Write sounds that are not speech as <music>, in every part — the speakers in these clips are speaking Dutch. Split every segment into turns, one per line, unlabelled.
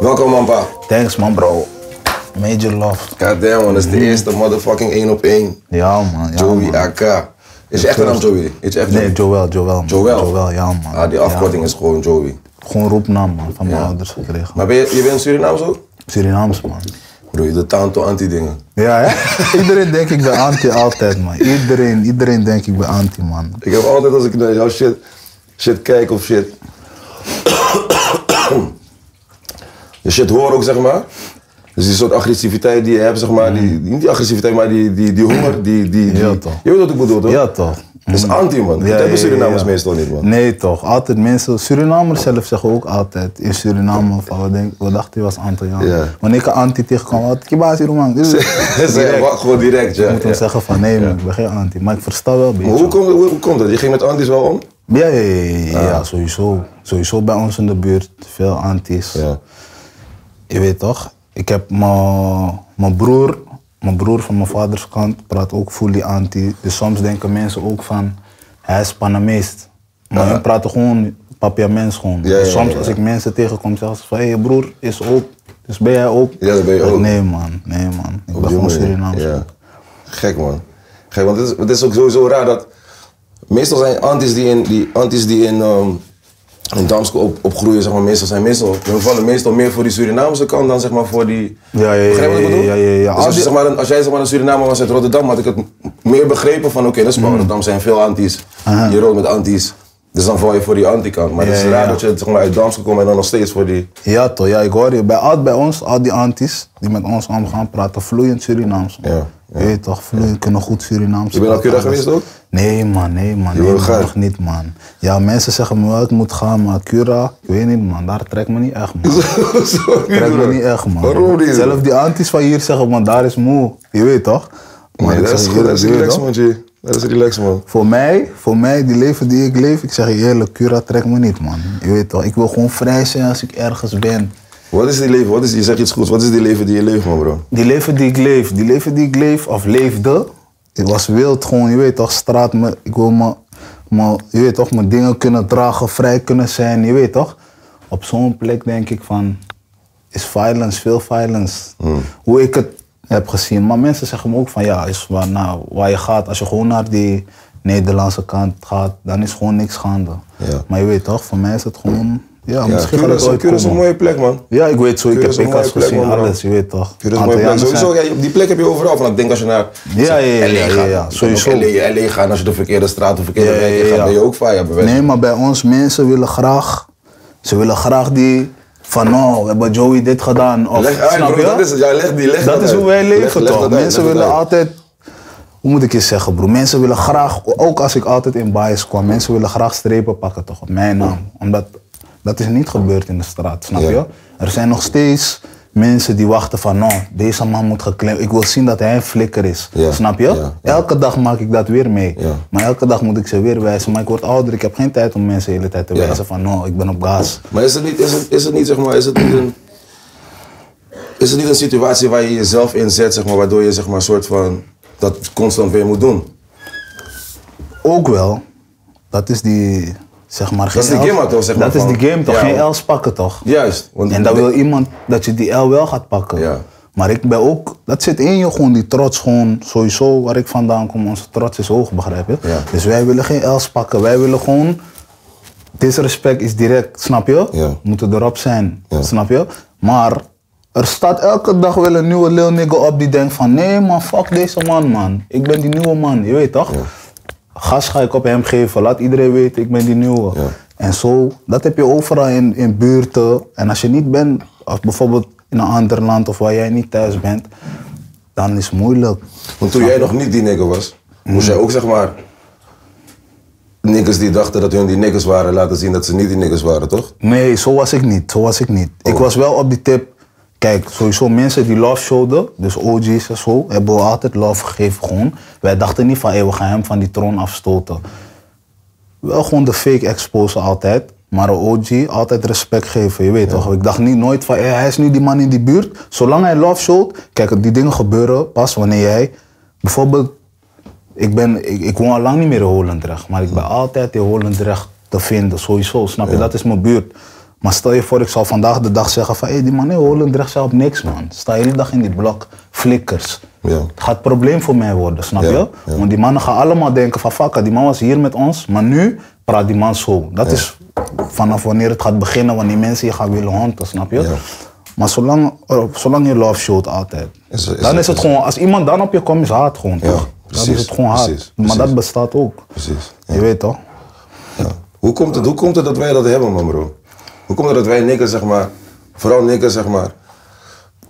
Welkom, Mampa.
Thanks man bro. Major love.
Goddamn, man. Dat is de eerste motherfucking 1 op 1.
Ja man. Mhm. Ja,
Joey
man.
AK. Is je echt een naam, Joey? Is je echt
Nee,
naam?
Joel, Joel. Man.
Joel?
ja man.
Ah, die afkorting
Ja.
is gewoon Joey.
Gewoon roepnaam man, van mijn ouders gekregen.
Maar ben je, je bent Surinaams ook?
Surinaams man.
Bro, je doet tanto anti-dingen.
Ja hè? <laughs> iedereen denkt ik ben anti altijd man. Iedereen, iedereen denkt ik ben anti man.
Ik heb altijd als ik naar jouw shit, shit kijk of shit. <coughs> je shit hoor ook, zeg maar. Dus die soort agressiviteit die je hebt, zeg maar. Die, niet die agressiviteit, maar die, die, die honger. Die, die, die-
Mhm. Ja, toch.
Je weet wat ik bedoel, toch?
Ja toch.
Dat is anti, man. dat hebben Surinamers
ja.
meestal niet, man.
Nee toch, altijd mensen, Surinamers zelf zeggen ook altijd in Suriname van we, denk, we dachten je was anti ja.
Ja.
Wanneer ik een anti tegenkwam, wat kibaas hier man.
<laughs>
Dus
Ze zeggen wa- gewoon direct, ja.
ik moet hem
ja.
zeggen van nee man, ik ben geen anti, maar ik versta wel een beetje.
Maar hoe, komt, hoe, hoe komt dat? Je ging met Andis wel om?
Ja, ja, ja, ja, ja,
Ah.
sowieso. Sowieso bij ons in de buurt, veel antis. Je weet toch? Ik heb mijn mijn broer, mijn broer van mijn vaders kant, praat ook fully anti. Dus soms denken mensen ook van, hij is Panameest. Maar we praten gewoon papiaments gewoon.
Ah. Ja, ja,
Dus soms
ja,
als
ja.
ik mensen tegenkom, zeggen ze van, hé, je broer is ook. Dus ben jij ook?
Ja, dat ben je ook.
Nee man, nee man. Ik
Op die
ben gewoon
manier.
Surinaams.
Ja. Gek man. Gek, want het is, het is ook sowieso raar dat. Meestal zijn antis die in, die, antis die in, ehm in Damsko op, opgroeien, zeg maar, meestal zijn meestal. We vallen meestal meer voor die Surinaamse kant dan zeg maar voor die.
Ja, ja, ja,
Begrijp je wat ik
ja,
bedoel?
ja, ja, ja.
Dus als, je,
Al die-
zeg maar, een- als jij zeg maar, een Surinamer was uit Rotterdam, had ik het meer begrepen van oké, dat
Mhm.
is wel Rotterdam zijn veel antis. Je rolt met antis. Dus dan val je voor die anti-kant. Maar het is
Ja, ja,
raar
ja.
dat je zeg maar, uit Damsko komt en dan nog steeds voor
<laughs>
die.
Ja toch, ja ik hoor je. Bij, al, bij ons, al die anties die met ons omgaan, praten vloeiend Surinaams.
Ja, ja.
Je weet toch, vloeiend, kunnen goed Surinaams.
Je bent al
praten,
Cura
alles.
geweest ook?
Nee man, nee man, nee,
wil
man
gaan?
nog niet man. Ja, mensen zeggen me wel, ik moet gaan, maar Cura, ik weet niet man, daar trekt me niet echt man.
Sorry,
Trekt me
broer.
niet echt man.
Waarom niet?
Zelf die anties van hier zeggen man, daar is moe. Je weet toch? Maar
Nee,
ik
dat
zeg
is,
je
goed, dat is
je weet
relax
toch?
man, G. Dat is relax man.
Voor mij, voor mij, die leven die ik leef, ik zeg je eerlijk, Cura trekt me niet man. Je weet toch, ik wil gewoon vrij zijn als ik ergens ben.
Wat is die leven? Wat is, je zegt iets goeds. Wat is die leven die je leeft, man, bro?
Die leven die ik leef, die leven die ik leef of leefde, ik was wild gewoon, je weet toch, straat, me, ik wil me, me, je weet toch, mijn dingen kunnen dragen, vrij kunnen zijn, je weet toch. Op zo'n plek denk ik van, is violence, veel violence. Hoe ik het heb gezien. Maar mensen zeggen me ook van, ja, is waar, nou, waar je gaat, als je gewoon naar die Nederlandse kant gaat, dan is gewoon niks gaande.
Ja.
Maar je weet toch, voor mij is het gewoon, ja, misschien
Cura
gaat
is-
het ooit
Cura is een
komen.
mooie plek, man.
Ja, Ah, ik weet zo. Ik
Cura is
heb
een
PK's
mooie plek,
gezien,
man, bro.
alles, je weet toch.
Cura is een
Aantal
mooie plek.
jaren
Sowieso,
zijn-
ja, je- die plek heb je overal. Van, ik denk als je naar
Ja, ja, ja,
LA
ja,
gaat.
ja, ja,
je kan
sowieso.
ook LA, LA gaan als je de verkeerde straat, de verkeerde
Ja,
wijk in
ja,
gaat,
ja.
ben je ook fire bij wijze
Nee, maar bij ons mensen willen graag... Ze willen graag die... Van, oh, we hebben Joey dit gedaan. Of,
Leg uit,
snap
bro,
je?
dat is het. Ja, leg die- leg
Dat
dat
is
uit.
hoe wij
Leg-
leven,
leg
toch?
dat uit,
mensen
leg dat
willen
uit.
altijd... Hoe moet ik je zeggen, bro? Mensen willen graag... Ook als ik altijd in bias kwam, mensen willen graag strepen pakken, toch? Op mijn naam. Omdat dat is niet gebeurd in de straat, snap
Ja.
je? Er zijn nog steeds mensen die wachten van... Nou, deze man moet geklemd... Ik wil zien dat hij een flikker is.
Ja,
Snap je?
ja, ja.
Elke dag maak ik dat weer mee.
Ja.
Maar elke dag moet ik ze weer wijzen. Maar ik word ouder, ik heb geen tijd om mensen de hele tijd te
Ja.
wijzen van no, ik ben op gas.
Maar is het niet, is het, is het niet zeg maar, is het niet een... Is het niet een situatie waar je jezelf in zet, zeg maar, waardoor je zeg maar, soort van dat constant weer moet doen?
Ook wel, dat is die Zeg maar,
Dat is
geen
de
L's-
game toch, zeg maar,
Dat is
van-
de game toch?
Ja.
Geen L's pakken toch?
Juist. Want
En dan wil iemand dat je die L wel gaat pakken.
Ja.
Maar ik ben ook, dat zit in je gewoon, die trots gewoon sowieso waar ik vandaan kom. Onze trots is hoog, begrijp je?
Ja.
Dus wij willen geen L's pakken. Wij willen gewoon, disrespect is direct, snap je?
Ja.
We Moeten erop zijn,
Ja.
snap je? Maar er staat elke dag wel een nieuwe lil nigga op die denkt van, nee man, fuck deze man man. Ik ben die nieuwe man, je weet toch? Gas ga ik op hem geven, laat iedereen weten, ik ben die nieuwe.
Ja.
En zo, dat heb je overal in, in buurten. En als je niet bent, als bijvoorbeeld in een ander land of waar jij niet thuis bent, dan is het moeilijk.
Want toen jij nog niet die nigger was, moest
Hmm.
jij ook zeg maar. Niggers die dachten dat hun die niggers waren, laten zien dat ze niet die niggers waren, toch?
Nee, zo was ik niet. Zo was ik niet. Ik
Oh.
was wel op die tip. Kijk, sowieso mensen die love showden, dus OG's en zo, hebben we altijd love gegeven gewoon. Wij dachten niet van, hé, we gaan hem van die troon afstoten. Wel gewoon de fake exposen altijd. Maar een OG altijd respect geven, je weet toch? Ik dacht niet nooit van, hé, hij is nu die man in die buurt. Zolang hij love showt, kijk, die dingen gebeuren pas wanneer jij... Bijvoorbeeld, ik, ben, ik, ik woon al lang niet meer in Holendrecht, maar ik ben altijd in Holendrecht te vinden, sowieso. Snap je? Dat is mijn buurt. Maar stel je voor, ik zou vandaag de dag zeggen van, hé, die man in Holendrecht staat op niks, man. Sta de hele dag in die blok, flikkers.
Ja.
Het gaat een probleem voor mij worden, snap
Ja,
je?
ja.
Want die mannen gaan allemaal denken van, fuck, die man was hier met ons, maar nu praat die man zo. Dat is vanaf wanneer het gaat beginnen, wanneer mensen je gaan willen honten, snap je?
Ja.
Maar zolang, er- zolang je love showt altijd,
Is- is-
dan is
is-
het gewoon, als iemand dan op je komt, is het haat gewoon,
Ja,
toch? dan
precies,
is het gewoon haat.
precies,
Maar dat
precies.
bestaat ook.
Precies.
Je weet toch?
Ja. Hoe, komt het, hoe komt het dat wij dat hebben, man, bro? Hoe komt het dat wij niggers, zeg maar, vooral niggers, zeg maar,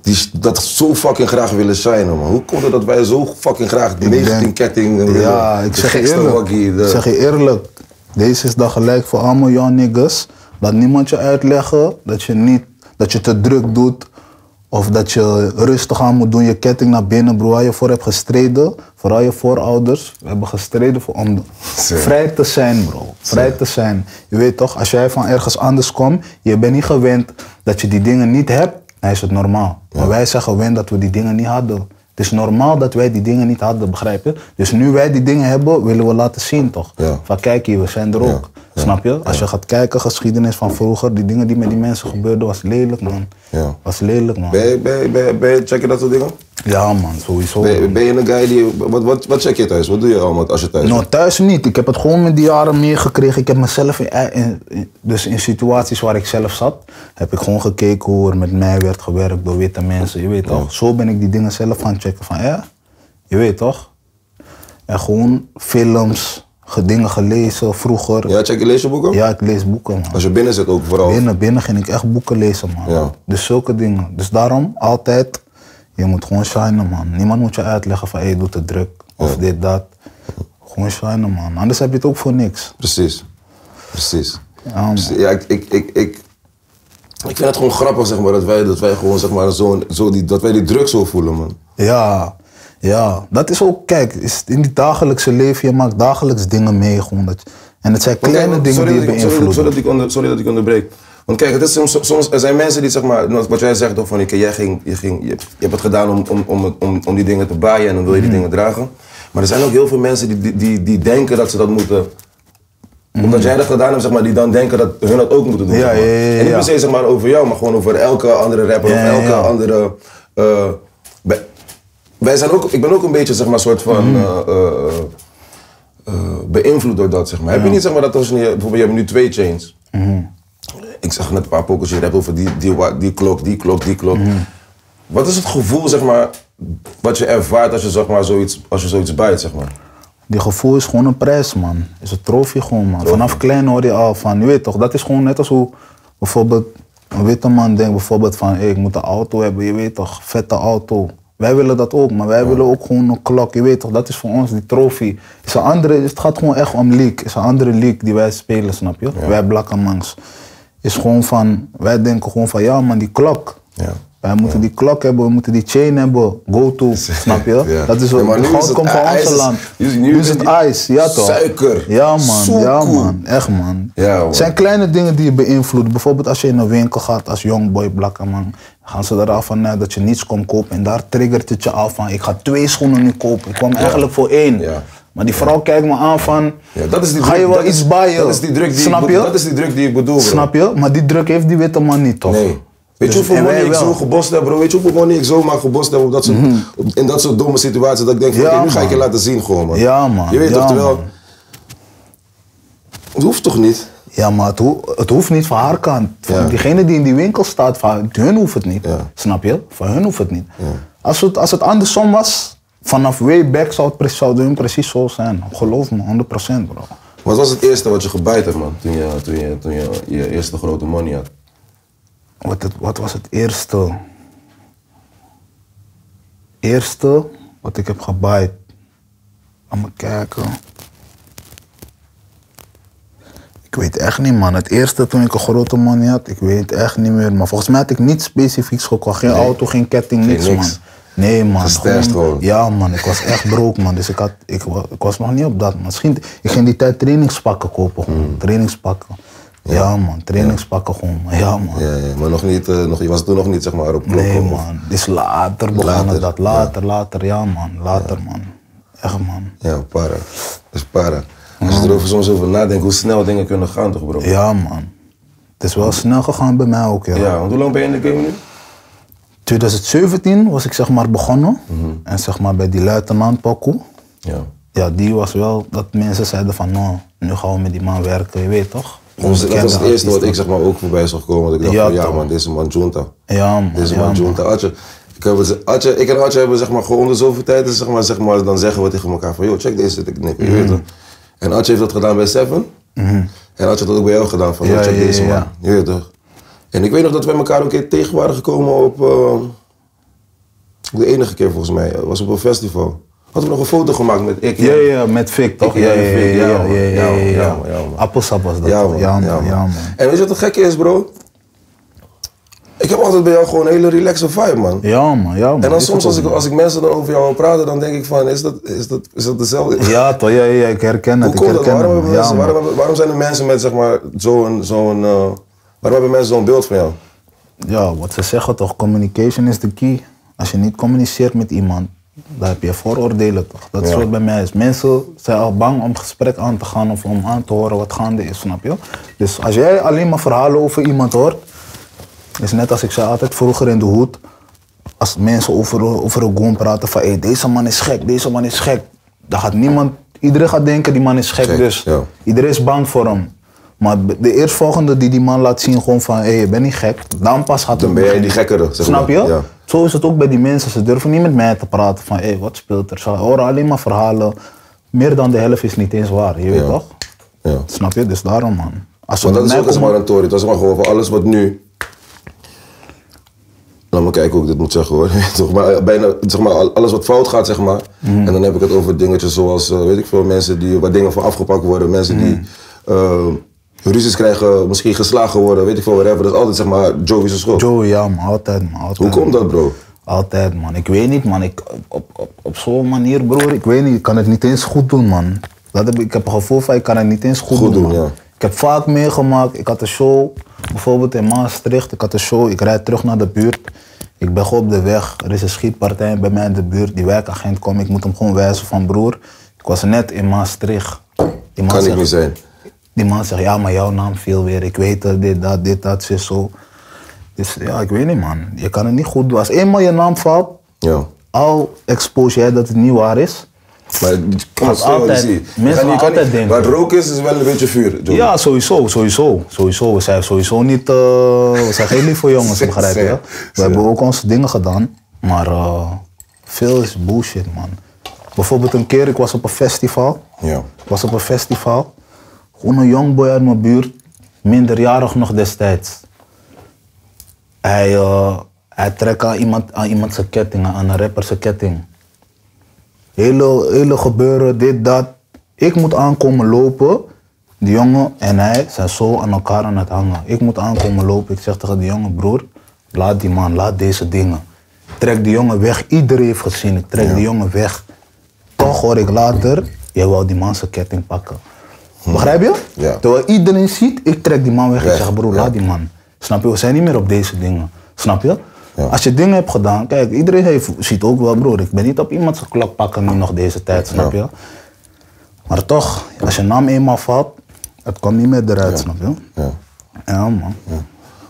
die s- dat zo fucking graag willen zijn, man? Hoe komt het dat wij zo fucking graag die 19
denk-
ketting willen?
Ja, ik
De
zeg je
gekste
eerlijk.
waggie, de-
Ik zeg je eerlijk. Deze is dan gelijk voor allemaal jouw niggas. Laat niemand je uitleggen dat je, niet, dat je te druk doet. Of dat je rustig aan moet doen, je ketting naar binnen, broer. Waar je voor hebt gestreden, vooral je voorouders hebben gestreden voor, om
Zeker.
vrij te zijn, bro. Vrij te zijn. Je weet toch, als jij van ergens anders komt, je bent niet gewend dat je die dingen niet hebt, dan is het normaal. Maar wij zijn gewend dat we die dingen niet hadden. Het is normaal dat wij die dingen niet hadden, begrijp je? Dus nu wij die dingen hebben, willen we laten zien, toch?
Ja.
Van kijk hier, we zijn er ook. Snap je? Als je gaat kijken, geschiedenis van vroeger, die dingen die met die mensen gebeurden, was lelijk, man.
Ja.
Was lelijk, man.
Ben je, ben, je- ben, je- ben je, check je dat soort dingen?
Ja, man, sowieso.
Ben, je- ben je een guy die, wat, wat, wat check je thuis? Wat doe je allemaal als je thuis bent?
Nou, thuis niet. Ik heb het gewoon met die jaren meegekregen. Ik heb mezelf in, in- in- dus in situaties waar ik zelf zat, heb ik gewoon gekeken hoe er met mij werd gewerkt door witte mensen. Je weet toch? Zo ben ik die dingen zelf gaan checken van, ja, je weet toch? En gewoon films, ge- dingen gelezen vroeger. Ja,
Ja, check je lees je boeken?
ik lees boeken, man.
Als je binnen zit ook vooral.
Binnen, binnen ging ik echt boeken lezen, man.
Ja.
Dus zulke dingen. Dus daarom altijd, je moet gewoon shinen, man. Niemand moet je uitleggen van, hé, hey, doe te druk. Of
Ja.
dit, dat. Gewoon shinen, man. Anders heb je het ook voor niks.
Precies. Precies.
Ja, man.
Precies. Ja, ik, ik, ik, ik, ik vind het gewoon grappig, zeg maar, dat wij, dat wij gewoon, zeg maar, zo, zo die, dat wij die druk zo voelen, man.
Ja, ja. Dat is ook, kijk, is in die dagelijkse leven, je maakt dagelijks dingen mee. Gewoon dat, en het zijn
Want
kleine
kijk,
dingen
sorry
die je
dat ik- sorry-
beïnvloeden.
Sorry, dat ik onder- sorry dat ik onderbreek. Want kijk, het is soms, soms er zijn mensen die zeg maar, nou, wat jij zegt, toch, van, oké, jij ging, je, ging, je, hebt- je hebt het gedaan om, om, om, het- om, om die dingen te baaien en dan wil je die
Mhm.
dingen dragen. Maar er zijn ook heel veel mensen die, die, die, die denken dat ze dat moeten. Omdat jij dat gedaan hebt, zeg maar, die dan denken dat hun dat ook moeten doen.
Mhm. Ja,
zeg maar.
ja, ja, ja,
En niet
ja.
per se zeg maar, over jou, maar gewoon over elke andere rapper
Ja,
of
ja,
elke
ja.
andere. eh, bij- wij zijn ook, ik ben ook een beetje zeg maar, soort van.
Mhm.
eh, eh, eh, eh, beïnvloed door dat, zeg maar. Heb je niet, zeg maar, dat als je, bijvoorbeeld, je hebt nu twee chains.
Mhm.
Ik zag net een paar pokers, je hebt over die, die, wa- die klok, die klok, die klok.
Mhm.
Wat is het gevoel, zeg maar, wat je ervaart als je, zeg maar, zoiets, als je zoiets buit, zeg maar?
Die gevoel is gewoon een prijs, man. Is een trofee gewoon, man. Vanaf klein hoor je al van, je weet toch, dat is gewoon net als hoe bijvoorbeeld een witte man denkt bijvoorbeeld van, hey, ik moet een auto hebben, je weet toch, vette auto. Wij willen dat ook, maar wij willen ook gewoon een klok, je weet toch, dat is voor ons die trofee. Is een andere, het gaat gewoon echt om league. Is een andere league die wij spelen, snap je? Wij blakke mans. Is gewoon van, wij denken gewoon van, ja man, die klok.
Ja.
Wij moeten die klok hebben, we moeten die chain hebben, go to, snap je?
<laughs> Ja.
Dat is wat
Ja, maar nu
goud
is het
komt van
ijs,
ons
is-
land.
nu is- nu
Nu is
ben
het
je-
ijs, ja toch?
Suiker,
Ja man, ja
soekoe.
man, echt man.
Ja, man.
Het zijn kleine dingen die je beïnvloeden. Bijvoorbeeld als je in een winkel gaat als jongboy, blakke man. Gaan ze er al van uit dat je niets komt kopen en daar triggert het je af van ik ga twee schoenen nu kopen. Ik kwam eigenlijk voor één.
Ja.
Maar die vrouw kijkt me aan van,
Ja, dat is die
ga je
druk-
wel
dat is-
iets baaien?
Dat is die druk die,
Snap
ik,
je?
be- Dat is die druk die ik bedoel, bro.
Snap je? Maar die druk heeft die witte man niet, toch?
Nee. Weet je
Dus-
hoeveel
en
money
wij
ik
wel.
zo gebost heb, bro? Weet je hoeveel money ik zo maar gebost heb op dat soort, op- in dat soort domme situaties? Dat ik denk, van,
Ja,
oké, nu ga ik je
man.
laten zien gewoon, Mhm. man.
Ja, man.
Je weet
Ja,
toch, terwijl...
man.
Het hoeft toch niet?
Ja, maar het, ho- het hoeft niet van haar kant. Van
Ja.
diegene die in die winkel staat, van hun hoeft het niet.
Ja.
Snap je? Van hun hoeft het niet. Als, het, als het andersom was, vanaf way back zou het, pre- zou hun precies zo zijn. Geloof me, 100% bro.
Wat was het eerste wat je gebijt hebt, man? Toen je, toen je, toen je je eerste grote money had.
Wat, het, wat was het eerste? Eerste wat ik heb gebaaid. Laat me kijken. Ik weet echt niet, man. Het eerste toen ik een grote money had, ik weet echt niet meer. Maar volgens mij had ik niets specifieks gekocht. Geen auto, geen ketting, niks,
niks.
man. Nee, man.
Gesterst gewoon.
Ja, man. Ik was echt broke, man. Dus ik, had, ik, wa- ik was nog niet op dat. Misschien, ik ging die tijd trainingspakken kopen, gewoon. Trainingspakken. Ja, man. Trainingspakken gewoon. Ja, man.
Ja, ja, maar nog niet, eh, nog, je was toen nog niet, zeg maar, op klok.
Nee
of-
man, het is later begonnen
Later,
dat. Later, later, ja man. Later man. Echt man.
Ja, para. Dat is para. Als je erover soms over nadenkt, hoe snel dingen kunnen gaan, toch, bro?
Ja man. Het is wel snel gegaan bij mij ook ja.
Ja, want hoe lang ben je in de game nu?
2017 was ik zeg maar begonnen.
Mhm.
En zeg maar bij die luitenant Paku.
Ja.
Ja, die was wel dat mensen zeiden van nou, nu gaan we met die man werken, je weet toch?
Dat was- dat was het
Onbekende
eerste wat ik
artiest.
zeg maar ook voorbij zag komen. Dat ik dacht
Ja,
van ja
toch.
man, deze man Junta.
Ja man,
Deze
ja,
man
man.
Junta. Atje, ik, heb het, Atje, ik en Atje hebben zeg maar gewoon onder zoveel tijd zeg maar, zeg maar, dan zeggen we tegen elkaar van joh, check deze zit ik knippen, je
Mhm.
weet toch. En Atje heeft dat gedaan bij Seven. En Atje heeft dat ook bij jou gedaan van
Ja,
joh, check
ja,
deze
ja,
man,
ja.
je weet toch. En ik weet nog dat wij elkaar een keer tegen waren gekomen op, eh, de enige keer volgens mij, was op een festival. Hadden we nog een foto gemaakt met ik en-
Ja, ja, met Vic toch?
Ik- ja, met Vic, ja, man.
ja,
Ja,
ja,
man,
ja,
ja, man, ja, man.
Appelsap was dat.
Ja man, ja, man.
ja man.
En weet je wat het gekke is bro? Ik heb altijd bij jou gewoon een hele relaxe vibe man.
Ja man, ja man.
En dan
Is
soms
het
als ik,
ook,
als ik mensen dan over jou hoor praten, dan denk ik van, is dat, is dat, is dat dezelfde?
Ja, toch, ja, ja, ik herken
<laughs>
het.
Hoe komt dat?
ik herken
Waarom, hebben
het. ja,
mensen,
man.
waarom, hebben- waarom zijn er mensen met zeg maar zo'n, zo'n, eh, waarom hebben mensen zo'n beeld van jou?
ja, wat ze zeggen toch, communication is de key. Als je niet communiceert met iemand, dan heb je vooroordelen toch. Dat is
Ja.
wat bij mij is. Mensen zijn al bang om gesprek aan te gaan of om aan te horen wat gaande is, snap je? Dus als jij alleen maar verhalen over iemand hoort, is net als ik zei altijd vroeger in de hoed, als mensen over, over een goon praten van hey, deze man is gek, deze man is gek, dan gaat niemand, iedereen gaat denken die man is gek,
Gek,
dus
ja.
iedereen is bang voor hem. Maar de eerstvolgende die die man laat zien gewoon van hé, hey, je bent niet gek, dan pas gaat
Dan ben jij die gekkere, zeg
Snap
maar.
je?
Ja.
Zo is het ook bij die mensen. Ze durven niet met mij te praten van, hé, wat speelt er? Ze horen alleen maar verhalen. Meer dan de helft is niet eens waar, je weet
Ja.
toch?
Ja.
Snap je? Dus daarom, man. Als ze
Want dat
met
is
mij
ook zeg
komen-
maar een tory, dat is maar gewoon voor alles wat nu... Laat me kijken hoe ik dit moet zeggen hoor. <laughs> Toch, maar eh, bijna, zeg maar, al- alles wat fout gaat, zeg maar.
Mhm.
En dan heb ik het over dingetjes zoals, eh, weet ik veel, mensen die, waar dingen voor afgepakt worden. Mensen die
Mhm.
eh, ruzies krijgen, misschien geslagen worden, weet ik veel, whatever. Dat is altijd, zeg maar, Joey's schuld.
Joe, ja, man. Altijd, man. Altijd,
Hoe komt dat, bro?
Altijd, man. Ik weet niet, man. Ik, op op, op zo'n manier, broer, ik weet niet. Ik kan het niet eens goed doen, man. Dat heb, ik- ik heb een gevoel van, ik kan het niet eens goed,
Goed
doen,
doen,
man.
ja.
Ik heb vaak meegemaakt. Ik had een show, bijvoorbeeld in Maastricht. Ik had een show, ik rijd terug naar de buurt. Ik ben gewoon op de weg. Er is een schietpartij bij mij in de buurt. Die wijkagent komt, ik moet hem gewoon wijzen van, broer, ik was net in Maastricht. Die man
Kan ik
zegt-
niet zijn.
die man zegt, ja, maar jouw naam viel weer. Ik weet het, dit, dat, dit, dat, zo, zo. Dus ja, ik weet niet, man. Je kan het niet goed doen. Als eenmaal je naam valt,
Ja.
al expose jij dat het niet waar is.
Maar het
Gaat altijd- mensen gaan altijd denken.
Waar rook is, is wel een beetje vuur. Joey.
Ja, sowieso, sowieso. Sowieso. We zijn sowieso niet... eh, we zijn geen lieve jongens,
Zet,
begrijp je?
zet,
We
zet.
hebben ook onze dingen gedaan. Maar eh, veel is bullshit, man. Bijvoorbeeld een keer, ik was op een festival.
Ja.
Ik was op een festival. Gewoon een jongboy uit mijn buurt. Minderjarig nog destijds. Hij, eh, hij trekt aan iemand, aan iemand zijn ketting, aan een rapper zijn ketting. Hele, hele gebeuren, dit, dat. Ik moet aankomen lopen. Die jongen en hij zijn zo aan elkaar aan het hangen. Ik moet aankomen lopen. Ik zeg tegen die jongen, broer, laat die man, laat deze dingen. Trek die jongen weg. Iedereen heeft gezien, ik trek die jongen weg. Toch hoor ik later, jij wou die man zijn ketting pakken. Begrijp je?
Hm. Ja.
Terwijl iedereen ziet, ik trek die man weg.
Weg,
Ik zeg, broer,
ja.
laat die man. Snap je? We zijn niet meer op deze dingen. Snap je?
Ja.
Als je dingen hebt gedaan, kijk, iedereen heeft, ziet ook wel, broer, ik ben niet op iemand zijn klok pakken nu nog deze tijd, snap je? Maar toch, als je naam eenmaal valt, het komt niet meer eruit, snap je?
Ja.
Ja, man.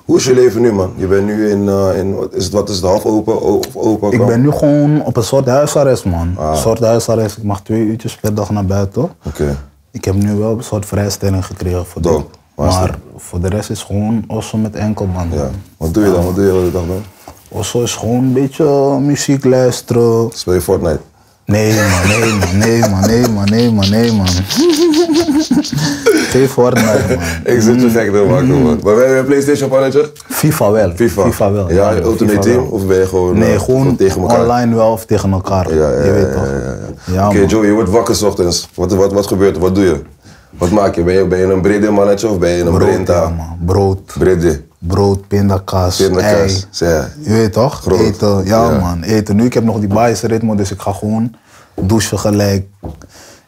Hoe is je leven nu, man? Je bent nu in, eh, in wat, is het, wat is het, half open? o- Of open
Ik
kamp?
ben nu gewoon op een soort huisarrest, man.
Ah.
Een soort huisarrest. Ik mag twee uurtjes per dag naar buiten.
Oké.
Ik heb nu wel een soort vrijstelling gekregen voor
Dope.
dit.
Waar is
Maar voor de rest is gewoon osso met enkelband.
Ja. Wat doe je dan? Wat doe je de hele dag, man?
Osso is gewoon een beetje muziek luisteren.
Speel je Fortnite?
Nee man, nee man, nee man, nee man, nee man, nee man. Geen Fortnite man.
Ik zit te gek te maken, man. Maar ben je een PlayStation manager?
FIFA wel.
FIFA.
wel.
Ja, je Ultimate
FIFA
Team?
wel.
Of ben je gewoon, eh,
Nee, gewoon
tegen elkaar?
online wel of tegen elkaar.
Ja, ja,
je
ja,
weet
ja,
toch?
ja, ja.
Ja,
Oké,
man.
Joe, je wordt wakker 's ochtends. Wat, wat, wat gebeurt er? Wat doe je? Wat maak je? Ben je, ben je een brede mannetje of ben je een
Brood, ja,
brenta?
man. Brood,
Brede,
brood, pindakaas,
pindakaas,
ei.
zei hij.
Je weet toch?
Groot.
Eten, ja,
Ja.
man, eten. Nu ik heb nog die biased ritme, dus ik ga gewoon douchen gelijk,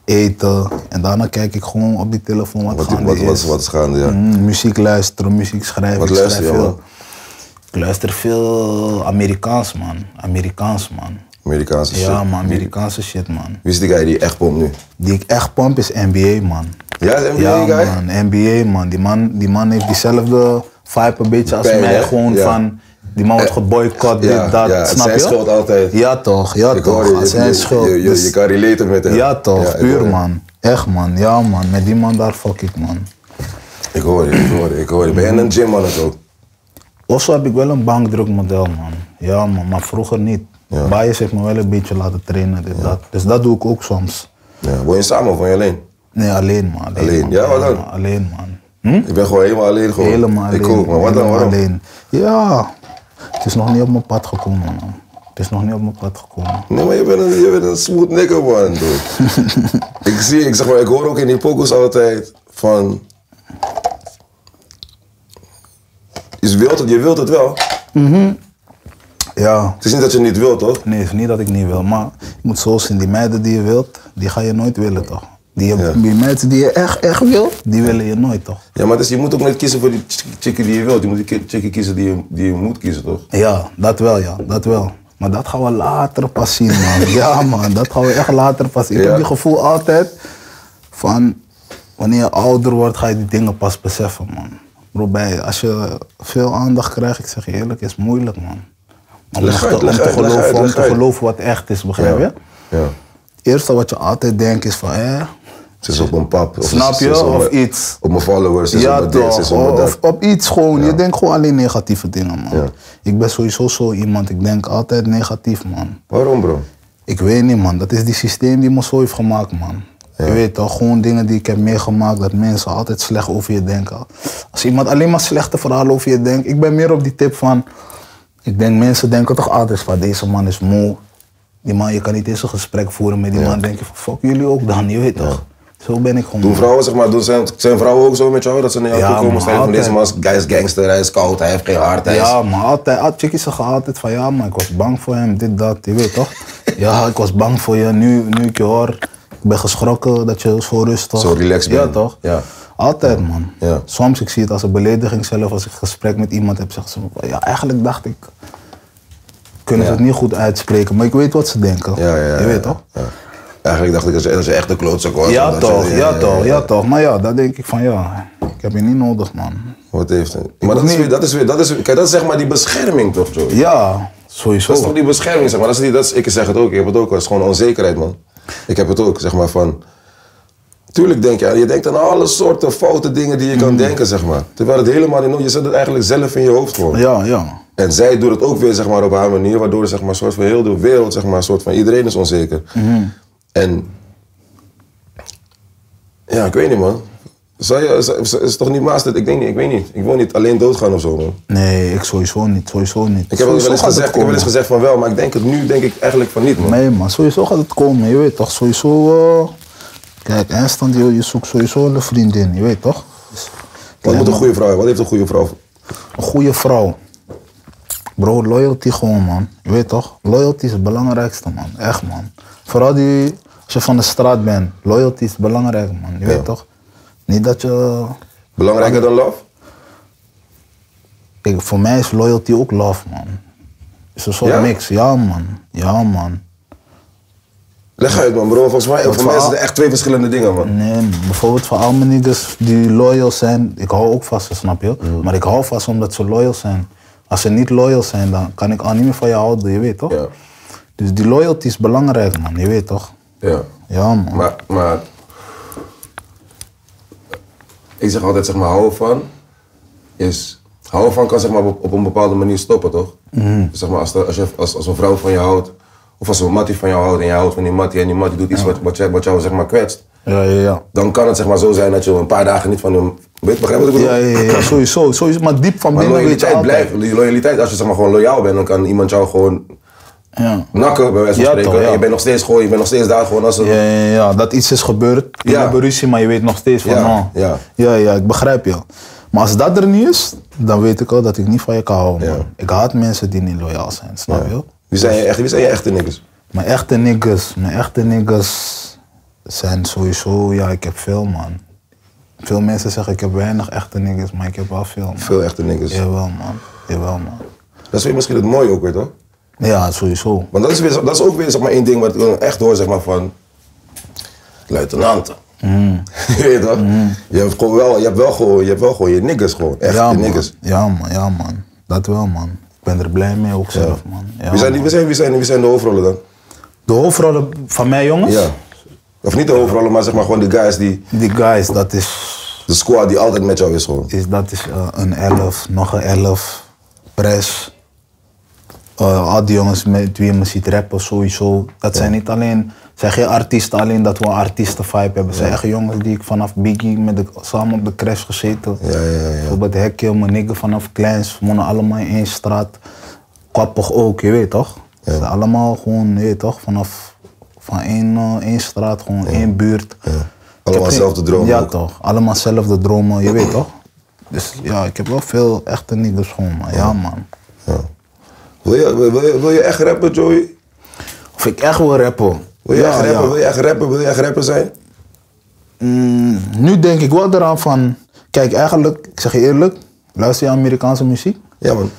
eten. En daarna kijk ik gewoon op die telefoon wat,
Wat, wat,
gaande
wat, wat,
is.
is gaande, ja.
Mm, muziek luisteren, muziek schrijven.
Wat
ik
luister
schrijf
je,
veel.
man?
Ik luister veel Amerikaans, man. Amerikaans, man.
Amerikaanse shit.
Ja, man, Amerikaanse shit, man.
Wie is die guy die echt pompt nu?
Die ik echt pomp is NBA, man.
Ja, is NBA
ja,
guy?
man, NBA, man. Die, man. die man heeft diezelfde vibe een beetje als
Pijn,
mij.
hè?
Gewoon
Ja. Eh,
van, die man wordt geboycott,
ja,
dit, dat,
ja, het
snap
zijn
je?
schuld altijd.
Ja, toch, ja,
Ik hoor
toch.
je,
het
je-
zijn
je-
schuld.
je- je-
Dus-
je kan relaten met hem.
Ja, toch,
Ja, ik hoor
puur,
je.
man. Echt, man. Ja, man. Met die man daar fuck ik, man.
Ik hoor je, ik hoor je, ik hoor je. Ben je een gymmannetje ook?
Osso heb ik wel een bankdrukmodel, man. Ja, man, maar vroeger niet.
Ja.
Bias heeft me wel een beetje laten trainen, dit, dat. Dus dat doe ik ook soms.
Ja. Woon je samen of woon je alleen?
Nee, alleen, man. Alleen,
Alleen.
man.
Ja, wat dan?
man, Alleen, man. Hm?
Ik ben gewoon helemaal alleen gewoon.
Helemaal alleen.
Ik ook, maar wat dan,
helemaal
waarom?
Alleen. Ja, het is nog niet op mijn pad gekomen, man. Het is nog niet op mijn pad gekomen.
Nee, maar je bent een, je bent een smooth nigger, man.
<laughs>
dude. ik zie, ik zeg maar, ik hoor ook in die pokus altijd van... Je wilt het, je wilt het wel.
Ja,
Het is niet dat je het niet wilt, toch?
nee, het is niet dat ik niet wil, maar je moet zo zien, die meiden die je wilt, die ga je nooit willen, toch? Die, je-
Ja.
die meiden die je echt, echt wil, die willen je nooit, toch?
Ja, maar het is, je moet ook net kiezen voor die ch- chickie die je wilt. Je moet die ki- chickie kiezen die je, die je moet kiezen, toch?
Ja, dat wel, ja, dat wel. Maar dat gaan we later pas zien, man. <laughs> Ja, man, dat gaan we echt later pas zien. Ik
Ja.
heb die gevoel altijd van wanneer je ouder wordt, ga je die dingen pas beseffen, man. Bro, bij, als je veel aandacht krijgt, ik zeg je eerlijk, is moeilijk, man. Om,
Leg
nog
uit,
te, om
leg
te
uit, leg
geloven,
uit,
om
leg
te
uit.
geloven wat echt is, begrijp je?
Ja. ja.
Het eerste wat je altijd denkt is van, hè,
Ze is op mijn pap. Of
Snap
ze
je?
is op
Of
mijn-
iets.
Op mijn followers, ze is op
ja
mijn dit, ze
toch,
is op mijn
of,
dat.
op iets gewoon. Je denkt gewoon alleen negatieve dingen, man.
Ja.
Ik ben sowieso zo iemand, ik denk altijd negatief, man.
Waarom, bro?
Ik weet niet, man. Dat is die systeem die me zo heeft gemaakt, man. Je weet toch, gewoon dingen die ik heb meegemaakt, dat mensen altijd slecht over je denken. Als iemand alleen maar slechte verhalen over je denkt, ik ben meer op die tip van, ik denk mensen denken toch altijd van, deze man is moe. Die man, je kan niet eens een gesprek voeren met die man. denk je van, fuck jullie ook dan, je weet toch. Zo ben ik gewoon.
Doen vrouwen, zeg maar, doen, zijn, zijn vrouwen ook zo met jou? Dat ze naar jou
Ja,
toe komen
maar
en zeggen van deze man is
altijd.
hij is gangster, hij is koud, hij heeft geen hart, hij is...
Ja, maar altijd, al- chickies zeggen altijd van ja, maar ik was bang voor hem, dit, dat, je
<laughs>
weet toch? Ja, ik was bang voor je, nu, nu ik je hoor, ik ben geschrokken dat je zo rustig...
Zo relaxed
Ja,
bent.
toch?
Ja.
Altijd, man.
Ja.
Soms, ik zie het als een belediging zelf, als ik een gesprek met iemand heb, zeggen ze me van, ja, eigenlijk dacht ik, kunnen ze
Ja.
het niet goed uitspreken, maar ik weet wat ze denken.
Ja, ja, ja.
je weet
ja,
toch?
ja. Eigenlijk dacht ik dat ze, dat ze echt een klootzak was.
Ja,
omdat
toch,
ze-
ja, toch, ja, toch. Maar ja, dat denk ik van ja, ik heb je niet nodig, man.
Wat heeft hij? Maar dat
hoef
is,
niet-
weer, dat, is weer, dat is kijk, dat is zeg maar die bescherming toch, Joey?
Ja, sowieso.
Dat is toch die bescherming, zeg maar. Dat is die, dat is, ik zeg het ook, ik heb het ook. Het is gewoon onzekerheid, man. Ik heb het ook, zeg maar, van... Tuurlijk denk je, aan- je denkt aan alle soorten foute dingen die je
Mhm.
kan denken, zeg maar. Terwijl het helemaal niet nodig Je zet het eigenlijk zelf in je hoofd gewoon.
Ja, ja.
En zij doet het ook weer zeg maar, op haar manier, waardoor zeg maar, soort van heel de wereld, zeg maar, soort van, iedereen is onzeker.
Mhm.
En ja, ik weet niet man. Zou je, zou- is, is toch niet naast het? Ik denk niet, ik weet niet. Ik wil niet alleen doodgaan of zo man.
Nee, ik sowieso niet, sowieso niet.
Ik heb wel
sowieso
eens
gaat het
gezegd, ik heb wel eens
komen.
gezegd van wel, maar ik denk het nu denk ik eigenlijk van niet man.
Nee man, sowieso gaat het komen, je weet toch. Sowieso, eh, kijk, eindstand, je, je zoekt sowieso wel een vriendin, je weet toch. Dus,
Wat
kijk,
moet een goede vrouw hebben? Wat heeft een goede vrouw?
een goede vrouw. Bro, loyalty gewoon man, je weet toch. Loyalty is het belangrijkste man, echt man. Vooral die, als je van de straat bent, loyalty is belangrijk man, je weet toch. Niet dat je...
Belangrijker dan love?
Kijk, voor mij is loyalty ook love man. Is een soort
Ja?
mix, ja man, ja man.
Leg uit man bro, volgens mij, voor mij
verhaal-
zijn het echt twee verschillende dingen man.
Nee, bijvoorbeeld voor al mijn niggas die loyal zijn, ik hou ook vast, snap je? Maar ik hou vast omdat ze loyal zijn. Als ze niet loyal zijn, dan kan ik al niet meer van je houden, je weet toch?
Ja.
Dus die loyalty is belangrijk, man, je weet toch?
Ja.
Ja, man.
Maar, maar ik zeg altijd zeg maar houden van is, houden van kan zeg maar op, op een bepaalde manier stoppen toch?
Mhm.
Dus zeg maar als, de- als, je, als, als een vrouw van je houdt of als een mattie van jou houdt en je houdt van die mattie en die mattie doet iets wat, wat, jou, wat jou zeg maar kwetst.
Ja, ja, ja.
Dan kan het zeg maar zo zijn dat je een paar dagen niet van hem. Weet je, begrijp je wat ik bedoel?
Ja, ja, ja, sowieso, sowieso. Maar diep van
Maar
binnen weet je
loyaliteit
altijd.
blijft. Die loyaliteit, als je zeg maar gewoon loyaal bent, dan kan iemand jou gewoon
Ja.
nakken, bij wijze van
Ja,
spreken.
toch, ja.
En Je bent nog steeds gewoon, je bent nog steeds daar gewoon als een.
Ja, ja, ja, dat iets is gebeurd. Je
Ja.
hebt een ruzie, maar je weet nog steeds van,
Ja,
oh.
ja.
ja, ja, ik begrijp je. Maar als dat er niet is, dan weet ik al dat ik niet van je kan houden. man. Ik haat mensen die niet loyaal zijn, snap je?
Wie zijn je echt? Wie zijn je echte niggers?
Mijn echte niggas, mijn echte niggas zijn sowieso, ja, ik heb veel man. Veel mensen zeggen ik heb weinig echte niggas, maar ik heb wel veel man.
Veel echte niggers.
Jawel man, jawel man.
Dat is weer misschien het mooie ook weer, toch?
Ja, sowieso.
Want dat is, weer, dat is ook weer zeg maar, één ding wat ik dan echt hoor zeg maar, van luitenanten.
Mm.
je <laughs> weet toch? Je, hebt gewoon wel, je, hebt wel gewoon, je hebt wel gewoon je niggers gewoon. Echt
ja,
je
man.
niggers.
ja man, ja man. Dat wel man. Ik ben er blij mee ook zelf man. Ja,
wie, zijn die, wie,
man.
zijn, wie, zijn, wie zijn de hoofdrollen dan?
De hoofdrollen van mij jongens?
Ja. Of niet de hoofdrollen, maar zeg maar gewoon de guys die,
Die guys, dat is
de squad die altijd met jou is gewoon.
is dat is eh, een 11, nog een 11, pres. Eh, al die jongens met wie je me ziet rappen sowieso. Dat zijn niet alleen, zijn geen artiesten alleen dat we een artiestenvibe hebben. Zijn echt jongens die ik vanaf Biggie met de, samen op de crash gezeten.
Ja, ja, ja.
Bijvoorbeeld Hekje, mijn nigger vanaf kleins. We wonen allemaal in één straat. Kwappig ook, je weet toch? Ze zijn allemaal gewoon, je weet toch, vanaf van één, eh, één straat, gewoon één buurt. Ik heb
Allemaal
geen-
zelfde dromen.
Ja,
ook.
toch. Allemaal zelfde dromen, je weet toch? Dus ja, ik heb wel veel echte niggas gewoon, man. Ja, man.
Wil, je, wil, je, wil je echt rappen, Joey?
Of ik echt wil rappen.
Wil je,
ja,
echt rappen?
ja.
wil je echt rappen? Wil je echt rapper zijn?
Mm, nu denk ik wel eraan van... Kijk, eigenlijk, ik zeg je eerlijk, luister je Amerikaanse muziek?
Ja, man.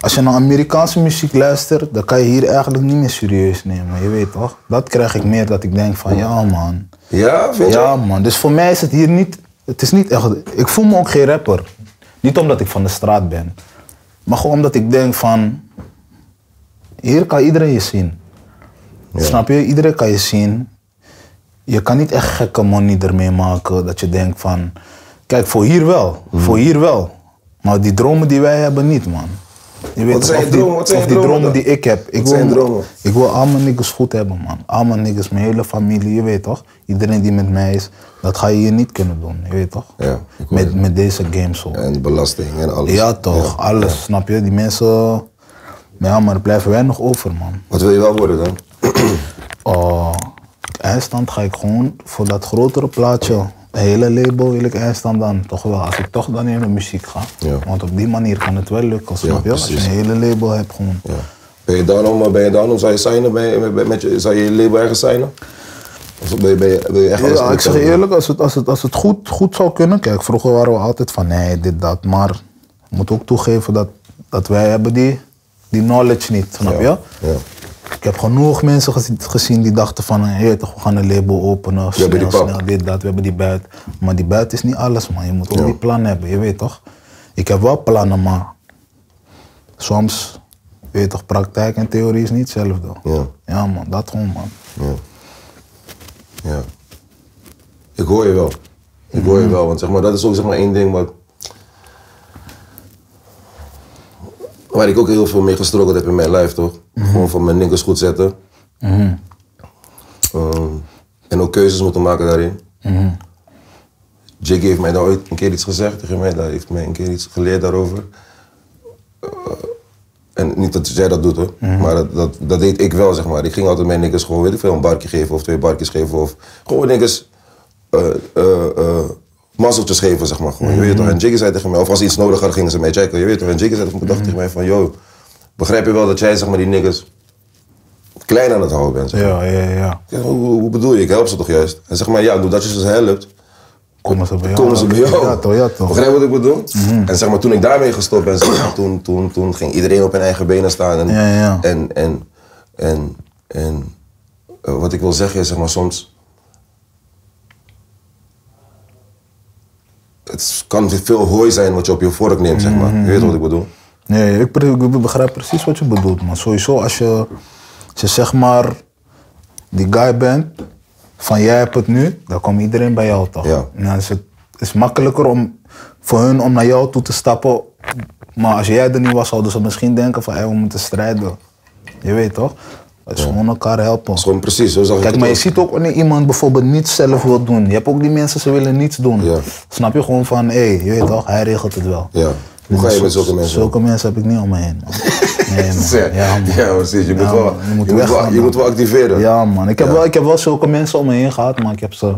Als je naar Amerikaanse muziek luistert, dan kan je hier eigenlijk niet meer serieus nemen, je weet toch? Dat krijg ik meer dat ik denk van, ja man.
Ja, vind je?
Ja man, dus voor mij is het hier niet, het is niet echt, ik voel me ook geen rapper. Niet omdat ik van de straat ben, maar gewoon omdat ik denk van, hier kan iedereen je zien. Snap je? Iedereen kan je zien. Je kan niet echt gekke money ermee maken dat je denkt van, kijk voor hier wel,
Hmm.
voor hier wel. Maar die dromen die wij hebben niet man. Je weet
Wat
toch,
zijn
of
je
die-
dromen? Wat zijn
of
je
die
dromen
dromen die
dan?
ik heb. Ik
Wat zijn je
wil,
dromen?
ik wil al mijn niggas goed hebben, man. Al mijn niggas, mijn hele familie, je weet toch? Iedereen die met mij is, dat ga je hier niet kunnen doen, je weet toch?
Ja, ik hoor
met,
je.
met deze game zo. Ja,
En belasting en alles.
toch,
Ja.
alles, snap je? Die mensen, ja, maar er blijven weinig over, man.
Wat wil je wel worden dan?
Oh, eindstand ga ik gewoon voor dat grotere plaatje. Het hele label wil ik eindstand dan, toch wel. Als ik toch dan in de muziek ga.
Ja.
Want op die manier kan het wel lukken, snap je? Als je een
precies.
hele label hebt gewoon.
Ja. Ben je down om, eh, ben je down om, zou je signen, ben je, ben- met je, zou je je label ergens signen? Of ben je, ben je, ben je echt alles
Ja, ik zeg je
uitzenden?
eerlijk, als het, als het, als het goed, goed zou kunnen. Kijk, vroeger waren we altijd van nee, dit, dat. Maar ik moet ook toegeven dat, dat wij hebben die, die knowledge niet, snap je?
Ja.
Ik heb genoeg mensen gezien, gezien die dachten van, hé, hey, toch, we gaan een label openen. Snel,
hebben die pap.
snel, dit, dat, we hebben die buit. Maar die buit is niet alles, man. Je moet ook die plan hebben, je weet toch? Ik heb wel plannen, maar soms, weet je toch, praktijk en theorie is niet hetzelfde.
Ja.
ja man, dat gewoon, man.
Ja. ja. Ik hoor je wel. Ik hoor je wel, want zeg maar, dat is ook zeg maar één ding wat... Waar ik ook heel veel mee gestrokkeld heb in mijn lijf, toch? Gewoon van mijn nikkers goed zetten. Ehm, en ook keuzes moeten maken daarin. Jake heeft mij daar ooit een keer iets gezegd tegen mij. Hij heeft mij een keer iets geleerd daarover. Eh, en niet dat jij dat doet hoor, maar dat, dat, dat deed ik wel zeg maar. Ik ging altijd mijn nikkers gewoon, weet ik veel, een barkje geven of twee barkjes geven. Of gewoon nikkers eh eh, eh, mazzeltjes geven zeg maar. Gewoon, je weet toch? En Jiggy zei tegen mij, of als ze iets nodig hadden gingen ze mij checken. Je weet toch? En Jiggy zei op een dag tegen mij van, yo, begrijp je wel dat jij zeg maar die nikkers klein aan het houden bent? zeg maar?"
Ja, ja, ja.
Ik zeg, hoe, hoe- hoe bedoel je? Ik help ze toch juist? Hij zegt maar, ja, doordat je ze helpt,
Komen ze bij jou?
komen ze bij jou.
Ja, toch, ja, toch. Mhm.
Begrijp je wat ik bedoel? En zeg maar, toen ik daarmee gestopt ben, zeg maar, toen, toen, toen ging iedereen op hun eigen benen staan. En,
Ja, ja.
En, en, en, en eh, wat ik wil zeggen is, zeg maar, soms... Het kan veel hooi zijn wat je op je vork neemt, zeg maar.
Mhm.
Je weet wat ik bedoel?
Nee, ik, pre- ik begrijp precies wat je bedoelt, man. Sowieso, als je, als je zeg maar die guy bent, van jij hebt het nu, dan komt iedereen bij jou toch?
Ja.
En dan is het is makkelijker om, voor hun om naar jou toe te stappen. Maar als jij er niet was, zouden ze misschien denken van, hé, we moeten strijden. Je weet toch? Het is gewoon elkaar helpen.
Gewoon precies, zo zag ik
Kijk,
het
maar je
ook.
ziet ook wanneer iemand bijvoorbeeld niets zelf wil doen. Je hebt ook die mensen, ze willen niets doen.
Ja.
Snap je gewoon van, hé, je weet toch, hij regelt het wel. Dus
Ja. Hoe ga je met zulke mensen om?
Zulke mensen heb ik niet om me
<laughs>
heen, man. Nee, man.
<laughs> Ja,
Ja, man.
precies. Je moet,
Ja,
wel,
man.
je moet, wel,
weggaan,
je
man.
moet wel activeren.
Ja, man. Ik heb, Wel, ik heb wel zulke mensen om me heen gehad, maar ik heb ze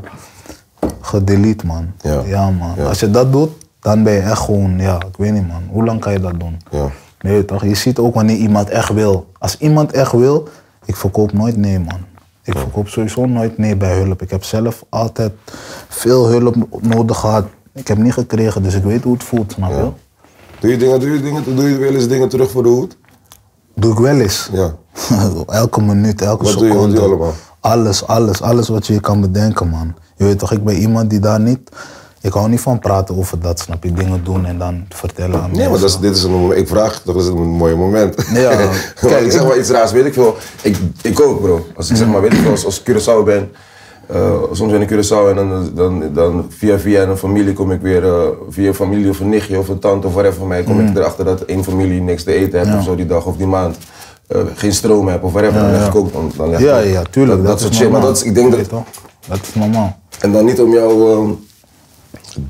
gedelete, man.
Ja.
man.
Ja.
Als je dat doet, dan ben je echt gewoon, ja, ik weet niet, man. Hoe lang kan je dat doen?
Ja.
Nee, toch? Je ziet ook wanneer iemand echt wil. Als iemand echt wil, ik verkoop nooit nee, man. Ik verkoop sowieso nooit nee bij hulp. Ik heb zelf altijd veel hulp nodig gehad. Ik heb niet gekregen, dus ik weet hoe het voelt, snap je?
Doe je dingen, doe je dingen, doe je wel eens dingen terug voor de hoed?
Doe ik wel eens.
Ja.
<laughs> elke minuut, elke
Wat doe je?
seconde.
Wat doe je allemaal?
Alles, alles, alles wat je je kan bedenken, man. Je weet toch, ik ben iemand die daar niet. Ik hou niet van praten over dat, snap je? Dingen doen en dan vertellen aan
Nee, maar dat is,
mensen.
dit is een moment. Ik vraag, dat is een mooi moment.
Ja.
<laughs> Want
Kijk,
ik zeg
ik-
maar iets raars, weet ik veel. Ik, ik ook, bro. Als ik zeg maar, weet ik veel, als, als ik Curaçao ben. eh, soms ben ik Curaçao en dan, dan, dan via via een familie kom ik weer, eh, via een familie of een nichtje of een tante of whatever van mij, kom
Mm.
ik erachter dat één familie niks te eten heeft of zo die dag of die maand. eh, geen stroom heb of whatever, dan leg ik ook. Dan, dan leg ik
Ja,
ook.
ja, tuurlijk.
Dat,
Dat,
dat soort
is
shit. Maar
normaal.
dat is, ik denk
Je
dat,
weet toch? Dat is normaal.
En dan niet om jou ehm,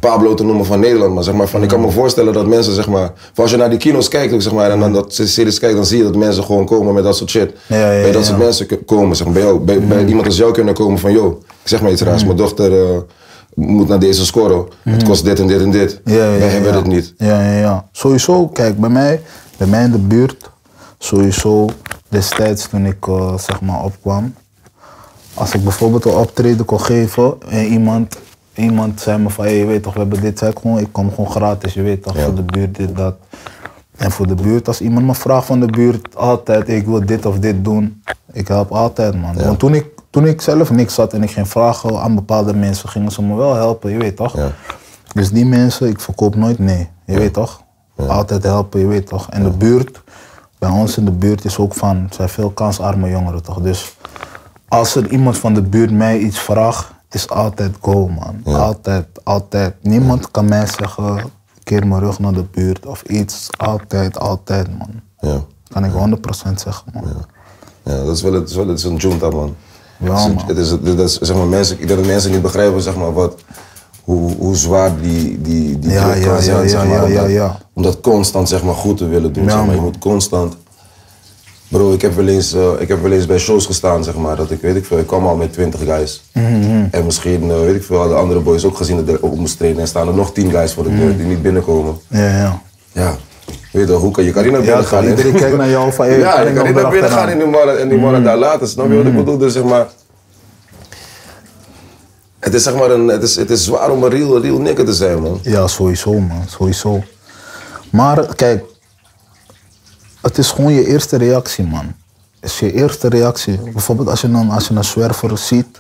Pablo te noemen van Nederland, maar zeg maar van, ik kan
Mm.
me voorstellen dat mensen zeg maar, van als je naar die kino's kijkt ook, zeg maar, en dan dat se- series kijkt, dan zie je dat mensen gewoon komen met dat soort shit.
Mm. Ja, ja,
bij dat
ja. Mm.
soort mensen k- komen, zeg maar, bij, jou, bij, bij iemand als jou kunnen komen van, yo, ik zeg maar iets raars, mijn dochter eh, moet naar deze score, het kost dit en dit en dit.
Mm. Ja, ja,
Wij hebben
ja.
dit niet.
Ja, ja, ja. Sowieso, kijk, bij mij, bij mij in de buurt, sowieso destijds toen ik eh, zeg maar opkwam, als ik bijvoorbeeld een optreden kon geven en iemand, iemand zei me van, hé, je weet toch, we hebben dit, zei ik gewoon, ik kom gewoon gratis, je weet toch, voor de buurt dit, dat. En voor de buurt, als iemand me vraagt van de buurt, altijd, ik wil dit of dit doen, ik help altijd, man. Want toen ik, toen ik zelf niks had en ik ging vragen aan bepaalde mensen, gingen ze me wel helpen, je weet toch.
Ja.
Dus die mensen, ik verkoop nooit nee. Je weet toch? Altijd helpen, je weet toch? En de buurt, bij ons in de buurt is ook van, het zijn veel kansarme jongeren toch? Dus als er iemand van de buurt mij iets vraagt, is altijd go man. Altijd, altijd. Niemand kan mij zeggen, keer mijn rug naar de buurt of iets. Altijd, altijd man.
Ja.
Kan ik 100% zeggen man.
Ja, dat is wel, het is wel het is een junta, man.
Ja,
het is,
man.
Het is, het is, zeg maar, mensen, ik denk dat mensen niet begrijpen zeg maar, wat, hoe, hoe zwaar die, die, die
Ja,
druk
ja,
kan
ja,
zijn.
ja,
zeg maar,
ja,
om
ja,
dat-
ja.
Om dat constant zeg maar, goed te willen doen.
Ja,
zeg maar. Je
man.
moet constant... Bro, ik heb, wel eens, eh, ik heb wel eens bij shows gestaan, zeg maar, dat ik, weet ik veel, ik kwam al met 20 guys.
Mhm.
En misschien, eh, weet ik veel, hadden andere boys ook gezien dat ik op moest trainen. En staan er nog 10 guys voor de deur
Mhm.
die niet binnenkomen.
Ja, ja.
Ja. Weet je wel, hoe kan je kan niet naar
Ja,
binnen
kan-
gaan? hè?
iedereen kijkt naar jou van,
<laughs>
hey,
ja,
kan
je
ik
kan
nog
niet naar binnen
erachteraan?
gaan en
Mm.
die mannen, en die mannen daar laten. Snap je wat ik bedoel? Dus zeg maar... Het is zeg maar een... Het is, het is zwaar om een real, real nigger te zijn, man.
Ja, sowieso man, sowieso. Maar kijk, het is gewoon je eerste reactie man. Het is je eerste reactie. Bijvoorbeeld als je een, als je een zwerver ziet.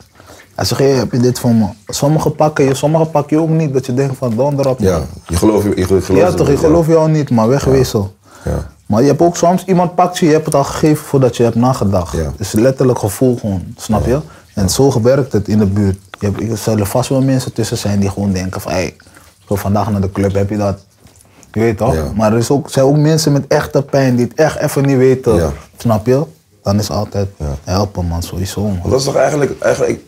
Hij zegt, hey, heb je dit voor me? Sommige pakken je, sommige pakken je ook niet. Dat je denkt van, donder op man.
Ja, je gelooft... Je, je gelooft
Ja, toch, ik geloof jou niet, maar wegwezen.
Ja.
Maar je hebt ook soms, iemand pakt je, je hebt het al gegeven voordat je hebt nagedacht.
Ja.
Het is letterlijk gevoel gewoon, snap je? En zo werkt het in de buurt. Je hebt, er zullen vast wel mensen tussen zijn die gewoon denken van, hey, zo vandaag naar de club heb je dat. Je weet toch?
Ja.
Maar er is ook, zijn ook mensen met echte pijn die het echt even niet weten,
Ja.
snap je? Dan is altijd helpen man, sowieso man.
Want dat is toch eigenlijk... eigenlijk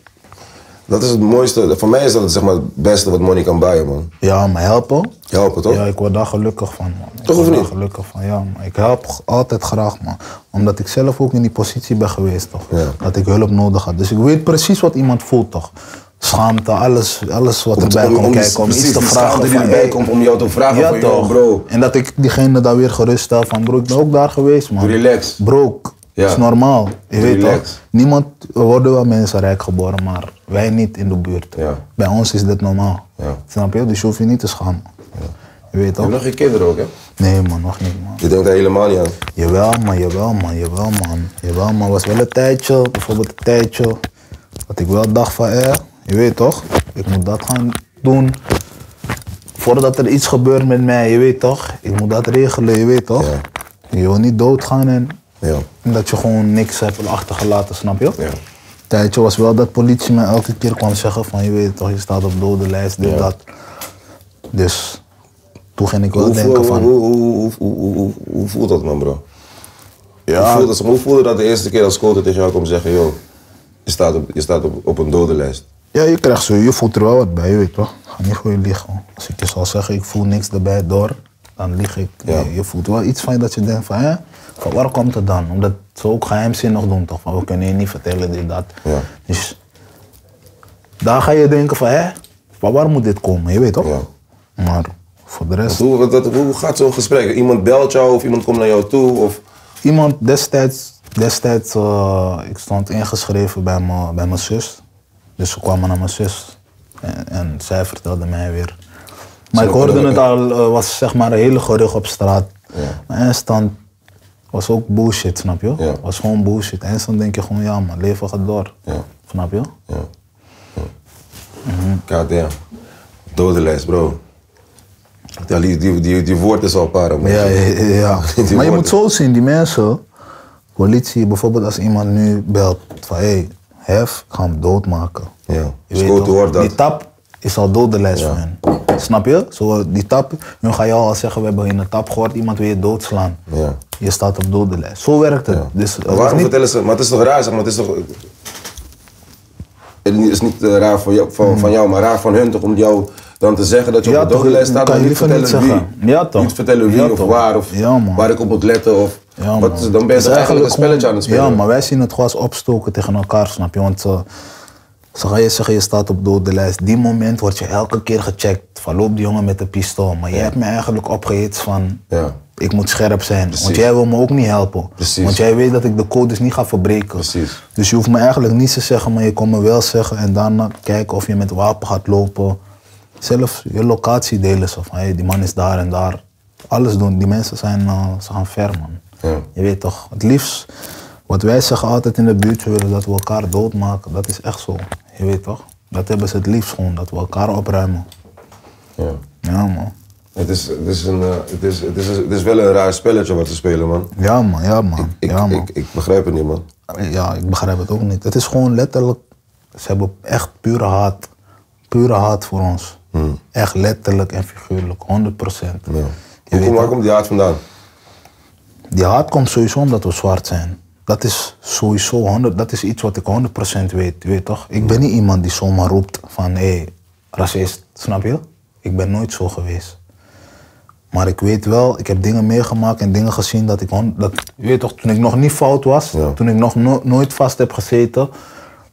dat is het mooiste... Voor mij is dat het, zeg maar, het beste wat money kan buyen, man.
Ja, maar helpen?
Je helpt het, toch?
Ja, ik word daar gelukkig van, man. Ik
Toch
word
of
daar
niet?
gelukkig van, ja. Man. Ik help g- altijd graag, man. Omdat ik zelf ook in die positie ben geweest, toch?
Ja.
Dat ik hulp nodig had. Dus ik weet precies wat iemand voelt, toch? Schaamte, alles, alles wat
Om-
erbij
om-
komt
om die-
kijken. Om
precies,
iets te
die
vragen.
schaamte die
van,
erbij
hey,
komt om jou te vragen van, yo, bro.
En dat ik diegene daar weer gerust stel van, bro, ik ben ook daar geweest, man.
Relax.
Bro, k-
Ja.
is normaal. Je weet toch?
Relax.
Niemand, we worden wel mensen rijk geboren, maar wij niet in de buurt.
Ja.
Bij ons is dit normaal.
Ja.
Snap je? Dus je hoeft je niet te schamen. Je weet
Je
toch?
hebt nog geen kinderen ook, hè?
Nee man, nog niet man.
Je denkt daar helemaal niet aan.
Jawel man, jawel man, jawel man. Jawel man, was wel een tijdje, bijvoorbeeld een tijdje. Dat ik wel dacht van, eh, je weet toch? Ik moet dat gaan doen. Voordat er iets gebeurt met mij, je weet toch? Ik moet dat regelen, je weet toch?
Ja.
Je wil niet doodgaan en
Ja.
dat je gewoon niks hebt achtergelaten, snap je?
Ja.
Tijdje was wel dat politie mij elke keer kwam zeggen van, je weet toch, je staat op dodenlijst, dit,
Ja.
dat. Dus toen ging ik wel
Hoe,
denken
voel,
van...
hoe, hoe, hoe, hoe, hoe, hoe voelt dat, man, bro?
Ja.
Hoe voelde, dat- hoe voelde dat de eerste keer als coach tegen jou komt zeggen, joh, je staat op, je staat op, op een dodenlijst?
Ja, je krijgt zo, je voelt er wel wat bij, je weet toch? Ga niet voor je lichaam. Als ik je zal zeggen, ik voel niks erbij door, dan lieg ik.
Ja.
Nee, je voelt wel iets van je dat je denkt van, hè? Van waar komt het dan? Omdat ze ook geheimzinnig doen, toch? Van, we kunnen je niet vertellen dit, dat.
Ja.
Dus daar ga je denken van, hè? Van waar moet dit komen, je weet toch?
Ja.
Maar voor de rest...
Hoe, wat- dat, hoe gaat zo'n gesprek? Iemand belt jou of iemand komt naar jou toe? Of,
Iemand destijds, destijds eh, ik stond ingeschreven bij mijn bij mijn zus. Dus ze kwamen naar mijn zus. En, en zij vertelde mij weer. Maar
Zo,
ik hoorde
eh,
het al, eh, was zeg maar een hele gerucht op straat.
Ja.
Maar eindstand was ook bullshit, snap je?
Ja.
Was gewoon bullshit. Eindstand denk je gewoon, ja man, leven gaat door.
Ja.
Snap je?
ja. ja. Goddamn. Dodenlijst, bro. Ja, die, die, die, die woord is al para, man.
Ja, ja, ja.
<laughs> Die
Maar je
woorden.
moet zo zien, die mensen, politie, bijvoorbeeld als iemand nu belt van hé, hey, hef, ik ga hem doodmaken.
Ja.
Je weet
Scoot
toch,
hoort dat.
Die tap is al dodenlijst
Ja.
voor hen. Snap je? Zo, die tap, nu ga je al zeggen, we hebben in de tap gehoord, iemand wil je doodslaan.
Ja.
Je staat op dodenlijst. Zo werkt het.
Ja.
Dus, het
Maar
is
waarom
niet-
vertellen ze, maar het is toch raar, zeg maar, het is toch... Het is niet eh, raar van jou, van, van jou, maar raar van hun toch om jou dan te zeggen dat je
Ja,
op de
toch,
dodenlijst staat,
kan
maar
je
niet
liever
vertellen
niet
wie.
zeggen. Ja, toch.
Niet vertellen wie
Ja,
of
toch.
waar, of
Ja, man.
waar ik op moet letten, of...
Ja,
wat
man.
is het? dan ben je
Het is
toch eigenlijk een
gewoon-
spelletje aan het spelen.
Ja, maar wij zien het gewoon als opstoken tegen elkaar, snap je? Want eh, ze gaan je zeggen, je staat op dodenlijst. Die moment word je elke keer gecheckt. Van loopt die jongen met een pistool. Maar jij hebt me eigenlijk opgehitst van...
Ja.
Ik moet scherp zijn, want jij wil me ook niet helpen.
Precies.
Want jij weet dat ik de codes niet ga verbreken.
Precies.
Dus je hoeft me eigenlijk niets te zeggen, maar je kon me wel zeggen en daarna kijken of je met wapen gaat lopen. Zelfs je locatie delen ze van hey, die man is daar en daar. Alles doen, die mensen zijn, eh, ze gaan ver man.
Ja.
Je weet toch, het liefst, wat wij zeggen altijd in de buurt, we willen dat we elkaar doodmaken. Dat is echt zo, je weet toch. Dat hebben ze het liefst gewoon, dat we elkaar opruimen.
Ja.
Ja man,
Het is, het, is een, eh, het, is, het, is, het is wel een raar spelletje wat ze spelen, man.
ja man, ja man.
Ik,
ja, man.
ik, ik begrijp het niet, man.
Ja, ik begrijp het ook niet. Het is gewoon letterlijk, ze hebben echt pure haat. Pure haat voor ons. Echt letterlijk en figuurlijk, 100 procent.
Hmm. Ja. Hoe kom, waar komt die haat vandaan?
Die haat komt sowieso omdat we zwart zijn. Dat is sowieso 100, dat is iets wat ik 100% weet, je weet toch? Ik ben niet iemand die zomaar roept van hé, hey, racist, snap je? Ik ben nooit zo geweest. Maar ik weet wel, ik heb dingen meegemaakt en dingen gezien dat ik, hon- dat, je weet toch, toen ik nog niet fout was,
Ja.
toen ik nog no- nooit vast heb gezeten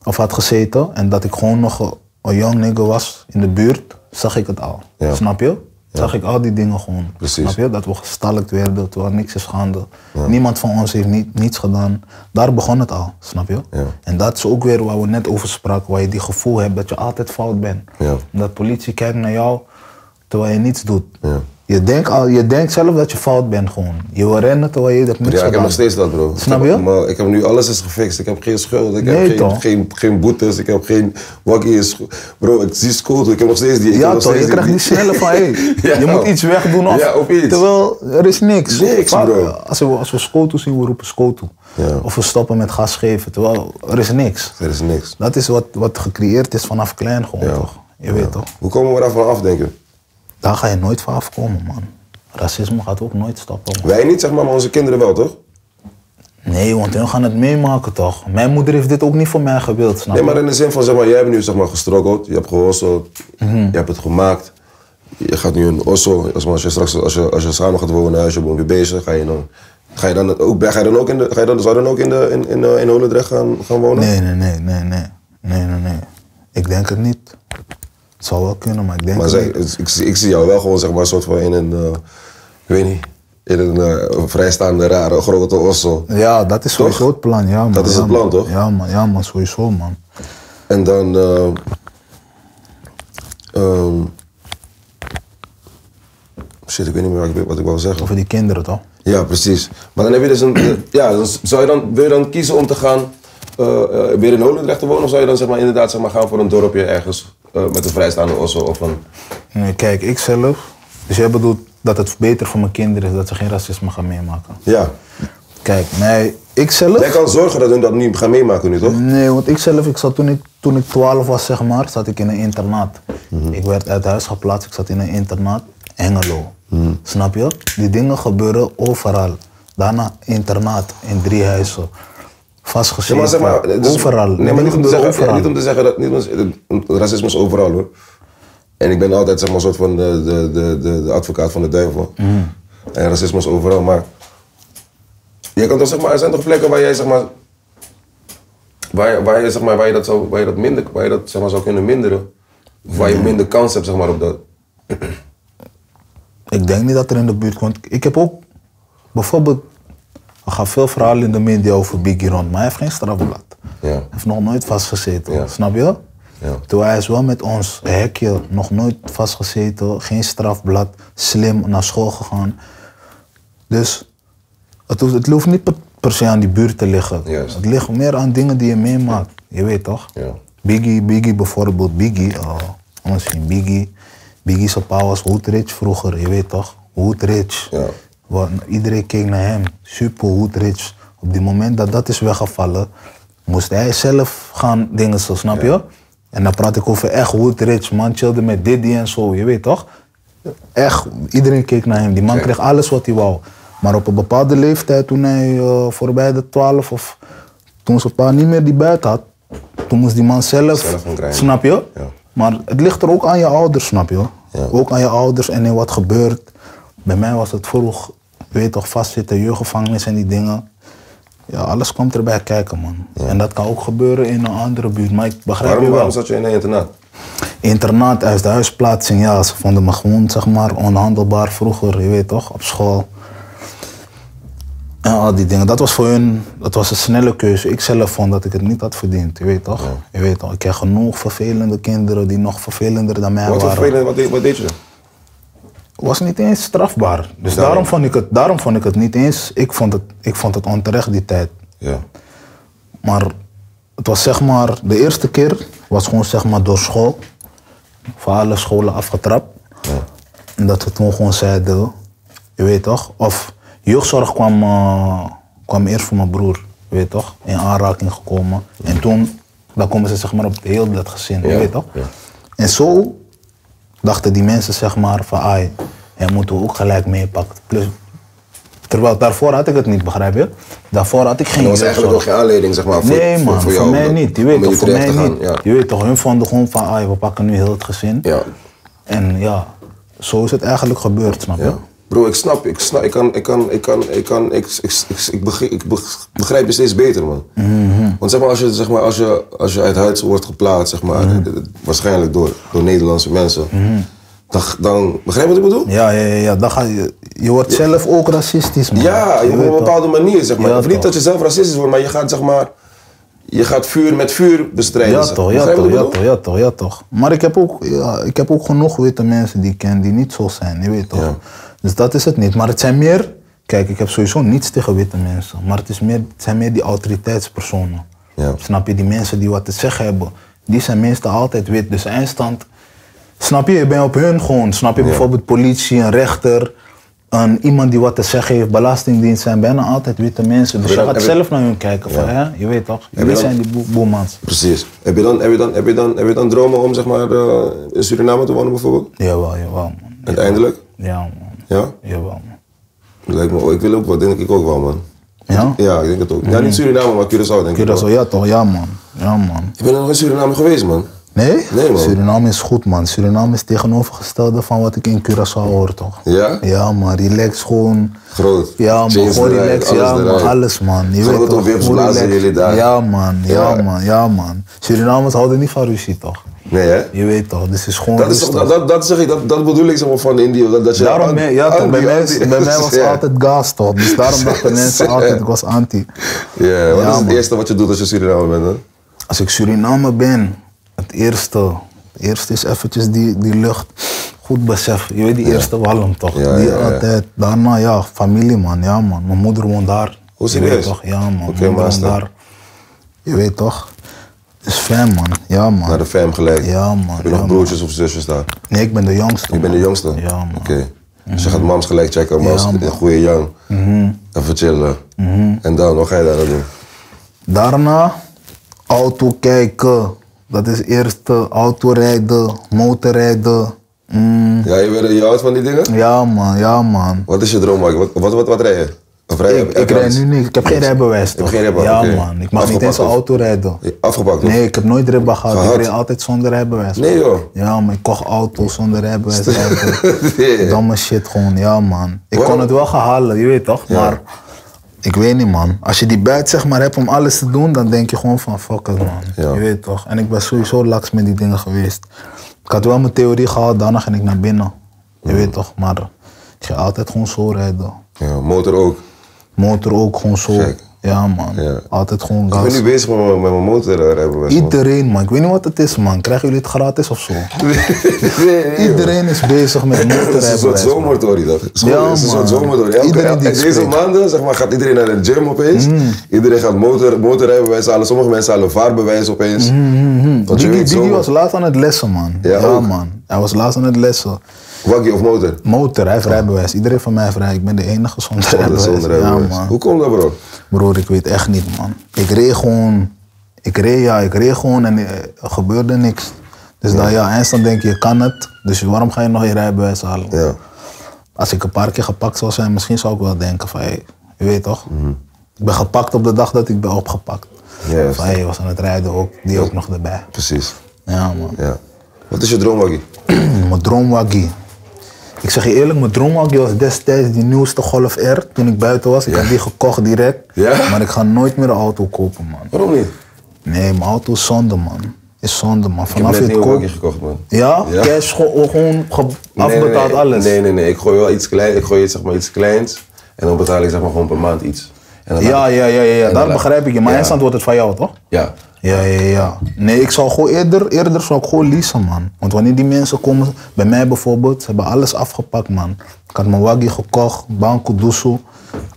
of had gezeten en dat ik gewoon nog een, een young nigger was in de buurt, zag ik het al.
Ja.
Snap je? Zag ik al die dingen gewoon.
Precies.
Snap je? Dat we gestalkt werden, terwijl niks is gaande. Niemand van ons heeft niet, niets gedaan. Daar begon het al, snap je?
Ja.
En dat is ook weer waar we net over spraken, waar je die gevoel hebt dat je altijd fout bent.
Ja.
Dat politie kijkt naar jou terwijl je niets doet.
Ja.
Je, denkt al, je denkt zelf dat je fout bent gewoon. Je wil rennen terwijl je dat niets
Ja, ik heb
gedaan.
nog steeds dat, bro.
Snap
Ik heb-
je?
Maar ik heb nu alles is gefixt. Ik heb geen schuld. Ik
Nee,
heb geen,
toch?
geen, geen boetes. Ik heb geen wakkie is. scho- Bro, ik zie school. Ik heb nog steeds die. ik heb
Ja
nog
toch, je
steeds
krijgt
<laughs>
die snelle van, hey,
Ja.
je moet iets wegdoen of,
Ja, of iets.
terwijl er is niks.
Niks,
Vaak,
bro.
Als we, als we skoto zien, we roepen skoto.
Ja.
Of we stoppen met gas geven, terwijl er is niks.
Er is niks.
Dat is wat, wat gecreëerd is vanaf klein gewoon
Ja.
toch. Je weet toch,
Hoe komen we daarvan af, denk je?
daar ga je nooit van afkomen man. Racisme gaat ook nooit stoppen. man.
Wij niet, zeg maar, maar onze kinderen wel,
Ah.
toch?
Nee, want hun gaan het meemaken toch. Mijn moeder heeft dit ook niet voor mij gewild, snap je?
Nee, maar in de zin van, zeg maar, jij hebt nu zeg maar, gestrokkeld, je hebt gehosseld,
Mhm.
je hebt het gemaakt. Je gaat nu een osso, als, als je straks als je, als je samen gaat wonen, als je bent weer bezig, ga je dan, ga je dan ook, ga je dan ook in de, ga je dan, zou je dan ook in, de, in, in, eh, in Holendrecht gaan, gaan wonen?
Nee, nee, nee, nee, nee. Nee, nee, nee. Ik denk het niet. Het zou wel kunnen, maar ik denk
Maar
het
zij,
niet.
ik, ik, zie- ik zie jou wel gewoon, zeg maar, soort van in een, eh, ik weet niet, in een eh, vrijstaande rare grote osso.
Ja, dat is sowieso
Toch?
het plan, ja man.
Dat is
ja,
het plan,
man.
toch?
Ja man, ja man, sowieso man.
En dan. eh, ehm, Shit, ik weet niet meer wat ik, wat ik wou zeggen.
Over die kinderen toch?
Ja, precies. Maar dan heb je dus een. Ja, dan zou je dan, wil je dan kiezen om te gaan. eh, eh, weer in Holendrecht te wonen? Of zou je dan zeg maar, inderdaad zeg maar, gaan voor een dorpje ergens eh, met een vrijstaande osso? Of een,
Nee, kijk, ik zelf. Dus jij bedoelt dat het beter voor mijn kinderen is dat ze geen racisme gaan meemaken.
ja.
Kijk, nee, ik zelf.
Jij kan zorgen dat hun dat niet gaan meemaken nu, toch?
Nee, want ik zelf, ik zat toen, ik, toen ik 12 was, zeg maar, zat ik in een internaat.
Mhm.
Ik werd uit huis geplaatst, ik zat in een internaat, Engelo.
Mhm.
Snap je? Die dingen gebeuren overal. Daarna internaat in drie huizen.
Ja,
Vastgezeten.
maar zeg maar, het is-
overal. Die
Nee, maar
dingen
niet om, te
gebeuren
zeggen, ja,
overal.
niet om te zeggen dat. Niet om, te- eh, racisme is overal hoor. En ik ben altijd zeg maar, een soort van de, de, de, de, de advocaat van de duivel.
Mm.
En racisme is overal, maar. Je kan toch, zeg maar, er zijn toch plekken waar jij zeg maar. Waar, je- waar, je, zeg maar, waar je dat, zou, waar je dat, minder, waar je dat zeg maar, zou kunnen minderen. Of waar je minder kans hebt zeg maar, op dat.
Ik denk niet dat er in de buurt komt. Ik heb ook bijvoorbeeld. Er gaan veel verhalen in de media over Biggie rond, maar hij heeft geen strafblad.
Ja.
Hij heeft nog nooit vastgezeten,
Ja.
snap je?
Ja.
Terwijl hij is wel met ons hekje, nog nooit vastgezeten, geen strafblad, slim naar school gegaan. Dus het hoeft, het hoeft niet per, per se aan die buurt te liggen.
Juist.
Het ligt meer aan dingen die je meemaakt. Je weet toch?
Ja.
Biggie, Biggie bijvoorbeeld, Biggie, eh, misschien Biggie. Biggie zijn pa was Hoedrich vroeger, je weet toch? Hoedrich.
Ja.
Want iedereen keek naar hem, super Hoedrich. Op het moment dat dat is weggevallen, moest hij zelf gaan dingen zo, snap je? En dan praat ik over echt Hoedrich, man chillde met Diddy en zo, je weet toch? Echt, iedereen keek naar hem. Die man
Ja.
kreeg alles wat hij wou. Maar op een bepaalde leeftijd, toen hij eh, voorbij de 12 of toen zijn pa niet meer die buit had, toen moest die man zelf,
Zelf gaan krijgen.
snap je?
Ja.
Maar het ligt er ook aan je ouders, snap je? Ook aan je ouders en in wat gebeurt. Bij mij was het vroeg, je weet toch, vastzitten, jeugdgevangenis en die dingen. Ja, alles komt erbij kijken, man. En dat kan ook gebeuren in een andere buurt, maar ik begrijp
Waarom,
je wel
waarom zat je in een internaat?
internaat uit de huisplaatsing. Ja, ze vonden me gewoon zeg maar onhandelbaar vroeger, je weet toch, op school. En al die dingen. Dat was voor hun, dat was een snelle keuze. Ik zelf vond dat ik het niet had verdiend, je weet toch? Je weet toch, ik kreeg genoeg vervelende kinderen die nog vervelender dan mij
Wat, voor
waren.
vervelend- wat, deed- wat deed je dan?
was niet eens strafbaar. Dus
Daarom.
daarom vond ik het, daarom vond ik het niet eens, ik vond het, ik vond het onterecht die tijd.
Ja.
Maar het was zeg maar, de eerste keer was gewoon zeg maar door school. Van alle scholen afgetrapt. En dat we toen gewoon zeiden, je weet toch? Of jeugdzorg kwam, eh, kwam eerst voor mijn broer, je weet toch? In aanraking gekomen. En toen, dan komen ze zeg maar op heel dat gezin,
Ja,
je weet toch?
ja.
En zo dachten die mensen zeg maar van, ai, hij moeten we ook gelijk meepakken. Plus, terwijl daarvoor had ik het niet, begrijp je? Daarvoor had ik geen
Dat was eigenlijk
jeugdzorg.
ook geen aanleiding zeg maar, voor,
Nee
voor,
man, voor,
jou om
mij
dat-
niet. Je
om
weet
in
toch, voor mij
terecht te
niet.
gaan.
Je weet toch, hun vonden gewoon van, ah, we pakken nu heel het gezin.
Ja. ja.
En ja, zo is het eigenlijk gebeurd, snap je?
Ja. Bro, ik snap, ik snap, ik kan, ik kan, ik kan, ik kan, ik, ik, ik, ik begrijp, ik beg- begrijp je steeds beter, man.
Mhm.
Want zeg maar, als je, zeg maar, als je, als je uit huis wordt geplaatst, zeg maar, eh,
Mhm.
eh, waarschijnlijk door, door Nederlandse mensen, dan, dan, begrijp je wat ik bedoel?
Ja, ja, ja. ja. Dan ga je, je wordt zelf ook racistisch, man.
Ja, je op
weet
een
toch.
bepaalde manier, zeg maar.
Ja,
Of niet
toch.
dat je zelf racistisch wordt, maar je gaat, zeg maar, je gaat vuur met vuur bestrijden.
Ja
zeg.
toch, ja
Begrijp je
toch,
wat ik
ja
bedoel?
toch, ja toch, ja toch. Maar ik heb ook, ja, ik heb ook genoeg witte mensen die ik ken die niet zo zijn, je weet toch.
Ja.
Dus dat is het niet. Maar het zijn meer, kijk, ik heb sowieso niets tegen witte mensen. Maar het, is meer, het zijn meer die autoriteitspersonen.
Ja.
Snap je, die mensen die wat te zeggen hebben. Die zijn meestal altijd wit, dus eindstand. Snap je, je bent op hun gewoon. Snap je, bijvoorbeeld politie, een rechter, een, iemand die wat te zeggen heeft, belastingdienst, zijn bijna altijd witte mensen. Dus
je
je
dan-
gaat
heb je-
zelf naar hun kijken, van, hè? je weet toch, jullie
dan-
zijn die boe- boemans.
Precies. Heb je dan, heb je dan, heb je dan, heb je dan dromen om, zeg maar, eh, in Suriname te wonen bijvoorbeeld?
Jawel, jawel, man.
Uiteindelijk?
Ja, man.
Ja?
Jawel, man.
Lijkt me, oh, ik wil ook wat, denk ik ook wel, man.
Ja?
Ja, ik denk het ook. Ja, niet Suriname, maar Curaçao, denk ik.
Curaçao,
wel.
ja toch? Ja, man. Ja, man.
Ik ben nog in Suriname geweest, man.
Nee?
Nee, man.
Suriname is goed, man. Suriname is tegenovergestelde van wat ik in Curaçao hoor, toch?
Ja?
Ja, man. Relax, gewoon.
Groot.
Ja, man.
Jeans
gewoon
eruit,
relax.
alles
ja, man.
eruit.
Alles, man. Je
Grote
weet toch?
wips
gewoon
blazen
relax.
jullie daar.
Ja, man. Ja,
Ja.
man. Ja, man. Surinamers houden niet van ruzie, toch?
Nee, hè?
Je weet toch? Dus het is gewoon
Dat, is,
rustig.
dat, dat, dat zeg ik, dat, dat bedoel ik zeg maar, van India. Dat, dat je
Daarom, ben- ja, toch, bij,
anti-
mij,
anti-
bij
<laughs>
mij was het
Ja.
altijd gas, toch? Dus daarom
<laughs>
dachten mensen altijd, ik was anti.
Ja, wat
Ja,
is het
man.
eerste wat je doet als je Suriname bent, hè?
Als ik Suriname ben, het eerste, het eerste is eventjes die, die lucht. goed besef. Je weet die eerste walm toch?
Ja,
die
ja, ja.
altijd. Daarna ja, familie man, ja man. Mijn moeder woont daar.
Hoe
Je weet
serieus?
toch? Ja man,
Oké,
mijn moeder woont
master.
daar. Je weet toch? Het is fan man, ja man.
Naar de fam gelijk.
Ja, man,
Heb je
ja,
nog
man.
broertjes of zusjes daar?
Nee, ik ben de jongste.
Je bent de
man.
jongste?
Ja, man. Mhm.
Oké. Dus je gaat mams gelijk checken, maar
Ja,
als een
man. Mhm.
goede jong. Even chillen. En dan, wat ga je daar dan doen?
Daarna auto kijken. Dat is eerst eh, auto rijden, motorrijden. Mm,
Ja, je, wil- je houdt van die dingen?
ja man, ja man.
Wat is je droom, Mike? Wat, wat, wat, wat rij je? Of rij je-
Ik,
heb
ik
je
rijd
alles?
nu niet. Ik heb geen rijbewijs
Je hebt
toch?
geen rijbewijs,
Ja
oké.
man, ik mag niet
Afgepakt
eens een
of-
auto rijden.
Je- Afgepakt nog?
Nee, ik heb nooit rijbewijs gehad. Ik
Gehad?
reed altijd zonder rijbewijs.
Nee, joh. <laughs>
Ja man, ik kocht auto zonder rijbewijs. auto.
Nee.
Domme shit gewoon, ja man. Ik
Waarom?
kon het wel gaan halen, je weet toch? Maar ik weet niet man. Als je die buit zeg maar hebt om alles te doen, dan denk je gewoon van fuck it man.
Ja.
Je weet toch? En ik ben sowieso laks met die dingen geweest. Ik had wel mijn theorie gehad, daarna ging ik naar binnen. Je weet toch? Maar ik ging altijd gewoon zo rijden.
Ja, motor ook.
Motor ook gewoon zo.
Gek.
Ja man,
Ja.
altijd gewoon
Ik ben
gas.
nu bezig met mijn, met mijn motorrijbewijs. man.
Iedereen man, ik weet niet wat het is man. Krijgen jullie het gratis of zo?
<laughs> Nee, nee, joh.
Iedereen is
<laughs>
bezig met
Het is een soort
motorrijbewijs. man.
zomertory dat. School
Ja,
is een soort
man.
zomertory. Elke,
Iedereen die Mm.
elke-
ik
deze
spreek.
maanden zeg maar, gaat iedereen naar de gym opeens. Iedereen gaat motor, motorrijbewijs halen. Sommige mensen halen vaarbewijs opeens.
Mm,
Want je
Digi,
weet
Digi
zomer-
was laat aan het lessen, man.
Ja, ook.
man. Hij was laatst aan het lessen.
Waggie of motor?
Motor, hij heeft rijbewijs. Iedereen van mij heeft rij. Ik ben de enige zonder
Zonder
rijbewijs.
zonder
<laughs> Ja,
rijbewijs.
man.
Hoe komt dat bro?
Broer, ik weet echt niet, man. Ik reed gewoon. Ik reed, ja, ik reed gewoon en eh, er gebeurde niks. Dus dan, ja, eindstand denk je, je kan het. Dus waarom ga je nog je rijbewijs halen?
Ja.
Als ik een paar keer gepakt zou zijn, misschien zou ik wel denken van, hey, je weet toch?
Mhm.
Ik ben gepakt op de dag dat ik ben opgepakt.
Juist.
van, hey, je was aan het rijden ook, die ook nog erbij.
Precies.
Ja, man.
Ja. Wat is je droom, Waggie?
<clears throat> mijn droomwaggie. Ik zeg je eerlijk, mijn droomwaggie was destijds die nieuwste Golf R toen ik buiten was. Ik
Ja.
heb die gekocht direct.
Ja?
Maar ik ga nooit meer een auto kopen, man.
Waarom niet?
Nee, mijn auto is zonde, man. Is zonde, man.
Ik heb
Vanaf
net
je
een
het
nieuwe Waggie
koopt.
gekocht, man.
Ja?
Ja.
Cash gewoon, gewoon ge-
Nee,
afbetaald
nee, nee.
alles.
Nee, nee, nee. Ik gooi wel iets kleins. Ik gooi zeg maar iets kleins. En dan betaal ik zeg maar gewoon per maand iets. En dan
Ja,
laat ik-
ja, ja, ja, ja.
En
daar
dan-
begrijp ik je. Maar
Ja.
eindstand wordt het van jou, toch?
Ja.
Ja, ja, ja. Nee, ik zou gewoon eerder, eerder zou ik gewoon leasen, man. Want wanneer die mensen komen, bij mij bijvoorbeeld, ze hebben alles afgepakt, man. Ik had mijn waggie gekocht, banko doesoe,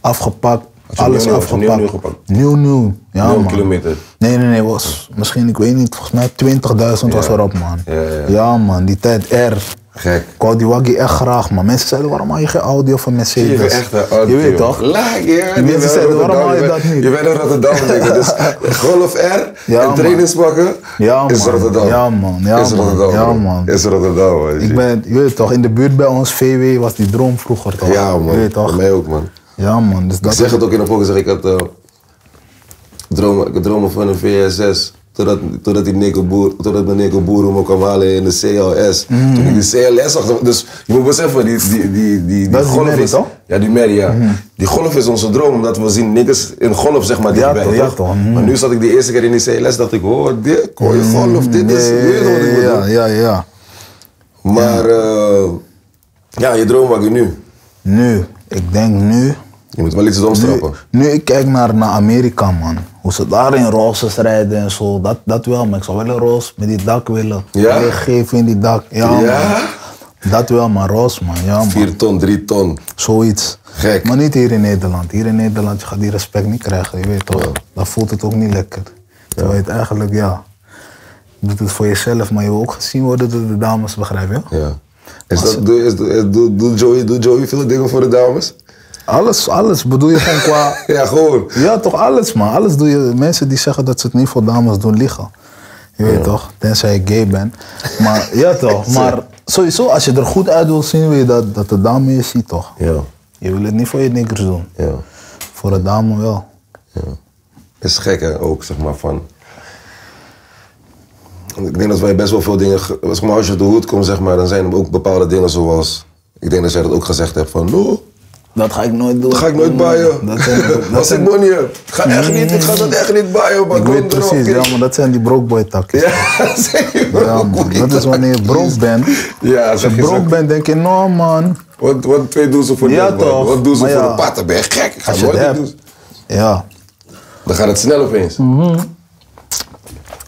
afgepakt,
je
alles
nieuw, nieuw,
afgepakt.
nieuw, nieuw gepakt?
Nieuw, nieuw. Ja,
Nul
man.
kilometer.
Nee, nee, nee, was misschien, ik weet niet, volgens mij 20.000 was erop, man.
Ja, ja.
man, die tijd R.
Gek.
Ik wou die waggie echt graag, man. Mensen zeiden, waarom haal je geen audio van Mercedes?
Je bent echt een auto,
Je weet
joh.
toch?
Laag, ja.
Die mensen zeiden, waarom haal je dat niet?
Je bent een Rotterdam, nigga. Dus
<laughs>
Golf R
Ja,
en
man.
trainingspakken
Ja, man.
is Rotterdam.
Ja, man. Ja,
is
man.
Rotterdam,
Ja,
bro.
man.
Is Rotterdam, man.
Ik ben, je weet toch, in de buurt bij ons, VW, was die droom vroeger toch?
Ja, man.
Je weet toch?
Bij mij ook, man.
Ja, man. Dus dat
Ik zeg het ook in de podcast, zeg ik had eh, dromen, ik had dromen van een VSS. Totdat, totdat, die Nico Boer, totdat mijn Nico Boer me kwam halen in de CLS.
Mm.
Toen ik die CLS zag, dus je moet beseffen, die, die, die, die, die
Dat is die Merrie,
is...
toch? Mm.
Ja, die merrie, ja. Die golf is onze droom, omdat we zien niks in golf, zeg maar, dichtbij.
toch, ja, toch. Mhm.
Maar nu zat ik die eerste keer in die CLS, dacht ik, oh, dit, kooi, golf, dit is... weet je wat ik moet
ja,
doen?
ja, ja.
Maar, eh, ja, je droom wat je nu.
Nu, ik denk nu.
Je moet wel iets
Nu,
omstrappen.
nu ik kijk naar, naar Amerika, man. Hoe ze daar in Rolls rijden en zo. Dat, dat wel, maar ik zou wel een Rolls met die dak willen.
Ja?
Ik geef in die dak. Ja,
Ja?
man. Dat wel, maar Rolls, man. Ja, man.
4 ton, 3 ton.
Zoiets.
Gek.
Maar niet hier in Nederland. Hier in Nederland, je gaat die respect niet krijgen, je weet toch? Dan voelt het ook niet lekker. Terwijl je het eigenlijk, ja, je doet het voor jezelf, maar je wil ook gezien worden door de dames, begrijp je?
Ja. Is dat, doe, is, is- doe, doe, Joey, doe Joey veel dingen voor de dames? <laughs>
Alles, alles bedoel je gewoon qua. <laughs>
Ja, gewoon.
Ja, toch alles, man. Alles doe je. Mensen die zeggen dat ze het niet voor dames doen, liegen. Je weet toch? Tenzij je gay bent. Maar ja, <laughs> toch? Maar sowieso, als je er goed uit wil zien, wil je dat, dat de dame je ziet, toch?
Ja.
Je wil het niet voor je nikkers doen.
Ja.
Voor een dame wel.
ja. Is gek, hè, ook, zeg maar, van... Want Ik denk dat wij best wel veel dingen... ge- Zeg maar, als je uit de hoed komt, zeg maar, dan zijn er ook bepaalde dingen zoals... Ik denk dat jij dat ook gezegd hebt van... No,
Dat ga ik nooit doen.
dat ga ik nooit baaien.
Mm, Dat <laughs>
<laughs>
zijn- dat
Als ik
zijn- Mm.
money heb. Ik ga echt niet, ik ga dat echt niet baaien, maar
Ik weet precies, ja, maar dat zijn die brokeboy takjes. Ja,
<laughs> Ja, <laughs> zeg je
man. Dat is wanneer je broke bent.
Ja,
Als je
zeg je zo.
broke bent, denk je, nou man.
Wat, wat twee doen ze voor
Ja,
dit, man?
toch.
Wat doen ze
Maar
voor
ja.
de patten? Ben je gek? Ik ga
Als je het
nooit dit
hebt. Mm.
doen.
Ja,
Dan gaat het snel opeens.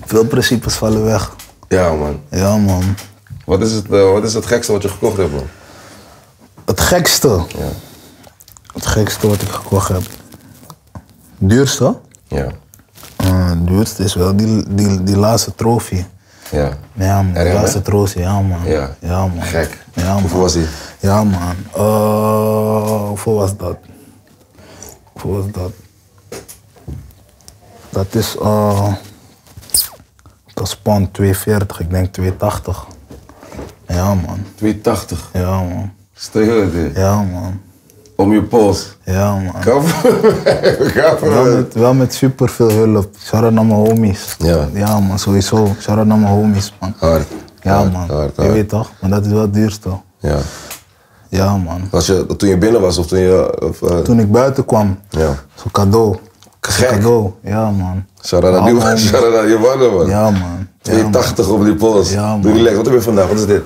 veel principes vallen weg.
Ja, man.
Ja, man.
Wat is, het, eh, wat is het gekste wat je gekocht hebt, man?
Het gekste. Het gekste wat ik gekocht heb. Duurste?
Ja.
Eh, duurste is wel die, die, die laatste trofee.
Ja.
Ja man, die
RM,
laatste
hè?
trofee, ja man.
Ja.
man.
Gek.
Ja, man.
Hoeveel was die?
Ja man. Eh, hoeveel was dat? Hoeveel was dat? Dat is, eh dat is pond 240, ik denk 280. Ja man,
280.
ja man,
Stel je het, hè?
ja man,
Om je pols.
ja man.
<laughs> Kappen.
Wel
Kappen.
met, wel met superveel hulp. Shout-out naar mijn homies.
Ja.
man, sowieso. Shout-out naar mijn homies, man.
Hard.
Ja,
Hard,
man.
hard,
Je
hard.
weet toch? Maar dat is wel het duurste.
Ja.
Ja, man.
Als je, toen je binnen was of toen je... Of, eh,
Toen ik buiten kwam,
Ja.
zo'n cadeau. Zo'n
Gek.
cadeau. Ja, man.
Shout-out aan die
Ja,
man, <laughs>
man.
shout-out aan je mannen, man.
Ja, man. Ja, man.
280 op die pols.
Ja, man.
Doe relax. Wat heb je vandaag? Wat is dit?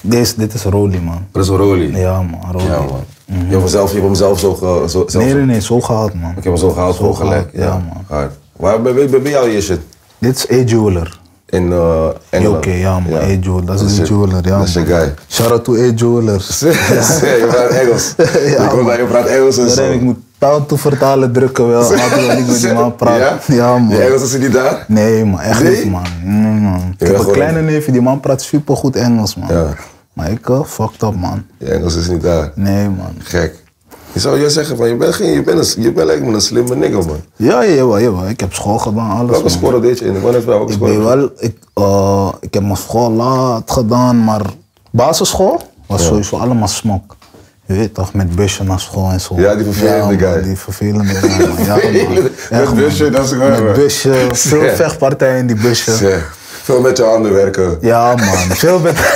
Deze, dit is Rolly, man.
Dat is een rolie.
Ja, man. Rolly.
Ja, man. Je hebt hem zelf, je hebt hem zelf zo... ge- zo zelf
Nee, nee, nee. Zo gehaald, man.
Ik heb hem zo gehaald, zo gelijk.
gehaald, ja, man.
Hard. Waar ben, ben, ben, ben jou je shit?
Dit is A-Jeweler.
In eh, Engeland?
Oké, ja, man. A-Jeweler. Dat is
je-
A-Jeweler, ja, man.
Dat is je
<laughs>
guy.
Shout-out to
<laughs>
A-Jewelers.
je praat Engels.
<laughs> Ja,
ik hoor dat je praat Engels en
Dat
zo.
heb Dus ik moet taal toe vertalen, drukken wel. Laten we niet
<laughs>
met die man praten. <laughs> Ja, man.
Je Engels is niet daar?
Nee man, echt
Nee?
niet man. Nee, man.
bent
Ik heb een
gewoon-
kleine neef, die man praat supergoed Engels man.
Ja.
Maar ik eh, fucked up man.
Je Engels is niet daar.
Nee man.
Gek. Je zou je zeggen van, je bent geen, je bent een, je bent lijkt me een slimme nigger, man.
Ja, jawel, jawel. Ik heb school gedaan, alles
Welke
man.
score deed je in? Wanneer heb je
Ik
score?
ben wel, ik, eh, ik heb mijn school laat gedaan, maar basisschool was sowieso allemaal smok. Je weet toch, met busje naar school en zo.
Ja, die vervelende
man,
guy.
Die vervelende guy, man.
<laughs>
Ja, man.
Met
Echt, man.
busje, dat is gewoon, man.
Met busje, veel
Zeg.
vechtpartijen in die busje.
Zeg, Veel met je handen werken.
Ja, man. Veel met...
<laughs>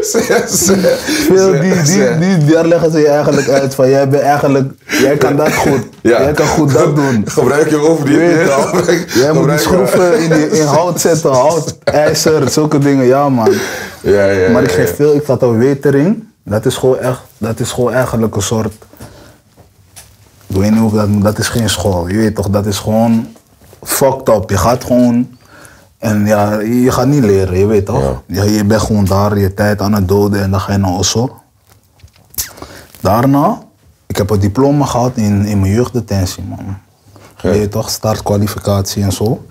Zeg, zeg,
Veel
zeg,
die, die,
zeg.
die, daar leggen ze je eigenlijk uit van jij bent eigenlijk, jij kan dat goed.
Ja.
Jij kan goed dat doen.
<laughs> Gebruik je over die.
Je weet toch?
Gebruik-
Jij moet die
gebruik-
schroeven in, die, in hout zetten, hout, ijzer, zulke dingen, ja man.
<laughs> Ja, ja, ja,
Maar ik
ja.
geef veel, ik zat al wetering. Dat is gewoon echt, dat is gewoon eigenlijk een soort, ik weet niet hoe ik dat moet, dat is geen school. Je weet toch, dat is gewoon fucked up. Je gaat gewoon, en ja, je gaat niet leren, je weet toch? Ja. je bent gewoon daar je tijd aan het doden en dan ga je naar Osso. Daarna, ik heb een diploma gehad in, in mijn jeugddetentie, man. Weet je toch, startkwalificatie en zo.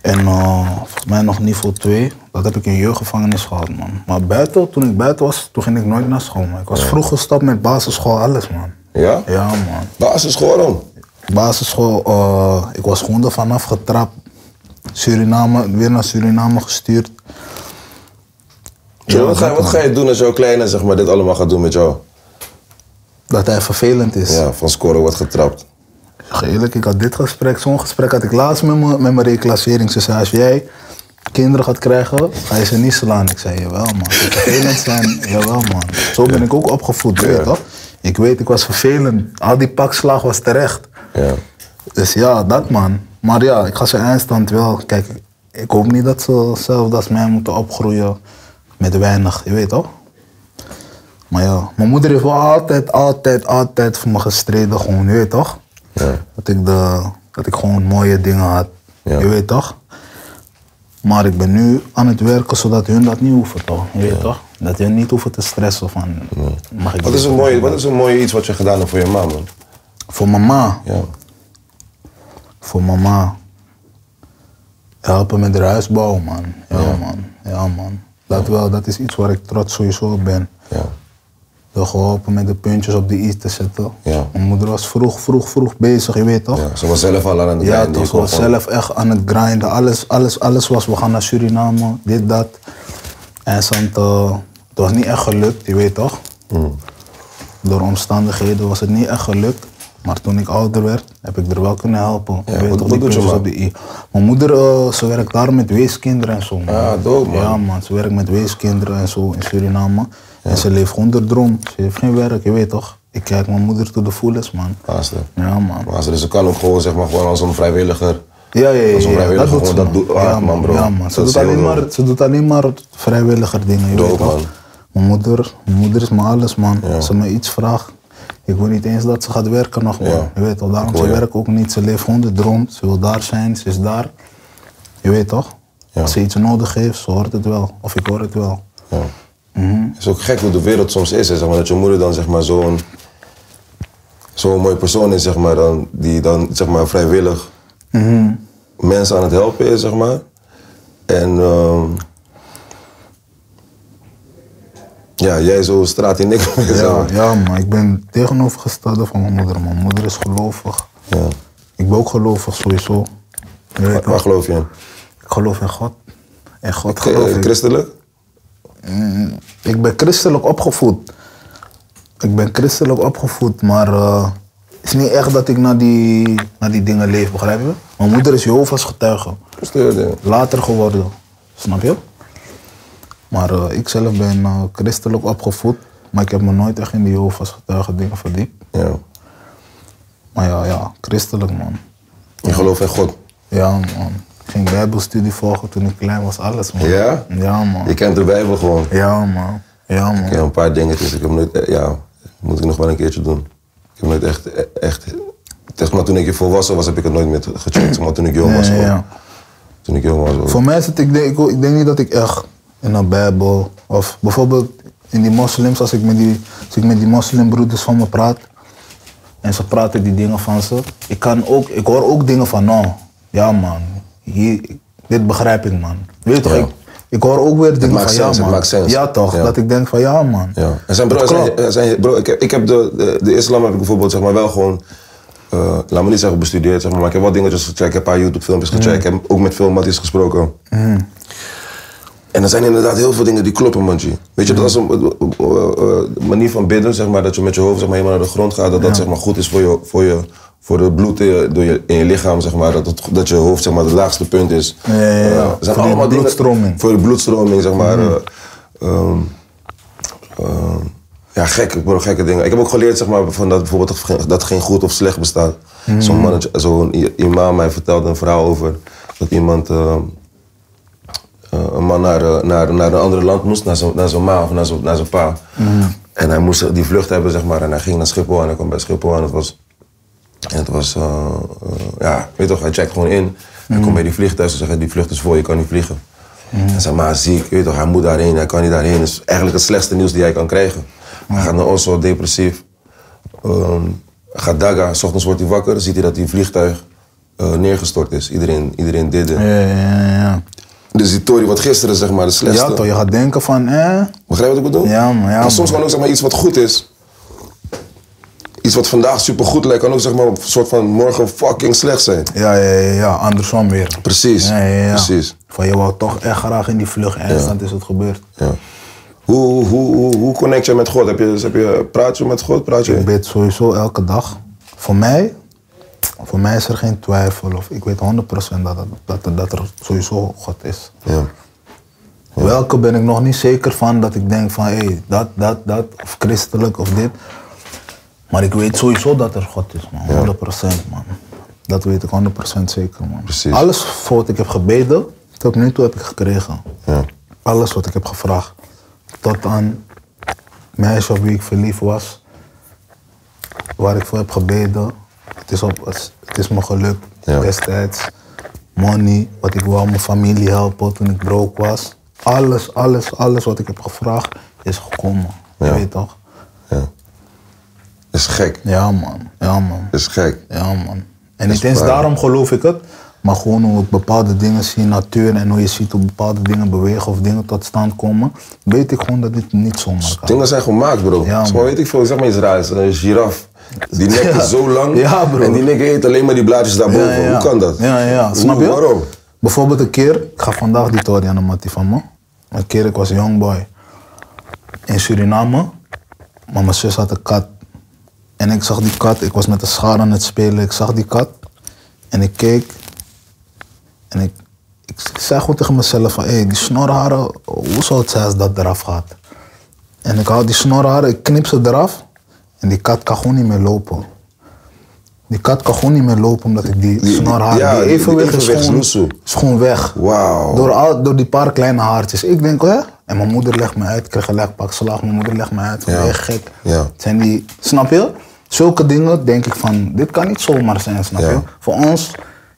En eh, volgens mij nog niveau 2, dat heb ik in jeugdgevangenis gehad, man. Maar buiten, toen ik buiten was, toen ging ik nooit naar school, man. Ik was vroeg gestopt met basisschool, alles, man.
Ja?
Ja, man.
Basisschool dan?
Basisschool, eh, ik was gewoon er vanaf getrapt. Suriname, weer naar Suriname gestuurd.
Tjo,
Ja,
wat, ga, je-
dat
wat ga je doen als jouw kleine zeg maar, dit allemaal gaat doen met jou?
Dat hij vervelend is.
Ja, van scoren wordt getrapt.
Ik zeg je eerlijk, ik had dit gesprek, zo'n gesprek had ik laatst met mijn, met mijn reclassering. Ze zei, als jij kinderen gaat krijgen, ga je ze niet slaan. Ik zei, jawel man, Als ze vervelend zijn, <laughs> jawel man. Zo ben ik ook opgevoed, weet je toch? Ik weet, ik was vervelend. Al die pakslag was terecht.
Ja.
Dus ja, dat man. Maar ja, ik ga ze eindstand wel. Kijk, ik hoop niet dat ze zelf als mij moeten opgroeien met weinig, je weet toch? Maar ja, mijn moeder heeft wel altijd, altijd, altijd voor me gestreden, gewoon, je weet toch?
Ja.
Dat ik, de, dat ik gewoon mooie dingen had,
Ja.
je weet toch? Maar ik ben nu aan het werken zodat hun dat niet hoeven, toch? Je weet toch? Dat hun niet hoeven te stressen van, mag ik
Wat
dit
is, een
of
mooie,
mag
wat
ik
is een mooie iets wat je gedaan hebt voor je mama?
dat? Voor mama.
Ja.
voor mama. Helpen met de huisbouw, man. Ja, man. Ja, man. Dat wel, dat is iets waar ik trots sowieso op ben.
Ja.
Door geholpen met de puntjes op de i te zetten.
Ja.
Mijn moeder was vroeg, vroeg, vroeg bezig, je weet toch?
ja. Ze was zelf al aan het
Ja,
breien,
toch.
je
Ze
kon
was
gewoon-
zelf echt aan het grinden. Alles, alles, alles was, we gaan naar Suriname, dit, dat. En soms, eh, het was niet echt gelukt, je weet toch?
Mm,
Door omstandigheden was het niet echt gelukt. Maar toen ik ouder werd, heb ik er wel kunnen helpen. Je weet
wat-
toch,
wat
die
doet je
puntjes
man?
op de i. Mijn moeder, eh, ze werkt daar met weeskinderen en zo. Man.
Ah, dope, man.
Ja, man. Ze werkt met weeskinderen en zo in Suriname. En ze leeft gewoon de droom. Ze heeft geen werk, je weet toch? Ik kijk mijn moeder toe de voelers, man.
Laatste.
Ja, man.
Laatste. Dus ze kan ook gewoon, zeg maar, gewoon als een vrijwilliger.
Ja, ja, ja.
Als een
ja,
vrijwilliger
dat doet ze,
gewoon, dat
man.
doet- hard, man, bro.
Ja, man. Ze,
Dat is
doet alleen
heel
maar,
dope.
ze doet alleen maar vrijwilliger dingen. Je
Dope,
weet toch?
man.
Mijn moeder, mijn moeder is me alles, man. Als ze me iets vraagt, ik wil niet eens dat ze gaat werken nog, man.
Ja.
Je weet toch? Daarom,
Ik hoor
ze
je.
werkt ook niet. Ze leeft gewoon de droom. Ze wil daar zijn, ze is daar. Je weet toch?
Ja.
Als ze iets nodig heeft, ze hoort het wel. Of ik hoor het
<laughs>
wel.
Ja.
Mhm.
Het is ook gek hoe de wereld soms is. hè, Zeg maar, dat je moeder dan zeg maar, zo'n zo'n mooie persoon is, zeg maar, dan, die dan zeg maar, vrijwillig
Mhm.
mensen aan het helpen is. Zeg maar. En ehm, ja, jij zo straat in niks. bent, zeg
Ja,
maar.
ja, maar ik ben tegenovergestelde van mijn moeder. Mijn moeder is gelovig.
Ja.
Ik ben ook gelovig sowieso. Je
Waar,
weet
waar
toch?
geloof je in?
Ik geloof in God. En God geloof
Eh,
ik.
Christelijk?
Ik ben christelijk opgevoed. Ik ben christelijk opgevoed, maar eh, het is niet echt dat ik naar die, naar die dingen leef, begrijp je? Mijn moeder is Jehovah's getuige.
Christelijk, ja.
Later geworden, snap je? Maar eh, ik zelf ben eh, christelijk opgevoed, maar ik heb me nooit echt in die Jehovah's getuige dingen verdiept.
ja.
Maar ja, ja, christelijk man.
Je gelooft in God.
Ja man. Ik ging bijbelstudie volgen toen ik klein was, alles man.
Ja?
Ja man.
Je kent de Bijbel gewoon.
Ja man. Ja man.
Ik heb een paar dingetjes. Ik heb nooit, eh, ja, moet ik nog wel een keertje doen. Ik heb nooit echt, eh, echt, zeg maar toen ik volwassen was, heb ik het nooit meer gecheckt. Maar toen ik jong was,
Ja,
wel.
ja, ja.
toen ik jong was, wel.
Voor mij is het, ik denk, ik, ik denk niet dat ik echt in een Bijbel of bijvoorbeeld in die moslims, als ik met die, als ik met die moslimbroeders van me praat en ze praten die dingen van ze, ik, kan ook, ik hoor ook dingen van, nou, ja man, hier, dit begrijp ik man. Weet je toch,
Ja.
ik, ik hoor ook weer dingen
maakt
van,
sens,
ja
het
man.
maakt sens.
Ja toch,
Ja.
dat ik denk van, ja man.
Ja. En zijn
Dat
bro, zijn,
klopt.
eh, zijn, bro ik, heb, ik heb de, de, de islam heb ik bijvoorbeeld zeg maar, wel gewoon, eh, laat me niet zeggen bestudeerd, zeg maar, maar ik heb wat dingetjes gecheckt, ik heb een paar YouTube filmpjes
Mm.
gecheckt, ik heb ook met veel matties gesproken. En er zijn inderdaad heel veel dingen die kloppen, man. G. Weet je, dat is een eh, eh, eh, manier van bidden, zeg maar, dat je met je hoofd zeg maar, helemaal naar de grond gaat, dat dat zeg maar, goed is voor je, voor je voor de bloed in je, door je, in je lichaam, zeg maar, dat, het- dat je hoofd zeg maar, het laagste punt is.
Ja, ja, ja.
Eh,
Voor die bloedstroming. Mhm.
Voor de bloedstroming, zeg maar. eh, ehm, Ehm, ja, gek, bro, gekke dingen. Ik heb ook geleerd zeg maar, van dat bijvoorbeeld ge- dat geen goed of slecht bestaat. Zo'n
Mhm.
mannetje, zo'n i- imam, mij vertelde een verhaal over dat iemand, ehm, eh, een man naar, eh, naar, naar een ander land moest, naar zijn, naar zijn ma of naar zijn, naar zijn pa. En hij moest die vlucht hebben, zeg maar, en hij ging naar Schiphol en hij kwam bij Schiphol en het was en het was, eh, eh, ja, weet toch, hij checkt gewoon in. Hij komt bij die vliegtuig en zegt, die vlucht is vol, je kan niet vliegen. En zei, maar ziek, weet toch, hij moet daarheen, hij kan niet daarheen. Dat is eigenlijk het slechtste nieuws die hij kan krijgen. Hij gaat naar Oslo, depressief. Ehm, hij gaat daga, S ochtends wordt hij wakker, ziet hij dat die vliegtuig eh, neergestort is. Iedereen, iedereen dit. dit.
Ja, ja, ja, ja.
Dus die tory wat gisteren, zeg maar, de slechtste.
Ja toch, je gaat denken van, eh,
Begrijp je wat ik bedoel?
Ja, man, ja,
maar soms
man.
kan ook zeg maar, iets wat goed is. Iets wat vandaag supergoed lijkt, kan ook zeg maar, een soort van morgen fucking slecht zijn.
ja, ja, ja, ja, andersom weer.
Precies.
Ja, ja, ja.
Precies.
Van je wou toch echt graag in die vlucht en instant is het gebeurd.
Ja. Hoe, hoe, hoe, hoe connect je met God? Heb je, heb je, praat je met God? Praat
Ik
je?
bid sowieso elke dag. Voor mij, voor mij is er geen twijfel of ik weet 100% dat, dat, dat, dat er sowieso God is.
Ja.
Welke ben ik nog niet zeker van dat ik denk van hé, dat, dat, dat, of christelijk of dit. Maar ik weet sowieso dat er God is, man. 100% man. Dat weet ik 100% zeker, man.
Precies.
Alles voor wat ik heb gebeden, tot nu toe heb ik gekregen.
Ja.
Alles wat ik heb gevraagd. Tot aan het meisje op wie ik verliefd was, waar ik voor heb gebeden. Het is, op, het is- het is me gelukt
Ja.
destijds. Money, wat ik wou mijn familie helpen toen ik broke was. Alles, alles, alles wat ik heb gevraagd is gekomen.
Ja.
Je weet toch?
Is gek.
Ja man, ja man,
Is gek.
ja man. En
Dat is
niet eens
waar.
daarom geloof ik het, maar gewoon hoe ik bepaalde dingen zie, in natuur en hoe je ziet hoe bepaalde dingen bewegen of dingen tot stand komen, weet ik gewoon dat dit niet zomaar kan.
Dingen zijn gemaakt, bro.
Ja,
Ja,
man.
weet ik veel, zeg maar iets raars. Een giraf. Die nek
<laughs> Ja.
is zo lang.
Ja, bro.
En die nek eet alleen maar die blaadjes daarboven.
Ja, ja, ja.
Hoe kan dat?
Ja, ja,
Hoe,
snap je?
Waarom?
Bijvoorbeeld een keer, ik ga vandaag die toren aan de mattie van me. Een keer, ik was een young boy in Suriname, maar mijn zus had een kat. En ik zag die kat, ik was met de schaar aan het spelen, ik zag die kat. En ik keek en ik, ik zei gewoon tegen mezelf van, hé, die snorharen, hoe zou het zijn als dat eraf gaat? En ik haal die snorharen, ik knip ze eraf en die kat kan gewoon niet meer lopen. Die kat kan gewoon niet meer lopen omdat ik die,
Die-
snorharen,
ja,
die
die- die
evenwicht,
evenwicht is
is,
loesoe.
gewoon, is gewoon weg.
Wauw.
Door, al, door die paar kleine haartjes. Ik denk, hè? En mijn moeder legt me uit, ik kreeg een lekpak slaag, mijn moeder legt me uit,
Ja.
ben je gek.
Ja.
Het Zijn die, snap je? Zulke dingen denk ik van, dit kan niet zomaar zijn, snap
Ja.
je? Voor ons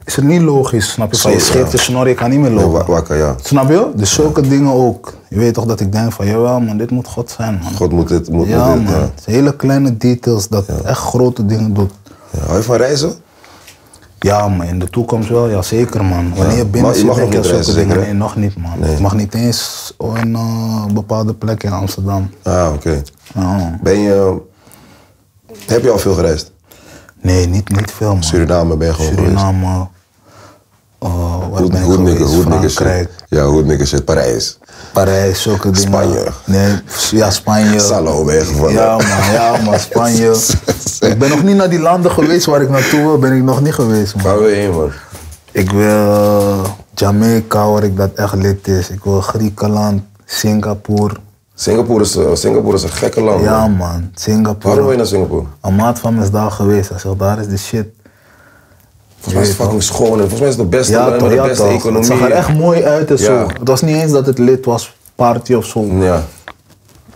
is het niet logisch, snap je? Van, je
Zo, ja.
scheeft je snor, je kan niet meer
Ja,
lopen.
wa- wakker, ja.
Snap je? Dus zulke dingen ook. Je weet toch dat ik denk van, jawel man, dit moet God zijn man.
God moet dit, moet,
ja
moet dit,
man,
ja.
Het is hele kleine details dat echt grote dingen doet.
Ja, Hou je van reizen?
Ja man, in de toekomst wel, ja zeker man. Wanneer je binnen
Maar je
zit,
mag
denk
nog
je aan
niet
zulke
reizen,
dingen.
zeker, hè?
Nee, nog niet man.
Nee.
Ik mag niet eens in eh, bepaalde plekken in Amsterdam.
Ah, oké.
Ja.
Ben je... Heb je al veel gereisd?
Nee, niet, niet veel man.
Suriname ben je gewoon geweest.
Suriname. eh waar ben ik
Hoednikken,
geweest?
hoednikken
Frankrijk,
shit. Ja, hoednikken shit. Parijs.
Parijs, zulke dingen.
Spanje.
Nee, ja, Spanje.
Salo ben je gevallen.
Ja man, ja man,
<laughs>
Spanje. ik ben nog niet naar die landen geweest waar ik naartoe wil, ben ik nog niet geweest man.
Waar wil je heen, man?
Ik wil eh, Jamaica, waar ik dat echt lid is. Ik wil Griekenland, Singapore.
Singapore is, eh, Singapore is een gekke land.
Ja
man.
man, Singapore.
Waarom wil je naar Singapore?
Een maat van me is daar geweest. Hij zegt, daar is de shit.
Volgens mij is het fucking schoon. en Volgens mij is het de beste
Ja,
land
toch,
met de
ja,
beste
toch.
economie.
Het zag er echt mooi uit en
Ja.
zo. Het was niet eens dat het lid was, party of zo.
Ja.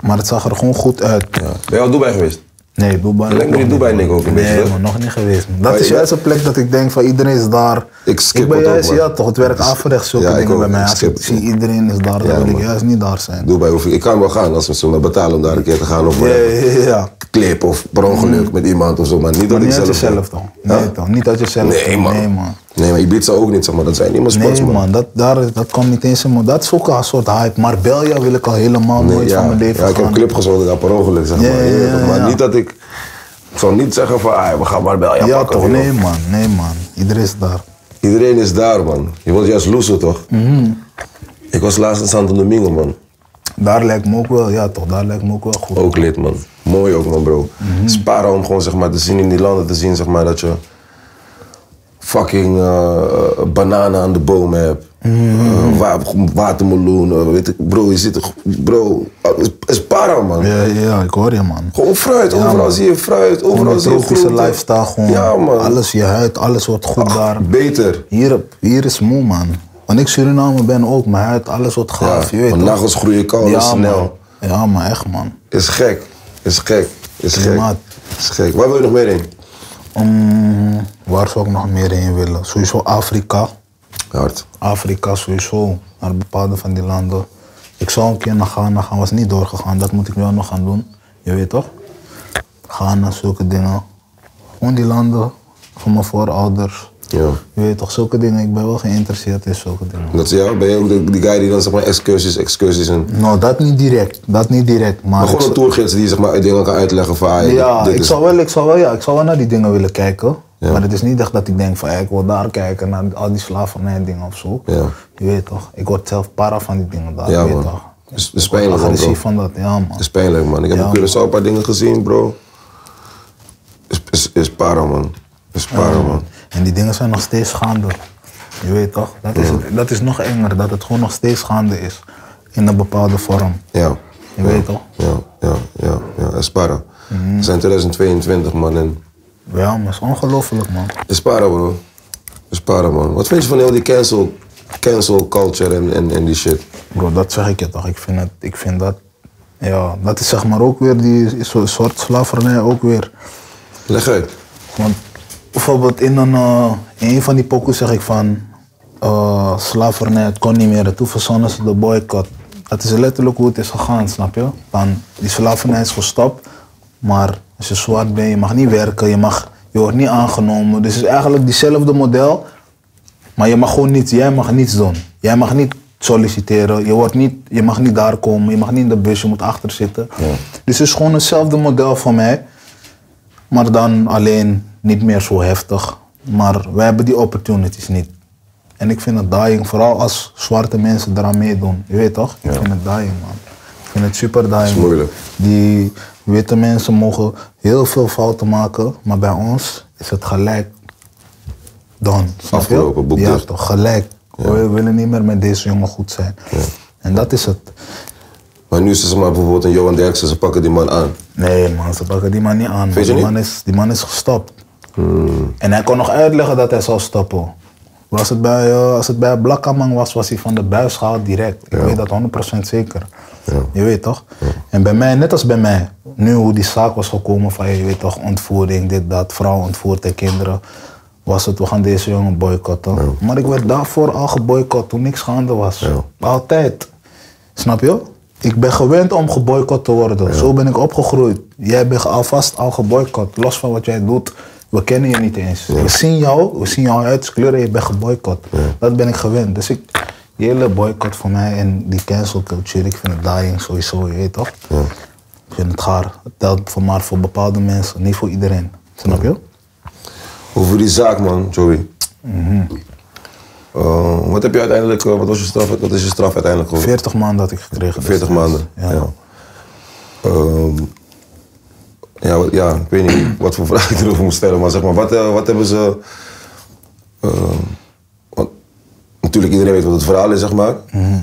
Maar het zag er gewoon goed uit.
ja. Ben je al Dubai geweest?
Nee, Dubai.
Lijkt me
nog
die
niet,
Dubai
man.
nigga ook een
Nee,
beetje, hè?
man, nog niet geweest. man. Dat
Maar
is
je-
juist een plek dat ik denk van iedereen is daar.
Ik skip
ik ben
het ook,
juist,
man.
ja toch, het werkt averechts zulke
Ja, ik
dingen
ook,
bij mij.
ik
Als
skip
ik
het,
zie
man.
iedereen is daar,
Ja,
dan wil ik
man.
juist niet daar zijn.
Dubai hoef ik... Ik kan wel gaan als we zullen betalen om daar een keer te gaan. Of
Ja,
eh,
ja, ja, ja.
clip of per ongeluk met iemand of zo. Maar niet dat ik
Mhm. Maar niet uit
zelf...
jezelf dan. Nee
Huh?
toch, niet uit jezelf.
Nee,
toch.
man.
Nee man.
Nee, maar Ibiza ook niet, zeg maar. Dat zijn niet mijn spots,
Nee
man.
man, dat, daar, dat komt niet eens in me. Dat is ook een soort hype. Marbella wil ik al helemaal
Nee,
nooit
ja.
van mijn
Ja,
leven
ik heb
gaan.
een clip gezonden daar per ongeluk, zeg
Ja,
maar.
ja,
Je weet
ja,
toch, maar
ja.
niet dat ik... Ik zal niet zeggen van, ah, we gaan maar bel. Ja,
Ja
pak het,
toch,
joh.
nee man, nee man. Iedereen is daar.
Iedereen is daar, man. Je wilt juist loezen, toch?
Mhm.
Ik was laatst in Santo Domingo, man.
Daar lijkt me ook wel, ja toch, daar lijkt me ook wel goed.
Ook lid, man. Mooi ook, man, bro.
Mhm.
Sparen om gewoon, zeg maar, te zien in die landen, te zien, zeg maar, dat je... fucking eh, bananen aan de boom hebt.
Mhm.
Eh, wa- watermeloen, eh, weet ik. Bro, je zit... er- Bro, het is para, man.
Ja, ja, ik hoor je man.
Gewoon fruit, overal zie je fruit, overal
Gewoon
zie je
tropische
groente.
lifestyle gewoon.
Ja man,
Alles, je huid, alles wordt goed daar.
beter.
Hier, hier is moe man. Want ik Suriname ben ook, mijn huid, alles wordt
Ja,
gaaf. je weet
want
toch?
nagels groeien koud en
ja, man.
snel.
Ja man, echt man.
Is gek, is gek, is gek.
Klimaat.
Is gek. Waar wil je nog meer heen?
Mm, waar zou ik nog meer heen willen? Sowieso Afrika.
Hard.
Afrika sowieso, naar bepaalde van die landen. Ik zou een keer naar Ghana gaan, was niet doorgegaan. Dat moet ik wel nog gaan doen. Je weet toch? Ghana, zulke dingen. Gewoon die landen van mijn voorouders.
Ja.
Je weet toch, zulke dingen. Ik ben wel geïnteresseerd in zulke dingen.
Dat is jou? Ben je ook de- die guy die dan zeg maar excursies, excursies en...
Nou, dat niet direct. Dat niet direct. Maar,
Maar gewoon een
ik,
tourgids die zeg maar dingen kan uitleggen van... ah, dit-
ja,
dit
ik
is-
zou wel, ik zou wel, ja, ik zou wel naar die dingen willen kijken.
Ja.
Maar het is niet echt dat ik denk van, hé, ik wil daar kijken naar al die slavernij dingen of zo.
Ja.
Je weet toch, ik word zelf para van die dingen daar.
Ja
je weet
man,
toch.
is, is Dus- pijnlijk man bro.
Agressie van dat, ja man.
Is pijnlijk man. Ik heb
Ja,
in Curaçao een paar dingen gezien bro. Is, is, is para man. Is para man.
En die dingen zijn nog steeds gaande. Je weet toch? Dat is, het- dat is nog enger, dat het gewoon nog steeds gaande is. In een bepaalde vorm.
Ja.
Je weet toch? Mhm.
Ja, ja, ja, ja. Espara. We zijn 2022, man. En
Ja, maar het is ongelooflijk man.
Espara, bro. Espara, man. Wat vind je van heel die cancel, cancel culture en, en, en die shit?
Bro, dat zeg ik je toch? Ik vind, het, ik vind dat. Ja, dat is zeg maar ook weer die so- soort slavernij ook weer.
Leg uit.
Want bijvoorbeeld in een, eh, in een van die pokoes zeg ik van eh, slavernij, het kon niet meer. En Toen verzonnen ze de boycott. Dat is letterlijk hoe het is gegaan, snap je? Van, die slavernij is gestopt, maar als je zwart bent, je mag niet werken, je, mag, je wordt niet aangenomen. Dus het is eigenlijk diezelfde model, maar je mag gewoon niets, jij mag niets doen. Jij mag niet solliciteren, je, wordt niet, je mag niet daar komen, je mag niet in de bus, je moet achter zitten. Dus het is gewoon hetzelfde model voor mij. Maar dan alleen niet meer zo heftig. Maar wij hebben die opportunities niet. En ik vind het dying, vooral als zwarte mensen eraan meedoen. Je weet toch? Ik vind het dying, man. Ik vind het super dying. Dat
is moeilijk.
Die witte mensen mogen heel veel fouten maken, maar bij ons is het gelijk. Dan. snap je?
Afgelopen, boek
Ja,
dicht.
toch, gelijk. We willen niet meer met deze jongen goed zijn. En dat is het.
Maar nu is het zeg maar bijvoorbeeld een Johan Derksen, ze pakken die man aan.
Nee man, ze pakken die man niet aan.
Vind je
die,
niet? Hmm.
Man is, die man is gestopt. En hij kon nog uitleggen dat hij zou stoppen. Was het bij, eh, als het bij Blakkamang was, was hij van de buis gehaald direct. Ik weet dat 100% zeker. Je weet toch? En bij mij, net als bij mij, nu hoe die zaak was gekomen van je weet toch, ontvoering, dit, dat, vrouw ontvoert en kinderen. was het, we gaan deze jongen boycotten. Maar ik werd daarvoor al geboycott toen niks gaande was.
Ja.
Altijd. Snap je? Ik ben gewend om geboycott te worden. Zo ben ik opgegroeid. Jij bent alvast al geboycott. Los van wat jij doet. We kennen je niet eens. We zien jou, we zien jouw huidskleuren. Je bent geboycott. Dat ben ik gewend. Dus ik, die hele boycott voor mij en die cancel culture. Ik vind het dying sowieso, je weet toch? Ik vind het gaar. Het telt voor maar voor bepaalde mensen, niet voor iedereen. Snap je?
Over die zaak, man, Joey. Eh, wat heb je uiteindelijk, eh, wat was je straf, wat is je straf uiteindelijk geworden?
40 maanden had ik gekregen.
40
destijds.
maanden. Ja.
Ja.
Ja. Ehm, ja, wat- ja, ik weet niet <clears throat> wat voor vraag ik erover moet stellen, maar zeg maar, wat, eh, wat hebben ze. ehm, want natuurlijk, iedereen weet wat het verhaal is, zeg maar.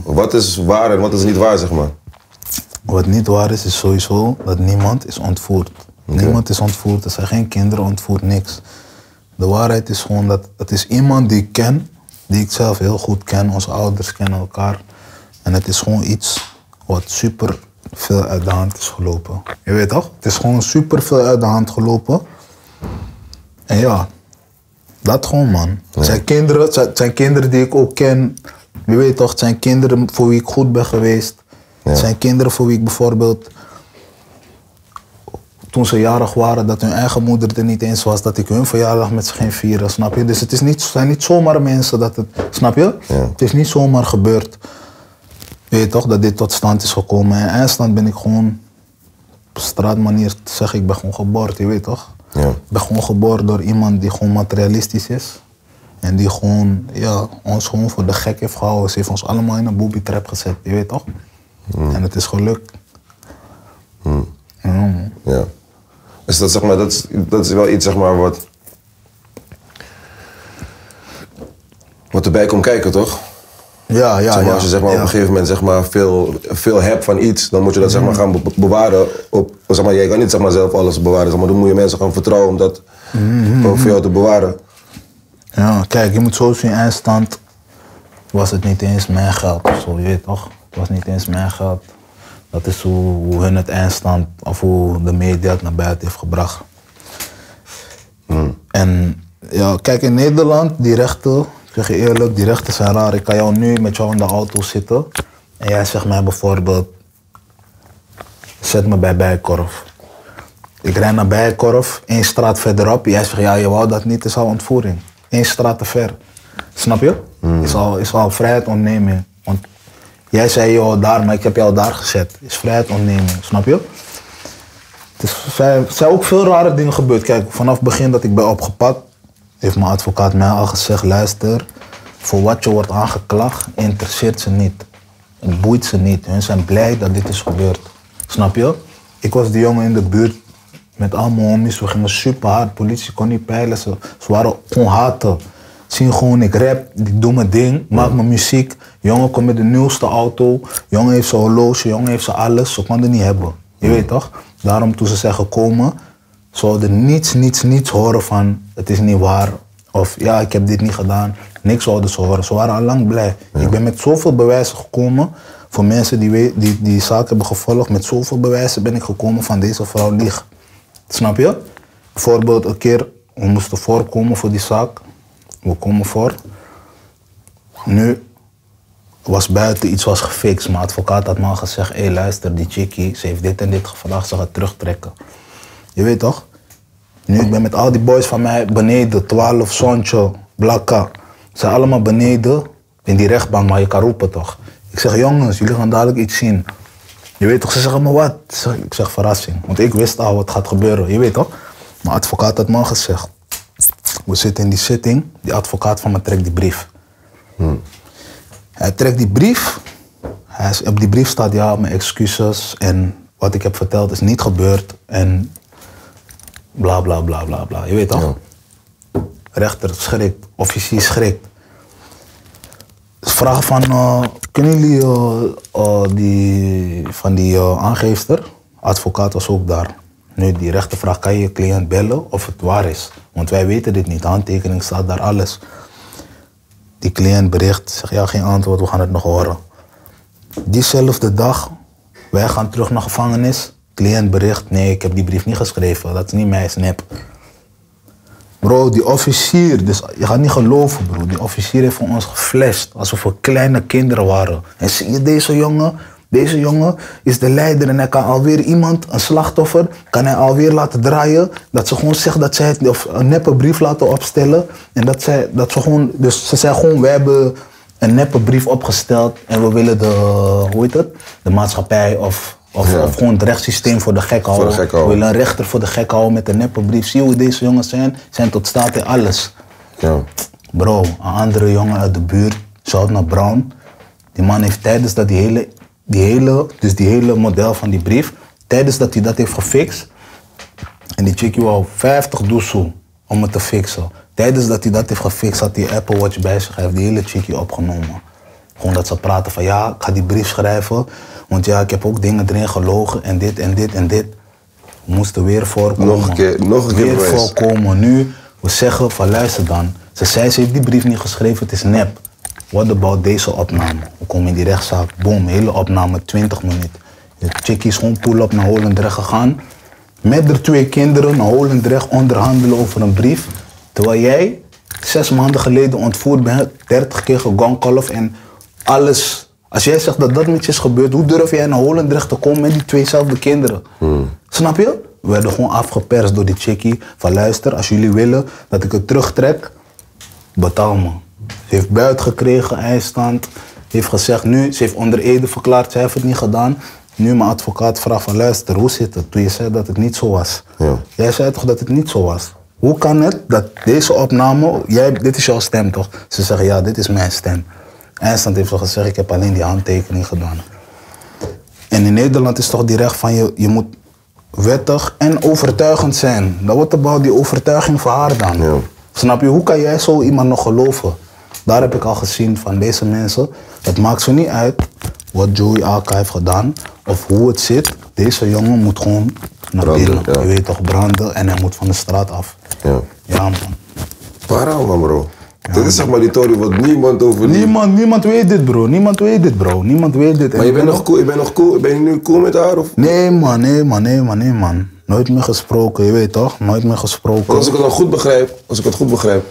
Wat is waar en wat is niet waar, zeg maar.
Wat niet waar is, is sowieso dat niemand is ontvoerd. Niemand is ontvoerd. Er zijn geen kinderen ontvoerd, niks. De waarheid is gewoon dat het is iemand die ik ken, die ik zelf heel goed ken. Onze ouders kennen elkaar. En het is gewoon iets wat super veel uit de hand is gelopen. Je weet toch? Het is gewoon super veel uit de hand gelopen. En ja, dat gewoon, man. Het, zijn kinderen, het zijn- het zijn kinderen die ik ook ken. Je weet toch, het zijn kinderen voor wie ik goed ben geweest. Het zijn kinderen voor wie ik bijvoorbeeld... Toen ze jarig waren, dat hun eigen moeder er niet eens was. Dat ik hun verjaardag met ze ging vieren, snap je? Dus het is niet, zijn niet zomaar mensen dat het... Snap je? Het is niet zomaar gebeurd. Weet je toch, dat dit tot stand is gekomen. En eindstand ben ik gewoon... Op straatmanier te zeggen, ik ben gewoon geboord, je weet toch?
Ja.
Ik ben gewoon geboren door iemand die gewoon materialistisch is. En die gewoon, ja, ons gewoon voor de gek heeft gehouden. Ze heeft ons allemaal in een booby trap gezet, je weet toch?
Mm.
En het is gelukt. Ja, man.
Ja. Dus dat, zeg maar, dat, is, dat is wel iets, zeg maar, wat. Wat erbij komt kijken, toch?
ja, ja.
zeg maar,
ja,
als je zeg maar,
ja.
op een gegeven moment zeg maar, veel, veel hebt van iets, dan moet je dat zeg maar,
Mhm.
gaan be- bewaren. Op, zeg maar, jij kan niet zeg maar, zelf alles bewaren, zeg maar, dan moet je mensen gaan vertrouwen om dat
Mhm.
eh, voor jou te bewaren.
Ja, kijk, je moet zo zien, eindstand was het niet eens mijn geld of zo, je weet toch? Het was niet eens mijn geld. Dat is hoe, hoe hun het eindstand, of hoe de media het naar buiten heeft gebracht. En ja, kijk, in Nederland, die rechten, ik zeg je eerlijk, die rechten zijn raar. Ik kan jou nu met jou in de auto zitten en jij zegt mij bijvoorbeeld, zet me bij Bijkorf. Ik rijd naar Bijenkorf, één straat verderop. Jij zegt, ja, je wou dat niet, is al ontvoering. Eén straat te ver. Snap je? Is, al, is al vrijheid ontneming. Want jij zei, joh, daar, maar ik heb jou daar gezet. Is vrijheid ontneming, snap je? Het is- zijn, zijn ook veel rare dingen gebeurd. Kijk, vanaf het begin dat ik ben opgepakt, heeft mijn advocaat mij al gezegd: luister, voor wat je wordt aangeklaagd, interesseert ze niet. Het boeit ze niet. Hun zijn blij dat dit is gebeurd. Snap je? Ik was die jongen in de buurt met al mijn homies. We gingen super hard. Politie kon niet peilen. Ze, ze waren gewoon haten. Zien gewoon, ik rap, ik doe mijn ding, maak mijn muziek. Jongen komt met de nieuwste auto. Jongen heeft zijn horloge, jongen heeft zijn alles. Ze konden niet hebben. Je weet toch? Daarom toen ze zijn gekomen, zouden niets, niets, niets horen van het is niet waar. Of ja, ik heb dit niet gedaan. Niks zouden ze horen. Ze waren al lang blij. Ik ben met zoveel bewijzen gekomen. Voor mensen die, we- die die zaak hebben gevolgd, met zoveel bewijzen ben ik gekomen van deze vrouw lieg. Snap je? Bijvoorbeeld een keer, we moesten voorkomen voor die zaak. We komen voor. Nu, was buiten, iets was gefixt. Mijn advocaat had me al gezegd, hé hey, luister, die chickie, ze heeft dit en dit gevraagd, ze gaat terugtrekken. Je weet toch? Nu, ik ben met al die boys van mij beneden, 12, Soncho, Blakka. Ze zijn allemaal beneden in die rechtbank, maar je kan roepen toch? Ik zeg, jongens, jullie gaan dadelijk iets zien. Je weet toch, ze zeggen, maar wat? Ik zeg- Ik zeg, verrassing. Want ik wist al wat gaat gebeuren, je weet toch? Mijn advocaat had me al gezegd. We zitten in die zitting, die advocaat van me trekt die brief. Hij trekt die brief. Hij is- op die brief staat ja, mijn excuses en wat ik heb verteld is niet gebeurd en bla bla bla bla bla. Je weet toch? Rechter schrikt, officier schrikt. Ze Vragen van, eh, kunnen jullie eh, eh, die, van die eh, aangeefster, advocaat was ook daar. Nu, die rechter vraagt, kan je je cliënt bellen of het waar is? Want wij weten dit niet, handtekening staat daar alles. Die cliënt bericht, zegt ja, geen antwoord, we gaan het nog horen. Diezelfde dag, wij gaan terug naar gevangenis. Cliënt bericht, nee, ik heb die brief niet geschreven, dat is niet mij, snap. Bro, die officier, dus je gaat niet geloven, bro. Die officier heeft voor ons geflasht. Alsof we kleine kinderen waren. En zie je deze jongen? Deze jongen is de leider en hij kan alweer iemand, een slachtoffer, kan hij alweer laten draaien. Dat ze gewoon zegt dat zij het, of een neppe brief laten opstellen. En dat, zij, dat ze gewoon, dus ze zei gewoon, we hebben een neppe brief opgesteld en we willen de, hoe heet het? De maatschappij of, of,
Ja.
of gewoon het rechtssysteem voor de gek
de
houden.
gek houden.
We willen Oh, een rechter voor de gek houden met een neppe brief. Zie je hoe deze jongens zijn? Zijn tot staat in alles.
Ja.
Bro, een andere jongen uit de buurt, shout naar Brown. Die man heeft tijdens dat die hele, die hele, dus die hele model van die brief, tijdens dat hij dat heeft gefixt, en die chickie wou 50 doezoe om het te fixen. Tijdens dat hij dat heeft gefixt, had hij Apple Watch bij zich. Hij heeft die hele chickie opgenomen. Gewoon dat ze praten van ja, ik ga die brief schrijven. Want ja, ik heb ook dingen erin gelogen en dit en dit en dit. We moesten weer voorkomen.
Nog een keer- nog een keer
Weer
bewijs.
voorkomen. Nu, we zeggen van luister dan. Ze zei, ze heeft die brief niet geschreven, het is nep. What about deze opname? We komen in die rechtszaak. Boom, hele opname, 20 minuten. De chickie is gewoon pull-up naar Holendrecht gegaan. Met de twee kinderen naar Holendrecht onderhandelen over een brief. Terwijl jij zes maanden geleden ontvoerd bent, 30 keer gegankolf en alles. Als jij zegt dat dat met je is gebeurd, hoe durf jij naar Holendrecht te komen met die tweezelfde kinderen? Snap je? We werden gewoon afgeperst door die chickie. Van luister, als jullie willen dat ik het terugtrek, betaal me. Ze heeft buit gekregen, eindstand. Heeft gezegd nu, ze heeft onder Ede verklaard, ze heeft het niet gedaan. Nu mijn advocaat vraagt van luister, hoe zit het? Toen je zei dat het niet zo was.
Ja.
Jij zei toch dat het niet zo was? Hoe kan het dat deze opname, jij, dit is jouw stem toch? Ze zeggen ja, dit is mijn stem. Eindstand heeft ze gezegd, ik heb alleen die handtekening gedaan. En in Nederland is toch die recht van je, je moet wettig en overtuigend zijn. Dan wordt about die overtuiging voor haar dan.
Ja.
Snap je, hoe kan jij zo iemand nog geloven? Daar heb ik al gezien van deze mensen. Het maakt ze niet uit wat Joey Aka heeft gedaan of hoe het zit. Deze jongen moet gewoon naar
Branden,
binnen.
ja.
Je weet toch, branden en hij moet van de straat af.
Ja.
Ja, man.
Waarom, man, bro? Dit is zeg maar die tory wat niemand over die-
Niemand, niemand weet dit, bro. Niemand weet dit, bro. Niemand weet dit. En
Maar je
ik
bent
ben
nog cool, je bent nog cool, ben je nu cool met haar of?
Nee man, nee man, nee man, nee man. Nooit meer gesproken, je weet toch? Nooit meer
Want als
gesproken.
ik het dan goed begrijp, als ik het goed begrijp,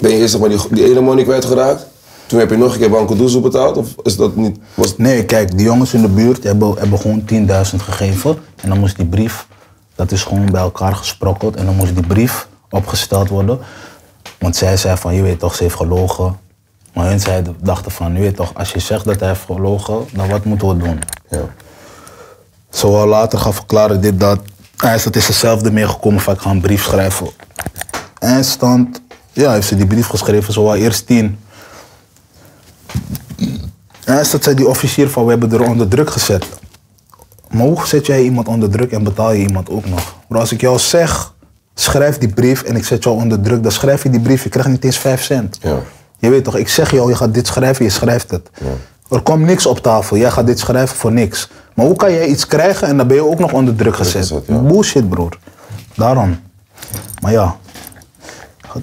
ben je eerst zeg maar die, die ene money kwijtgeraakt. Toen heb je nog een keer Banco Doezoe betaald of is dat niet? Was,
Nee, kijk, die jongens in de buurt hebben, hebben gewoon 10.000 gegeven. En dan moest die brief, dat is gewoon bij elkaar gesprokkeld. En dan moest die brief opgesteld worden. Want zij zei van, je weet toch, ze heeft gelogen. Maar hun zeiden, dachten van, je weet toch, als je zegt dat hij heeft gelogen, dan wat moeten we doen?
ja.
Ze wou later gaan verklaren dit, dat. Eindstand is er zelf ermee gekomen van ik ga een brief schrijven. Eindstand, ja, heeft ze die brief geschreven, ze wou eerst tien. Eindstand zei die officier van we hebben er onder druk gezet. Maar hoe zet jij iemand onder druk en betaal je iemand ook nog? Maar als ik jou zeg, schrijf die brief en ik zet jou onder druk, dan schrijf je die brief, je krijgt niet eens 5 cent.
Ja.
Je weet toch, ik zeg jou, je gaat dit schrijven, je schrijft het. Er komt niks op tafel, jij gaat dit schrijven voor niks. Maar hoe kan jij iets krijgen en dan ben je ook nog onder druk gezet?
gezet, ja.
Bullshit, broer. Daarom. Maar ja,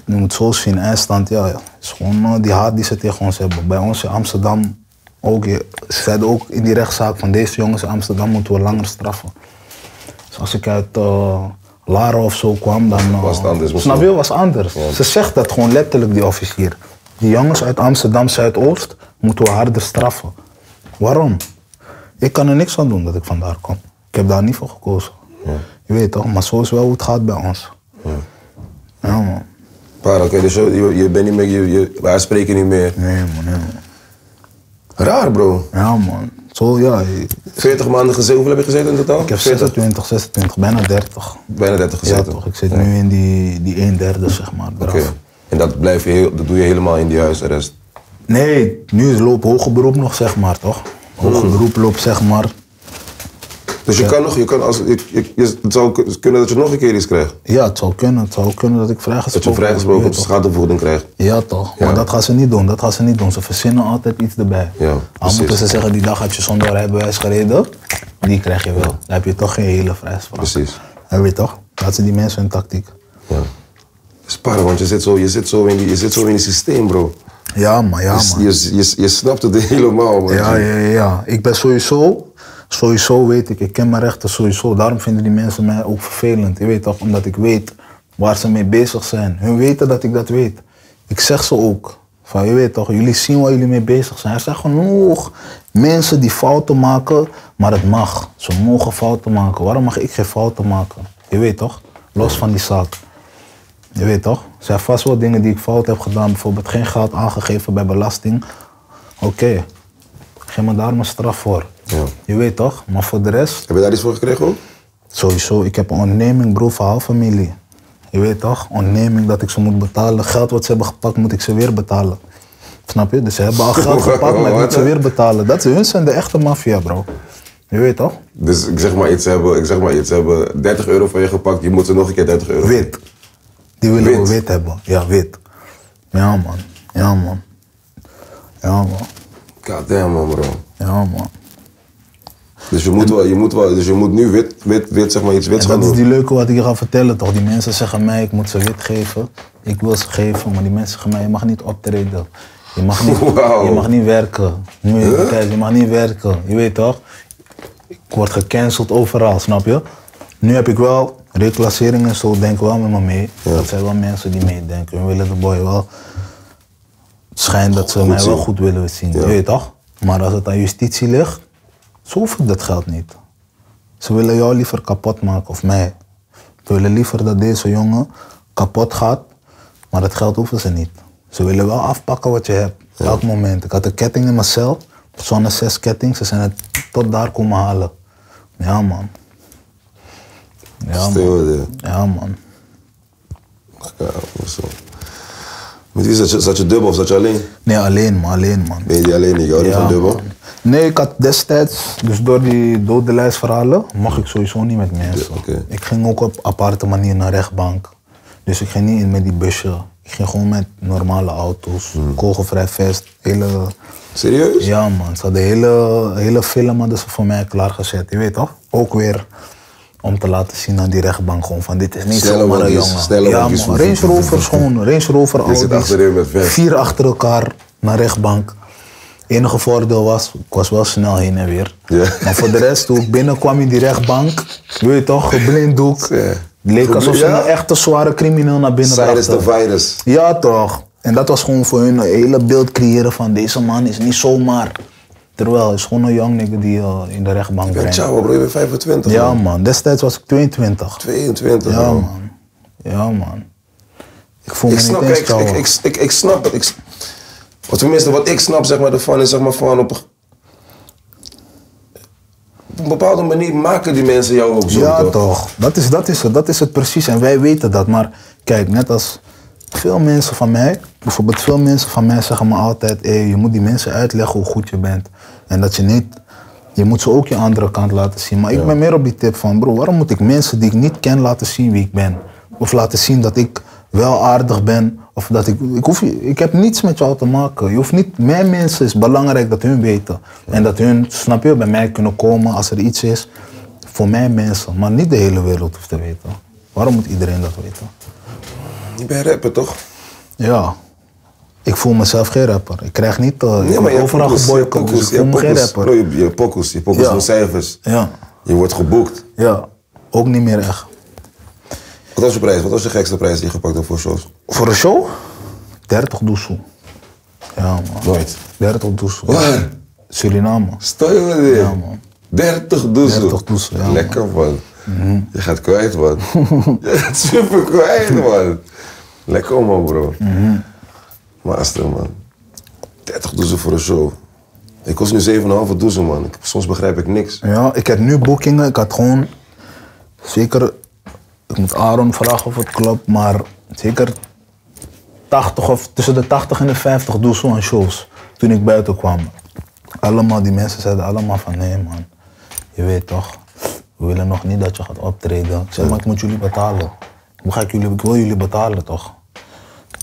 je moet zo zien, eindstand, ja, ja. is gewoon eh, die haat die ze tegen ons hebben. Bij ons in Amsterdam ook, je- ze zeiden ook in die rechtszaak van deze jongens in Amsterdam moeten we langer straffen. Dus als ik uit eh Lara of zo kwam, dan... eh,
Was het anders misschien?
Snap je, was anders. Ze zegt dat gewoon letterlijk, die officier. Die jongens uit Amsterdam Zuidoost moeten we harder straffen. Waarom? Ik kan er niks aan doen dat ik vandaar kom. Ik heb daar niet voor gekozen. Je weet toch, maar zo is wel hoe het gaat bij ons. Ja, man.
Para, oké, dus je, je, je bent niet meer, je, je, wij spreken niet meer.
Nee, man, nee, man.
Raar, bro.
Ja, man. Zo, ja. Ik
40 maanden gezeten, hoeveel heb je gezeten in totaal?
heb
40,
26, 26, bijna 30.
bijna 30
Ja,
gezeten.
toch. Ik zit nu in die, die 1 derde, zeg maar, eraf.
Oké. En dat, blijf je heel, dat doe je helemaal in die huisarrest.
Nee, nu loopt hoger beroep nog, zeg maar, toch? Hoger beroep loopt, zeg maar.
Dus je kan nog, je kan als, je, je, je- het zou k- kunnen dat je nog een keer iets krijgt.
Ja, het zou kunnen. Het zou kunnen dat ik
Dat
vrijgesproken
je vrijgesproken op
word,
de
toch?
schadevergoeding krijgt.
Ja, toch.
Ja.
Maar dat gaan ze niet doen. Dat gaan ze niet doen. Ze verzinnen altijd iets erbij.
Ja,
Al
precies.
moeten ze zeggen, die dag heb je zonder rijbewijs gereden. Die krijg je wel. Dan heb je toch geen hele vrijspraak.
Precies.
Heb je toch? Dat zijn die mensen hun tactiek.
Ja. Sparen, Dus want je zit zo, je zit zo, in, die, je zit zo in het systeem, bro.
Ja, maar ja, man.
Je, je, je snapt het <laughs> helemaal, man.
Ja, ja, ja, ja. Ik ben sowieso, sowieso weet ik, ik ken mijn rechten sowieso. Daarom vinden die mensen mij ook vervelend. Je weet toch, omdat ik weet waar ze mee bezig zijn. Hun weten dat ik dat weet. Ik zeg ze ook. Van je weet toch, jullie zien waar jullie mee bezig zijn. Er zijn genoeg mensen die fouten maken, maar het mag. Ze mogen fouten maken. Waarom mag ik geen fouten maken? Je weet toch? Los van die zaak. Je weet toch? Er zijn vast wel dingen die ik fout heb gedaan. Bijvoorbeeld geen geld aangegeven bij belasting. Oké, geef me daar mijn straf voor.
Ja.
Je weet toch? Maar voor de rest,
Heb je daar iets voor gekregen ook?
Sowieso, ik heb een onderneming, bro, voor half familie. Je weet toch, onderneming dat ik ze moet betalen. Geld wat ze hebben gepakt, moet ik ze weer betalen. Snap je? Dus ze hebben al geld gepakt, maar ik moet ze weer betalen. Dat hun zijn de echte maffia, bro. Je weet toch?
Dus ik zeg maar iets ze hebben, ik zeg maar iets ze hebben 30 euro van je gepakt, je moet ze nog een keer 30 euro.
Wit. Die willen
Wit?
we wit hebben. Ja, wit. Ja, man. Ja, man. Ja, man.
God damn man bro.
Ja, man.
Dus je moet, wel, je moet, wel, dus je moet nu wit, wit, wit, zeg maar iets wits
En
gaan
dat is
doen.
die leuke wat ik je ga vertellen, toch? Die mensen zeggen mij, ik moet ze wit geven. Ik wil ze geven, maar die mensen zeggen mij, je mag niet optreden. Je mag niet, <laughs>
Wauw.
je mag niet werken. Nu moet je bekijken, je mag niet werken. Je weet toch? Ik word gecanceld overal, snap je? Nu heb ik wel reclassering en zo, denk wel met me mee. Dat zijn wel mensen die meedenken. We willen de boy wel. Het schijnt dat ze
Goed
mij wel
zien.
goed willen zien,
Ja.
je weet toch? Maar als het aan justitie ligt, zo hoef ik dat geld niet. Ze willen jou liever kapot maken of mij. Ze willen liever dat deze jongen kapot gaat, maar dat geld hoeven ze niet. Ze willen wel afpakken wat je hebt, elk moment. Ik had een ketting in mijn cel, zo'n zes ketting, ze zijn het tot daar komen halen. Ja man. Ja man.
Stil, ja.
Ja man.
Ja, of zo. Met wie zat je, zat je dubbel of zat je alleen?
Nee, alleen man, alleen man.
Nee, die alleen niet. Ik hou niet
Ja,
van dubbel.
man. Nee, ik had destijds, dus door die dode lijst verhalen, mag ik sowieso niet met mensen.
Ja, oké.
Ik ging ook op aparte manier naar rechtbank. Dus ik ging niet in met die busje. Ik ging gewoon met normale auto's,
Hmm.
kogelvrij vest, hele...
Serieus?
Ja man, ze hadden hele, hele film hadden ze voor mij klaargezet, je weet toch? Ook weer om te laten zien aan die rechtbank gewoon van dit is niet
Snelle
zomaar een
wandjes,
jongen.
snelle
ja
wandjes.
man, Range Rover gewoon, Range Rover
Je zit
Audi's.
achterin met vest.
Vier achter elkaar naar rechtbank. Enige voordeel was, ik was wel snel heen en weer.
Ja.
Maar voor de rest, toen ik binnenkwam in die rechtbank, weet je toch, geblinddoek.
Ja.
Het leek alsof ze
Ja.
een echte zware crimineel naar binnen
Cyrus
brachten.
de virus.
Ja, toch. En dat was gewoon voor hun een hele beeld creëren van deze man is niet zomaar. Terwijl, hij is gewoon een jong nigger die eh, in de rechtbank
Ja,
brengt.
ciao bro, je bent 25
Ja
man.
man, destijds was ik 22.
22
Ja
man.
man. Ja man. Ik voel
Ik
me
snap,
niet eens
kijk, ik,
trouwen.
ik, ik, ik snap het. Ik, wat, tenminste, wat ik snap zeg maar, ervan is zeg maar, van op, een- op een bepaalde manier maken die mensen jou ook zo.
Ja, toch. Dat is, dat, is het, dat is het precies. En wij weten dat. Maar kijk, net als veel mensen van mij, bijvoorbeeld veel mensen van mij zeggen me altijd, hey, je moet die mensen uitleggen hoe goed je bent. En dat je niet, je moet ze ook je andere kant laten zien. Maar ik ben meer op die tip van, bro, waarom moet ik mensen die ik niet ken laten zien wie ik ben? Of laten zien dat ik wel aardig ben. Of dat ik, ik, hoef, ik heb niets met jou te maken. Je hoeft niet, mijn mensen is belangrijk dat hun weten. En dat hun, snap je, bij mij kunnen komen als er iets is. Voor mij mensen, maar niet de hele wereld hoeft te weten. Waarom moet iedereen dat weten?
Je bent rapper toch?
Ja. Ik voel mezelf geen rapper. Ik krijg niet... eh, ik word
je hebt
overal
pokus, je hebt
geboycott,
pokus,
dus ik
je
voel me
hebt pokus.
geen
Bro,
rapper.
je- Je pokus, je pokus
Ja.
van cijfers.
Ja.
Je wordt geboekt.
ja, ook niet meer echt.
Wat was je prijs? Wat was je gekste prijs die je gepakt hebt voor shows?
Voor een show? 30 doezel. Ja man.
Nooit.
30 doezel.
Waar?
Suriname.
Stel je maar
Ja, man.
30 doezel.
30 doezel, ja, man. Mhm.
Lekker man. Je gaat kwijt
<laughs>
man. je gaat super kwijt man. Lekker man bro.
Mhm.
Master man. 30 doezel voor een show. Ik kost nu 7,5 doezel man. Ik- Soms begrijp ik niks.
Ja, ik heb nu boekingen. Ik had gewoon zeker, ik moet Aaron vragen of het klopt, maar zeker 80 of tussen de 80 en de 50 doezel aan shows toen ik buiten kwam. Allemaal, die mensen zeiden allemaal van nee man, je weet toch, we willen nog niet dat je gaat optreden. Ik zei, maar ik moet jullie betalen. Hoe ga ik jullie, ik wil jullie betalen toch?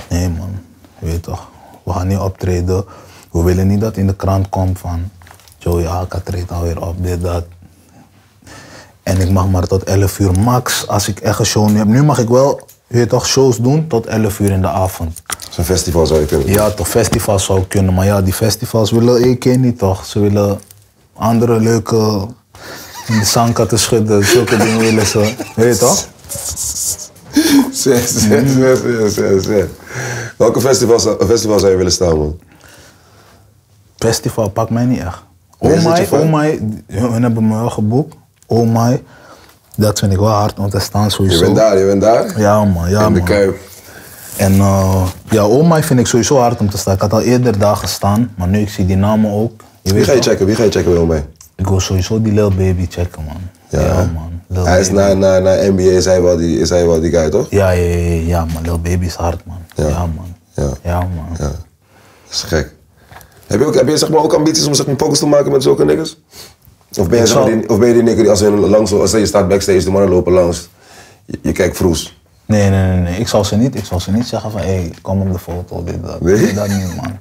Nee man, je weet toch, we gaan niet optreden. We willen niet dat in de krant komt van Joey Aka treedt alweer op, dit, dat. En ik mag maar tot 11 uur max als ik echt een show niet heb. Nu mag ik wel, je weet toch, shows doen tot 11 uur in de avond.
Zo'n festival zou je kunnen.
Ja, toch, festivals zou kunnen. Maar ja, die festivals willen één keer niet, toch? Ze willen andere leuke... in de zangkatten schudden, zulke dingen willen ze. Weet je toch?
Zes, zes,
Mhm.
zes, zes, zes, zes. Welke festivals, festival zou je willen staan, man?
Festival pakt mij niet echt.
Nee, is
Oh
het
my,
je fan?
oh my, hun hebben me wel geboekt. Oh my, dat vind ik wel hard om te staan sowieso.
Je bent daar, je bent daar?
Ja man, ja
In de
man.
Kuip.
En eh, ja, oh my vind ik sowieso hard om te staan. Ik had al eerder daar gestaan, maar nu ik zie die namen ook. Je
Wie
weet
ga je
wel.
checken? Wie ga je checken bij mij?
Ik wil sowieso die Lil Baby checken man. Ja, man. Lil
Hij is
Baby.
na, na, na NBA is hij, wel die, is hij wel die guy, toch?
Ja, ja, ja, ja, ja, man. Lil Baby is hard man. Ja, man.
Ja.
man.
Ja. Dat is gek. Heb je ook, heb je, zeg maar, ook ambities om zeg maar, pokers te maken met zulke niggas? Of ben je, zeg maar,
zou-
die, of ben je die nigger die als, hun langs, als je staat backstage, de mannen lopen langs, je, je kijkt vroes.
Nee, nee, nee, nee. Ik zal ze niet, ik zal ze niet zeggen van, hé, hey, kom op de foto, dit, dat.
Nee?
Nee, dat niet, man.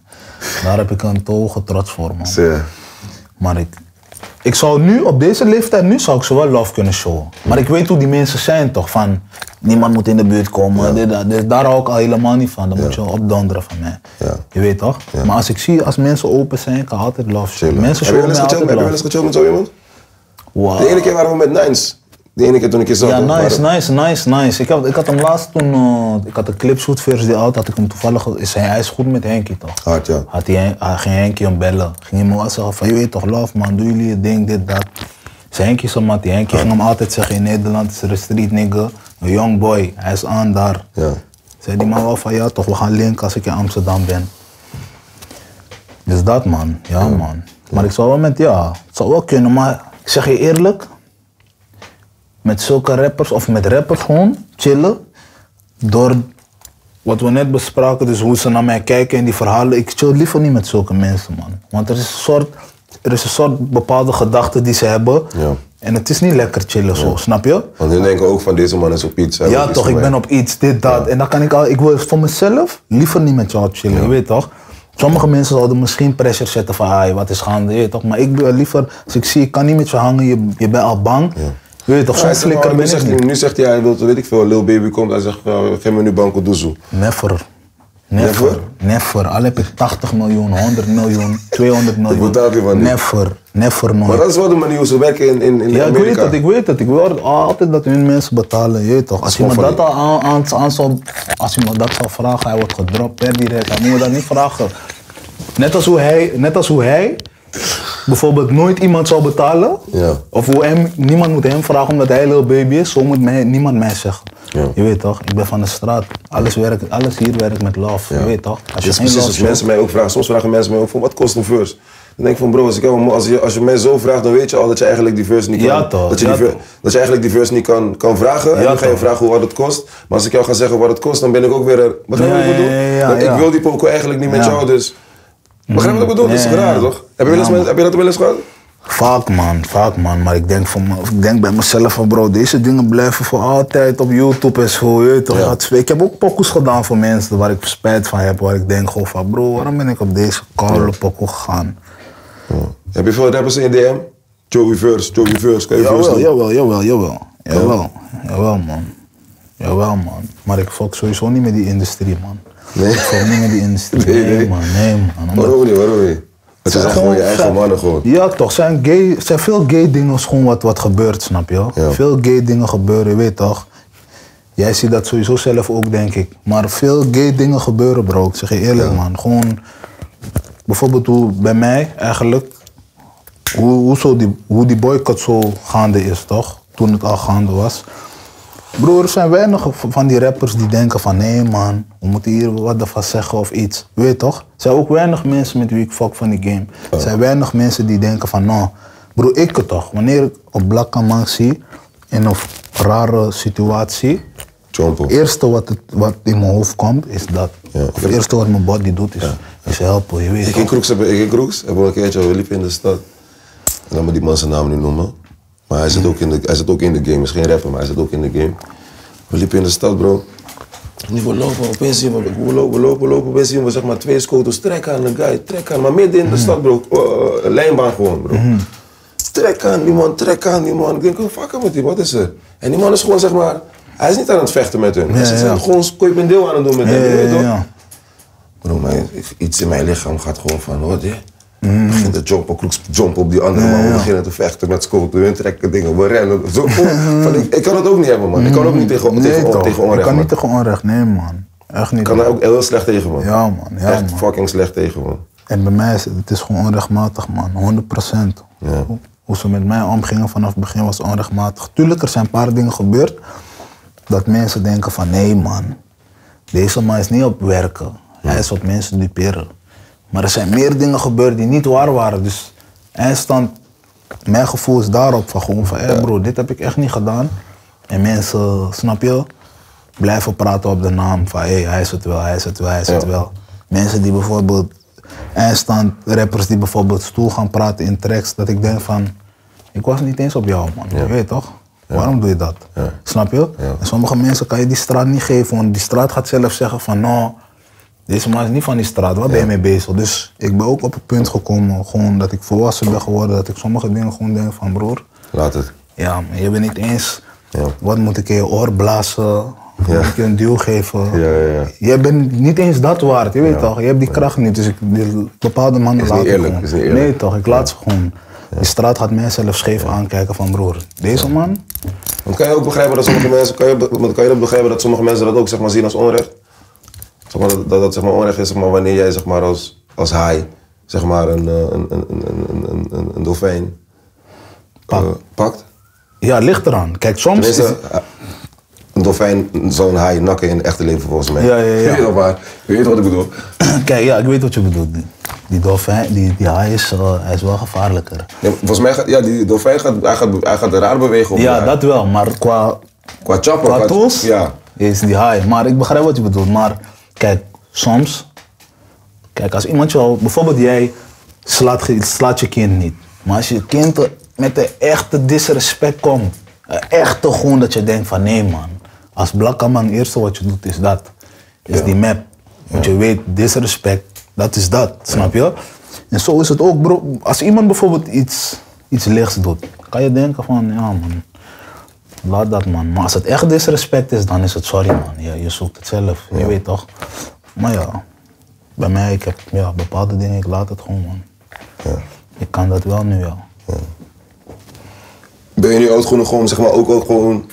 Daar heb ik een toge trots voor, man.
Ze-
Maar ik, ik zou nu, op deze leeftijd nu, zou ik ze wel love kunnen showen. Maar ik weet hoe die mensen zijn toch, van, niemand moet in de buurt komen, dit, dat. Dus daar hou ik al helemaal niet van. Dan moet je opdonderen van mij.
Ja.
Je weet toch? Maar als ik zie, als mensen open zijn, ik kan altijd love showen.
Chillen.
Mensen
heb je
showen
wel eens
mij
gechilld- heb je
altijd
wel eens
love.
gechilld met zo iemand?
Wow.
De ene keer waren we met Nines. De ene keer toen ik je zag.
Ja,
toch? Maar-
nice, nice, nice. Ik, heb, ik had hem laatst toen, eh, ik had een clipshoot versus die out, had ik hem toevallig, is hij, hij is goed met Henkie toch?
Hard, ja.
Had hij, Hen- hij ging Henkie hem bellen. Ging hij me wel zeggen van, je weet toch, love man, doe jullie je ding, dit, dat. Dus Henkie is een mat, die Henkie ging hem altijd zeggen, in Nederland is er een street nigga, een young boy, hij is aan daar.
Ja.
Zei die man wel van, ja toch, we gaan linken als ik in Amsterdam ben. Dus dat man, ja, man. Maar ik zou wel met, ja, het zou wel kunnen, maar ik zeg je eerlijk, met zulke rappers of met rappers gewoon chillen. Door wat we net bespraken, dus hoe ze naar mij kijken en die verhalen. Ik chill liever niet met zulke mensen, man. Want er is een soort, er is een soort bepaalde gedachte die ze hebben.
Ja.
En het is niet lekker chillen zo, snap je?
Want hun denken ook van deze man is op iets. hij wil
Ja,
iets
toch,
van
ik
mij.
ben op iets, dit, dat. En dan kan ik al, ik wil voor mezelf liever niet met jou chillen, je weet toch? Sommige mensen zouden misschien pressure zetten van, "Ai, wat is gaande, je weet toch? Maar ik wil liever, als ik zie, ik kan niet met je hangen, je, je bent al bang. Je weet toch,
Ja, hij
zo'n
zegt, maar,
flikker
nu,
ben ik
zegt,
niet.
hij- nu zegt hij, hij wil, weet ik veel, Lil Baby komt, hij zegt, eh, geef me nu Banco Doezoe.
Never. Never.
Never?
Never. Al heb ik 80 miljoen, 100 miljoen, 200 miljoen.
betaalt hij van niet.
Never. Never nooit.
Maar dat is wel de manier hoe ze werken in, in, in
Ja, ik
Amerika.
weet dat, ik weet dat. Ik hoor altijd dat hun mensen betalen, je weet toch. Als
Gewoon van
iemand dat al aan, aan, aan zou, als iemand dat zou vragen, hij wordt gedropt per direct. Hij moet dat niet vragen. Net als hoe hij, net als hoe hij bijvoorbeeld nooit iemand zou betalen.
Ja.
Of hoe hem, niemand moet hem vragen omdat hij een little baby is. Zo moet mij, niemand mij zeggen.
Ja.
Je weet toch, ik ben van de straat. Alles, werkt, alles hier werkt met love, je weet toch.
Dat is
geen
precies
love
als
show-
mensen mij ook vragen. Soms vragen mensen mij ook van, wat kost een verse? Dan denk ik van, bro, als, ik jou- als, je, als je mij zo vraagt, dan weet je al dat je eigenlijk die verse niet kan.
Ja, toch,
dat, je
ja,
die ver-
toch.
dat je eigenlijk die verse niet kan, kan vragen. en
Ja,
dan ga je
toch.
vragen hoe wat het kost. Maar als ik jou ga zeggen wat het kost, dan ben ik ook weer er. Begrijp je
Ja,
wat ik
ja,
bedoel?
ja, ja,
Dat
ja.
Ik wil die poko eigenlijk niet met
Ja.
jou, dus... Begrijp je wat ik bedoel? Dat
Ja,
is
ja,
raar,
ja.
toch? Heb je, wel eens
Ja,
met- heb je dat wel eens gehad?
Vaak man, vaak man. Maar ik denk, voor me, ik denk bij mezelf van bro, deze dingen blijven voor altijd op YouTube en zo. je weet toch?
Ja.
Dat is- Ik heb ook pokoes gedaan voor mensen waar ik spijt van heb. Waar ik denk gewoon van bro, waarom ben ik op deze koude pokoe gegaan?
Heb je veel rappers in je DM? Joey Verse, Joey Verse, kan je verse
Jawel,
doen?
jawel, jawel, jawel. Jawel, jawel man. Jawel man. Maar ik fuck sowieso niet met die industrie man.
Nee.
Ik fuck niet met die industrie.
Nee,
<laughs> Nee,
nee.
man, nee man. Omdat-
Waarom niet, waarom niet? Het zijn gewoon je eigen
zijn-
mannen gewoon.
Ja, toch. Zijn, gay, zijn veel gay dingen is gewoon wat, wat gebeurt, snap je?
Ja.
Veel gay dingen gebeuren, je weet toch? Jij ziet dat sowieso zelf ook, denk ik. Maar veel gay dingen gebeuren, bro. Ik zeg je eerlijk, man. Gewoon, bijvoorbeeld hoe bij mij eigenlijk, hoe, hoe, zo die, hoe die boycott zo gaande is, toch? Toen het al gaande was. Broer, er zijn weinig v- van die rappers die denken van nee man, we moeten hier wat ervan zeggen of iets. Weet je toch? Er zijn ook weinig mensen met wie ik fuck van die game. Er zijn weinig mensen die denken van nou, broer ik het toch. Wanneer ik op Black man zie in een f- rare situatie,
Chompo.
het eerste wat, het, wat in mijn hoofd komt is dat.
Ja.
Of het eerste wat mijn body doet is, is helpen, je weet
Ik in
toch?
Kroeks hebben, ik in Kroeks hebben we een keertje, we liepen in de stad. En dan moet die man zijn naam niet noemen. Maar hij zit, ook in de, hij zit ook in de game. Hij is geen rapper, maar hij zit ook in de game. We liepen in de stad, bro. En we lopen, opeens zien we, we lopen, we lopen, we lopen. Opeens zien we zeg maar twee scooters trek aan een guy, trek aan. Maar midden in de stad, bro. Eh, eh, lijnbaan gewoon, bro.
Mhm.
Trek aan die man, trek aan die man. Ik denk, oh, fuck hem met die, wat is er? En die man is gewoon zeg maar, hij is niet aan het vechten met hun. hij is
ja.
gewoon deel aan het doen met
Ja,
hen, je
ja,
weet
ja,
toch?
ja.
Bro, mijn, iets in mijn lichaam gaat gewoon van, hoor dit. Begint te jumpen, kroeks, jump op die andere man. We beginnen te vechten met scopen, hun trekken dingen, we rennen.
<laughs>
Zo, oh, van, ik, ik kan het ook niet hebben, man. Ik kan ook niet tegen,
nee,
tegen,
toch.
tegen
Ik
onrecht,
kan
man.
niet tegen onrecht, nee man. Echt niet.
Ik kan daar ook heel slecht tegen, man.
Ja man, ja
Echt
man.
fucking slecht tegen, man.
En bij mij is het, het is gewoon onrechtmatig, man. 100%. Hoe, hoe ze met mij omgingen vanaf het begin was onrechtmatig. Tuurlijk, er zijn een paar dingen gebeurd dat mensen denken van... Nee, man. Deze man is niet op werken. Hij is wat mensen duperen. Maar er zijn meer dingen gebeurd die niet waar waren. Dus eindstand, mijn gevoel is daarop van gewoon van... Hé bro, dit heb ik echt niet gedaan. En mensen, snap je? Blijven praten op de naam van... Hé, hij is het wel, hij is het wel, hij is het
Ja.
wel. Mensen die bijvoorbeeld... Eindstand, rappers die bijvoorbeeld stoel gaan praten in tracks. Dat ik denk van... Ik was niet eens op jou, man. Je weet toch? Waarom doe je dat? Snap je? En sommige mensen kan je die straat niet geven, want die straat gaat zelf zeggen van nou, deze man is niet van die straat, waar ben je mee bezig? Dus ik ben ook op het punt gekomen, gewoon dat ik volwassen ben geworden, dat ik sommige dingen gewoon denk van broer,
Laat het.
ja, maar je bent niet eens,
Ja.
wat moet ik in je oor blazen? Moet ik je een duw geven?
Ja, ja, ja.
Je bent niet eens dat waard, je weet toch? Je hebt die kracht niet, dus ik, die bepaalde mannen
Is niet
laat ik
eerlijk,
gewoon.
is niet eerlijk.
Nee toch, ik laat ze gewoon. Die straat gaat mij zelf scheef aankijken van broer, deze man,
Want kan je ook begrijpen dat sommige mensen, kan je, be- want kan je ook begrijpen dat sommige mensen dat ook zeg maar, zien als onrecht? Zeg maar, dat dat dat, zeg maar, onrecht is zeg maar, wanneer jij zeg maar, als, als haai zeg maar, een, eh, een, een, een, een, een, een, een dolfijn eh, pakt.
ja, ligt eraan. Kijk, soms is,
Tenminste, eh, een dolfijn zou een haai nakken in het echte leven volgens mij.
Ja, ja, ja.
<laughs> Weet je nog maar, je weet wat ik bedoel.
<clears throat> Kijk, ja, ik weet wat je bedoelt. Die- Die dolfijn, die, die haai is, eh, hij is wel gevaarlijker.
Ja, volgens mij gaat ja, die dolfijn gaat, hij gaat, hij gaat raar bewegen. op
Ja,
de haai.
dat wel, maar qua,
Qua chappen.
qua tools
Ja.
is die haai. Maar ik begrijp wat je bedoelt. Maar kijk, soms, kijk, als iemand jou, bijvoorbeeld jij slaat, ge- slaat je kind niet. Maar als je kind er met een echte disrespect komt, een echte gewoon dat je denkt van nee man, als blakke man, het eerste wat je doet is dat, is die map. Want je weet, disrespect, dat is dat, snap je? En zo is het ook, bro. Als iemand bijvoorbeeld iets, iets lichts doet, kan je denken van, ja man, laat dat man. Maar als het echt disrespect is, dan is het sorry man. Je, je zoekt het zelf, je weet toch? Maar ja, bij mij, ik heb ja, bepaalde dingen, ik laat het gewoon man. Ik kan dat wel nu, ja.
Ben je nu oud genoeg om zeg maar, ook, ook gewoon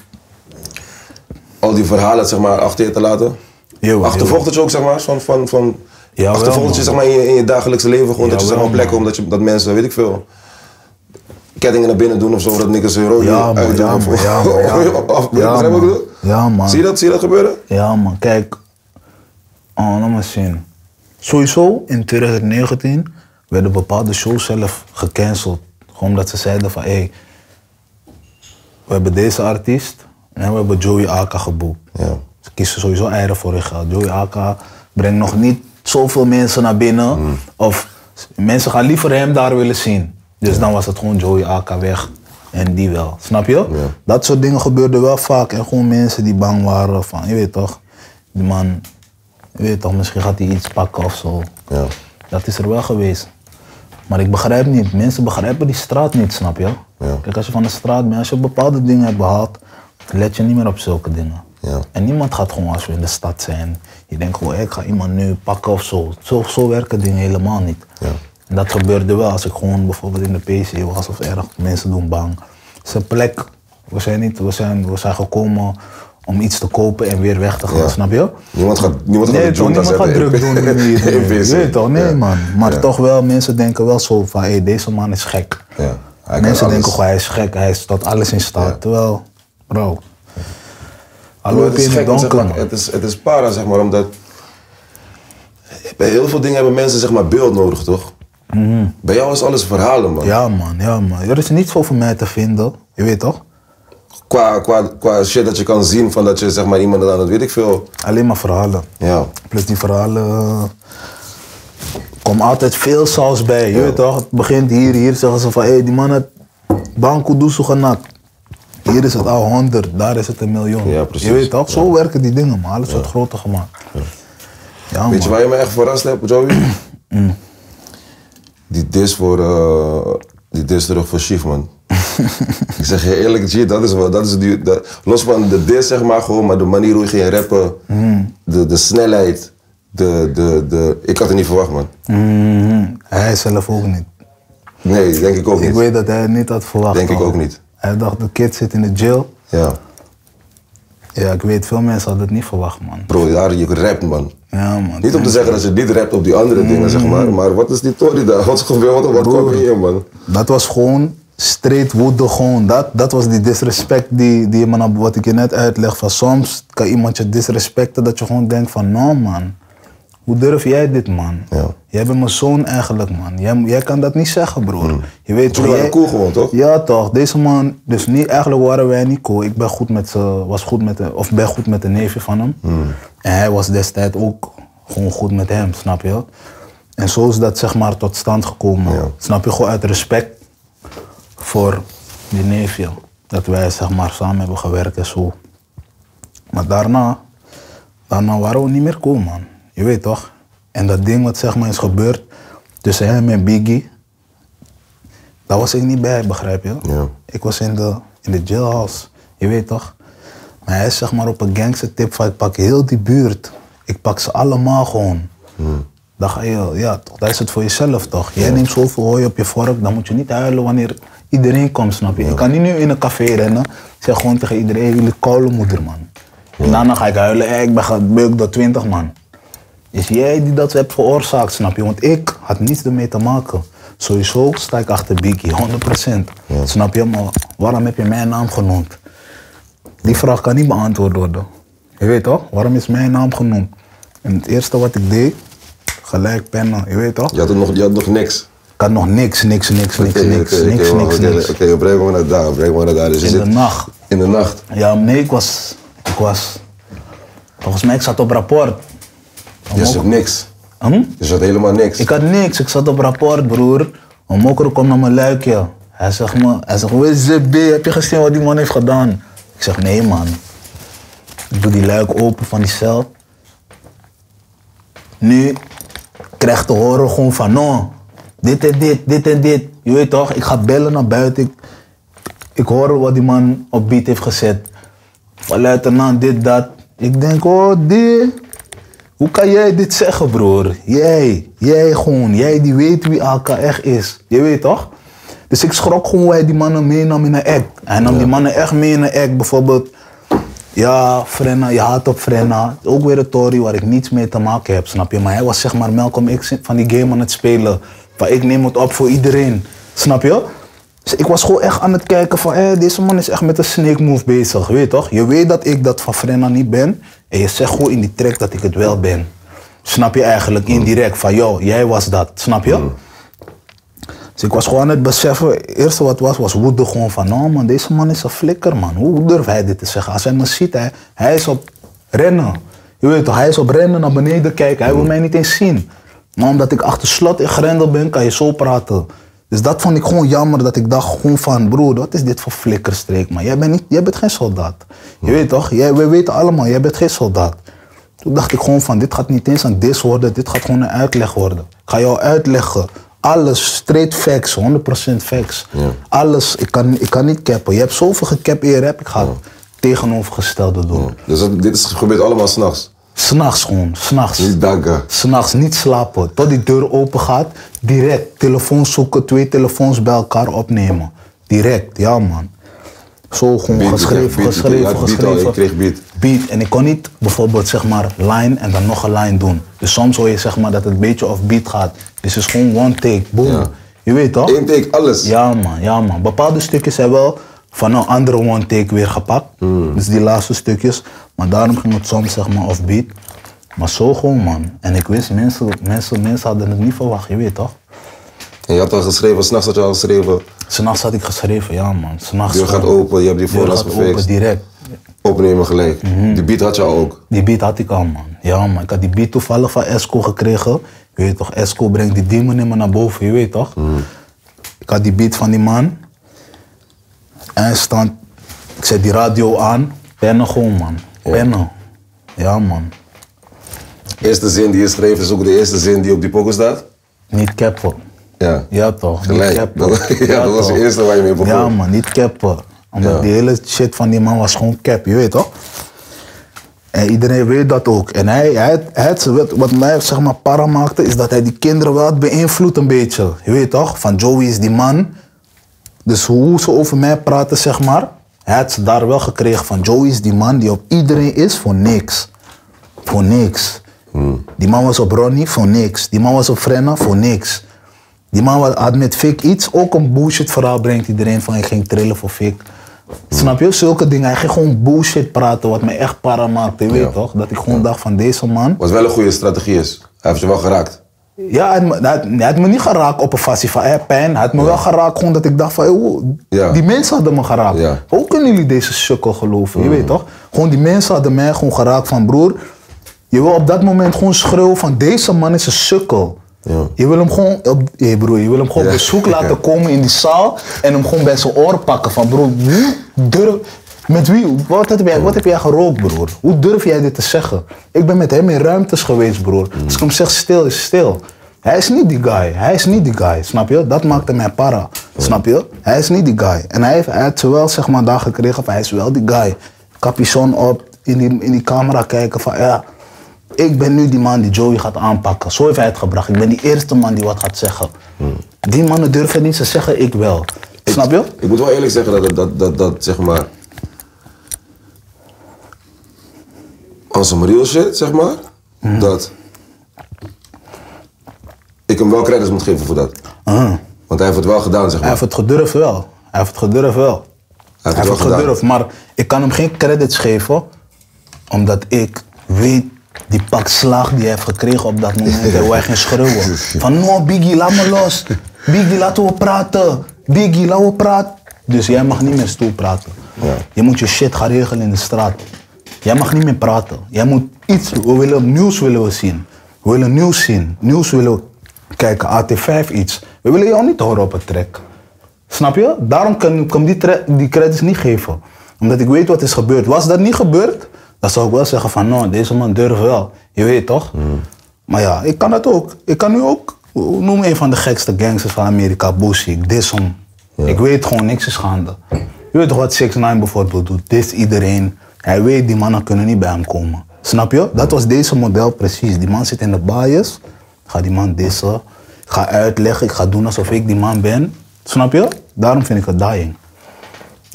al die verhalen zeg maar, achter je te laten?
Jawel,
Achtervolgt het je ook zeg maar, van, van, van
Jawel,
achtervolgt het je
man.
zeg maar, in, je, in je dagelijkse leven gewoon dat je zeg
Jawel,
maar, plekken
man.
omdat je, dat mensen, weet ik veel, kettingen naar binnen doen of zo, dat niks hun rode
Ja, man,
uitdoen
ja,
of-
man,
<laughs>
ja, man, ja, man.
of- begrijp
Ja,
je wat ik
man.
bedoel?
Ja, man.
Zie je dat, zie je dat gebeuren?
Ja, man, kijk. Oh, laat maar zien. Sowieso, in 2019 werden bepaalde shows zelf gecanceld. Gewoon omdat ze zeiden van, hé, hey, we hebben deze artiest en we hebben Joey Aka geboekt.
Ja.
Ze kiezen sowieso eieren voor hun geld. Joey Aka brengt nog niet zoveel mensen naar binnen.
Mm.
Of mensen gaan liever hem daar willen zien. Dus dan was het gewoon Joey Aka weg. En die wel. Snap je? Dat soort dingen gebeurden wel vaak. En gewoon mensen die bang waren van, je weet toch, die man, je weet toch, misschien gaat hij iets pakken of zo.
Ja.
Dat is er wel geweest. Maar ik begrijp niet, mensen begrijpen die straat niet, snap je?
Ja.
Kijk, als je van de straat bent, als je bepaalde dingen hebt behaald, let je niet meer op zulke dingen.
Ja.
En niemand gaat gewoon als we in de stad zijn, je denkt gewoon, hé, ik ga iemand nu pakken of zo. Zo, zo werken dingen helemaal niet. En dat gebeurde wel als ik gewoon bijvoorbeeld in de PC was of erg, mensen doen bang. Het is een plek, we zijn, niet, we zijn, we zijn gekomen om iets te kopen en weer weg te gaan,
Ja.
snap je?
Niemand gaat, niemand gaat
Nee,
de
toch,
junta
niemand gaat
zetten <laughs>
druk
in-
doen in die-
in
Je
VC.
weet toch, nee
Ja.
man. Maar
Ja.
toch wel, mensen denken wel zo van, hé, deze man is gek.
Ja. Hij kan
Mensen
alles.
denken gewoon, hij is gek, hij is tot alles in staat.
Ja.
Terwijl,
Maar
bro, hallo,
het is
in het
gek, want zeg
donker
maar,
man.
het is, het is para, zeg maar, omdat... Bij heel veel dingen hebben mensen zeg maar beeld nodig, toch? Bij jou is alles verhalen, man.
Mhm. Ja man, ja man. Er is niet veel voor mij te vinden, je weet toch?
Qua, qua, qua shit dat je kan zien van dat je zeg maar iemand aan het weet ik veel.
Alleen maar verhalen.
Ja.
Plus die verhalen. eh, Komt altijd veel saus bij. Je weet toch? Het begint hier, hier zeggen ze van hé, die man had Banco Doezo genakt. Hier is het al 100, daar is het een miljoen.
Ja, precies.
Je weet toch? Zo werken die dingen, maar alles wordt groter gemaakt. Ja, man.
Weet je waar je me echt verrast hebt, Joey? Die dis voor... eh, die dis terug voor Chief, man. ik zeg je eerlijk, G, dat is wel... Dat is die, dat- los van de dis, zeg maar, gewoon, maar de manier hoe je ging rappen. De, de snelheid. de, de, de, ik had het niet verwacht, man.
Mhm. Hij zelf ook niet.
Nee, denk ik ook
Ik
niet.
weet dat hij het niet had verwacht.
Denk ik
man.
ook niet.
Hij dacht, de kid zit in de jail.
Ja.
Ja, ik weet, veel mensen hadden het niet verwacht, man.
Bro, daar, je rapt, man.
Ja, Mm. man.
Niet om te zeggen dat je niet rapt op die andere dingen, zeg maar. Maar wat is die Tory daar? Wat gebeurt er? Wat komt hier, man?
Dat was gewoon straight woede, gewoon dat. Dat was die disrespect die, die man, op- wat ik je net uitleg. Van soms kan iemand je disrespecten dat je gewoon denkt van, nou man, hoe durf jij dit man?
Ja.
Jij bent mijn zoon eigenlijk man. Jij, jij kan dat niet zeggen broer.
Mm.
Je weet
Toen
hoe
waren
jij-
cool gewoon, toch?
Ja toch, deze man, dus niet, eigenlijk waren wij niet cool. Ik ben goed met, ze- was goed met, de- of ben goed met de neefje van hem.
Hmm.
En hij was destijds ook gewoon goed met hem, snap je? En zo is dat zeg maar tot stand gekomen.
Ja.
Snap je? Gewoon uit respect voor die neefje. Dat wij zeg maar samen hebben gewerkt en zo. Maar daarna, daarna waren we niet meer cool man. Je weet toch? En dat ding wat zeg maar is gebeurd tussen hem en Biggie. Daar was ik niet bij, begrijp je?
Ja.
Ik was in de, in de jailhouse, je weet toch? Maar hij is zeg maar op een gangster tip van ik pak heel die buurt. Ik pak ze allemaal gewoon. Dan ga je, ja toch, dat is het voor jezelf toch? Jij neemt zoveel hooi op je vork, dan moet je niet huilen wanneer iedereen komt, snap je? Ik kan niet nu in een café rennen, zeg gewoon tegen iedereen, jullie koude moeder man. En daarna ga ik huilen, "Hey, ik ben gebeukt door twintig man. Is jij die dat hebt veroorzaakt, snap je? Want ik had niets ermee te maken. Sowieso sta ik achter Biggie, 100%. Snap je? Maar waarom heb je mijn naam genoemd? Die vraag kan niet beantwoord worden. Je weet toch? Waarom is mijn naam genoemd? En het eerste wat ik deed, gelijk pennen, je weet toch?
Je had, het nog, je had nog niks.
Ik had nog niks, niks, niks, niks,
Oké,
niks,
oké,
niks,
oké,
niks,
oké,
niks.
Oké, breng me naar daar, breng me naar daar. Dus je
In de
zit
nacht.
in de nacht.
Ja, nee, ik was, ik was, volgens mij ik zat op rapport.
Je zit niks.
Hm?
Je zat helemaal niks.
Ik had niks, ik zat op rapport, broer. Een mokker komt naar mijn luikje. Hij zegt me, hij zegt, WZB, heb je gezien wat die man heeft gedaan? Ik zeg, nee man. Ik doe die luik open van die cel. Nu krijg ik te horen gewoon van, no, dit en dit, dit en dit. Je weet toch, ik ga bellen naar buiten. Ik, ik hoor wat die man op beat heeft gezet. Van luitenant, dit, dat. Ik denk, oh, dit. Hoe kan jij dit zeggen, broer? Jij, jij gewoon, jij die weet wie AK echt is. Je weet toch? Dus ik schrok gewoon hoe hij die mannen meenam in een act. Hij nam die mannen echt mee in een act. Bijvoorbeeld, ja, Frenna, je haat op Frenna. Ook weer een Tory waar ik niets mee te maken heb, snap je? Maar hij was zeg maar Malcolm X van die game aan het spelen. Van ik neem het op voor iedereen, snap je? Dus ik was gewoon echt aan het kijken van, hé, deze man is echt met een snake move bezig, weet je toch? Je weet dat ik dat van Frenna niet ben. En je zegt gewoon in die track dat ik het wel ben. Snap je eigenlijk indirect van, joh, jij was dat, snap je? Dus ik was gewoon aan het beseffen, het eerste wat was, was woede gewoon van, nou man, deze man is een flikker man. Hoe durft hij dit te zeggen? Als hij me ziet, hij, hij is op rennen. Je weet toch, hij is op rennen, naar beneden kijken, hij wil mij niet eens zien. Maar omdat ik achter slot in grendel ben, kan je zo praten. Dus dat vond ik gewoon jammer, dat ik dacht gewoon van, broer, wat is dit voor flikkerstreek man? Jij bent, niet, jij bent geen soldaat. Je weet toch, jij, we weten allemaal, jij bent geen soldaat. Toen dacht ik gewoon van, dit gaat niet eens een dis worden, dit gaat gewoon een uitleg worden. Ik ga jou uitleggen. Alles straight facts, 100% facts. Alles, ik kan, ik kan niet cappen. Je hebt zoveel gecap in je rap, ik ga het tegenovergestelde doen.
Dus dat- dit is, gebeurt allemaal s'nachts.
S'nachts gewoon, s'nachts.
Niet danken.
S'nachts niet slapen, tot die deur open gaat. Direct, telefoon zoeken, twee telefoons bij elkaar opnemen. Direct, ja man. Zo gewoon
Beat,
geschreven,
ik kreeg beat, ik kreeg-
geschreven,
ja, beat al,
geschreven.
ik kreeg beat.
Beat. En ik kon niet bijvoorbeeld zeg maar line en dan nog een line doen. Dus soms hoor je zeg maar dat het een beetje off beat gaat. Dus het is gewoon one take, boom.
Ja.
Je weet toch?
Eén take, alles.
Ja man, ja man. Bepaalde stukjes zijn wel van een andere one take weer gepakt.
Hmm.
Dus die laatste stukjes. Maar daarom ging het soms zeg maar offbeat. Maar zo gewoon man. En ik wist, mensen, mensen, mensen hadden het niet verwacht, je weet toch?
En je had al geschreven, s'nachts had je al geschreven.
S'nachts had ik geschreven, ja man. S'nachts
Deur gaat
gewoon.
open, je hebt die
Deur
voorraad
gaat
gefixt.
open, direct.
Opnemen gelijk.
Mhm.
Die beat had je al ook.
Die beat had ik al, man. Ja, man. Ik had die beat toevallig van Esco gekregen. Je weet toch, Esco brengt die demon in me naar boven, je weet toch? Ik had die beat van die man. En stond, ik zet die radio aan. Pennen gewoon, man. Pennen. Ja, man.
Eerste zin die je schreef is ook de eerste zin die op die pokken staat.
Niet cappen.
Ja.
Ja, toch?
Gelijk.
Niet cappen.
Dat- <laughs> ja, dat was de
toch.
eerste waar je mee begon.
Ja, man. Niet cappen. Omdat
Ja.
die hele shit van die man was gewoon cap, je weet toch? En iedereen weet dat ook. En hij, hij, hij- wat- wat mij zeg maar para maakte, is dat hij die kinderen wel had beïnvloed een beetje. Je weet toch, van Joey is die man. Dus hoe ze over mij praten, zeg maar. Hij had ze daar wel gekregen van Joey is die man die op iedereen is voor niks. Voor niks. Die man was op Ronnie voor niks. Die man was op Frenna voor niks. Die man wa- had met Fik iets, ook een bullshit verhaal brengt iedereen van ik ging trillen voor Fik. Snap je? Zulke dingen. Hij ging gewoon bullshit praten wat me echt para maakte. Je
Ja.
weet toch? Dat ik gewoon dacht van deze man.
Wat wel een goede strategie is. Hij heeft je wel geraakt.
Ja, hij had, me- hij had- hij had me niet geraakt op een fassie van eh, pijn. Hij had me wel geraakt gewoon dat ik dacht van, joh,
Ja.
die mensen hadden me geraakt.
Ja.
Hoe kunnen jullie deze sukkel geloven? Je weet toch? Gewoon die mensen hadden mij gewoon geraakt van, broer, je wil op dat moment gewoon schreeuwen van, deze man is een sukkel. Je wil hem gewoon, op, hey broer, je wil hem gewoon
Ja.
op bezoek laten komen in die zaal en hem gewoon bij zijn oor pakken van, broer, wie durf... Met wie? Wat heb, jij, wat heb jij gerookt, broer? Hoe durf jij dit te zeggen? Ik ben met hem in ruimtes geweest, broer.
Mm.
Als ik hem zeg stil, is stil. Hij is niet die guy. Hij is niet die guy. Snap je? Dat maakte mij para. Snap je? Hij is niet die guy. En hij, heeft, hij had wel zeg maar daar gekregen van hij is wel die guy. Capuchon op, in die, in die camera kijken van ja, ik ben nu die man die Joey gaat aanpakken. Zo heeft hij het gebracht. Ik ben die eerste man die wat gaat zeggen. Die mannen durven niet te zeggen, ik wel. Snap je?
Ik moet wel eerlijk zeggen dat, dat, dat, dat, dat, zeg maar. Als een real shit, zeg maar.
Mhm.
Dat. Ik hem wel credits moet geven voor dat.
Ah.
Want hij heeft het wel gedaan, zeg
Hij
maar.
heeft het gedurfd wel. Hij heeft het gedurfd wel. Hij heeft
wel
het
gedaan.
gedurfd, maar ik kan hem geen credits geven, omdat ik weet die pak slaag die hij heeft gekregen op dat <laughs> moment. en wij ging schreeuwen. Van no, Biggie, laat me los. Biggie, laten we praten. Biggie, laten we praten. Dus jij mag niet meer stoel praten. Je moet je shit gaan regelen in de straat. Jij mag niet meer praten. Jij moet iets, we willen nieuws willen we zien. We willen nieuws zien. Nieuws willen we kijken, AT5 iets. We willen jou niet horen op het trek. Snap je? Daarom kan ik hem die, tre- die credits niet geven. Omdat ik weet wat is gebeurd. Was dat niet gebeurd, dan zou ik wel zeggen van nou, deze man durft wel. Je weet toch? Maar ja, ik kan dat ook. Ik kan nu ook, noem een van de gekste gangsters van Amerika, Boosie. Ik dis hem. Ik weet gewoon, niks is gaande. Je weet toch wat 6 9 bijvoorbeeld doet? Dis iedereen. Hij weet, die mannen kunnen niet bij hem komen. Snap je? Dat was deze model precies. Die man zit in de bias. Ga die man dissen. Ik ga uitleggen, ik ga doen alsof ik die man ben. Snap je? Daarom vind ik het dying.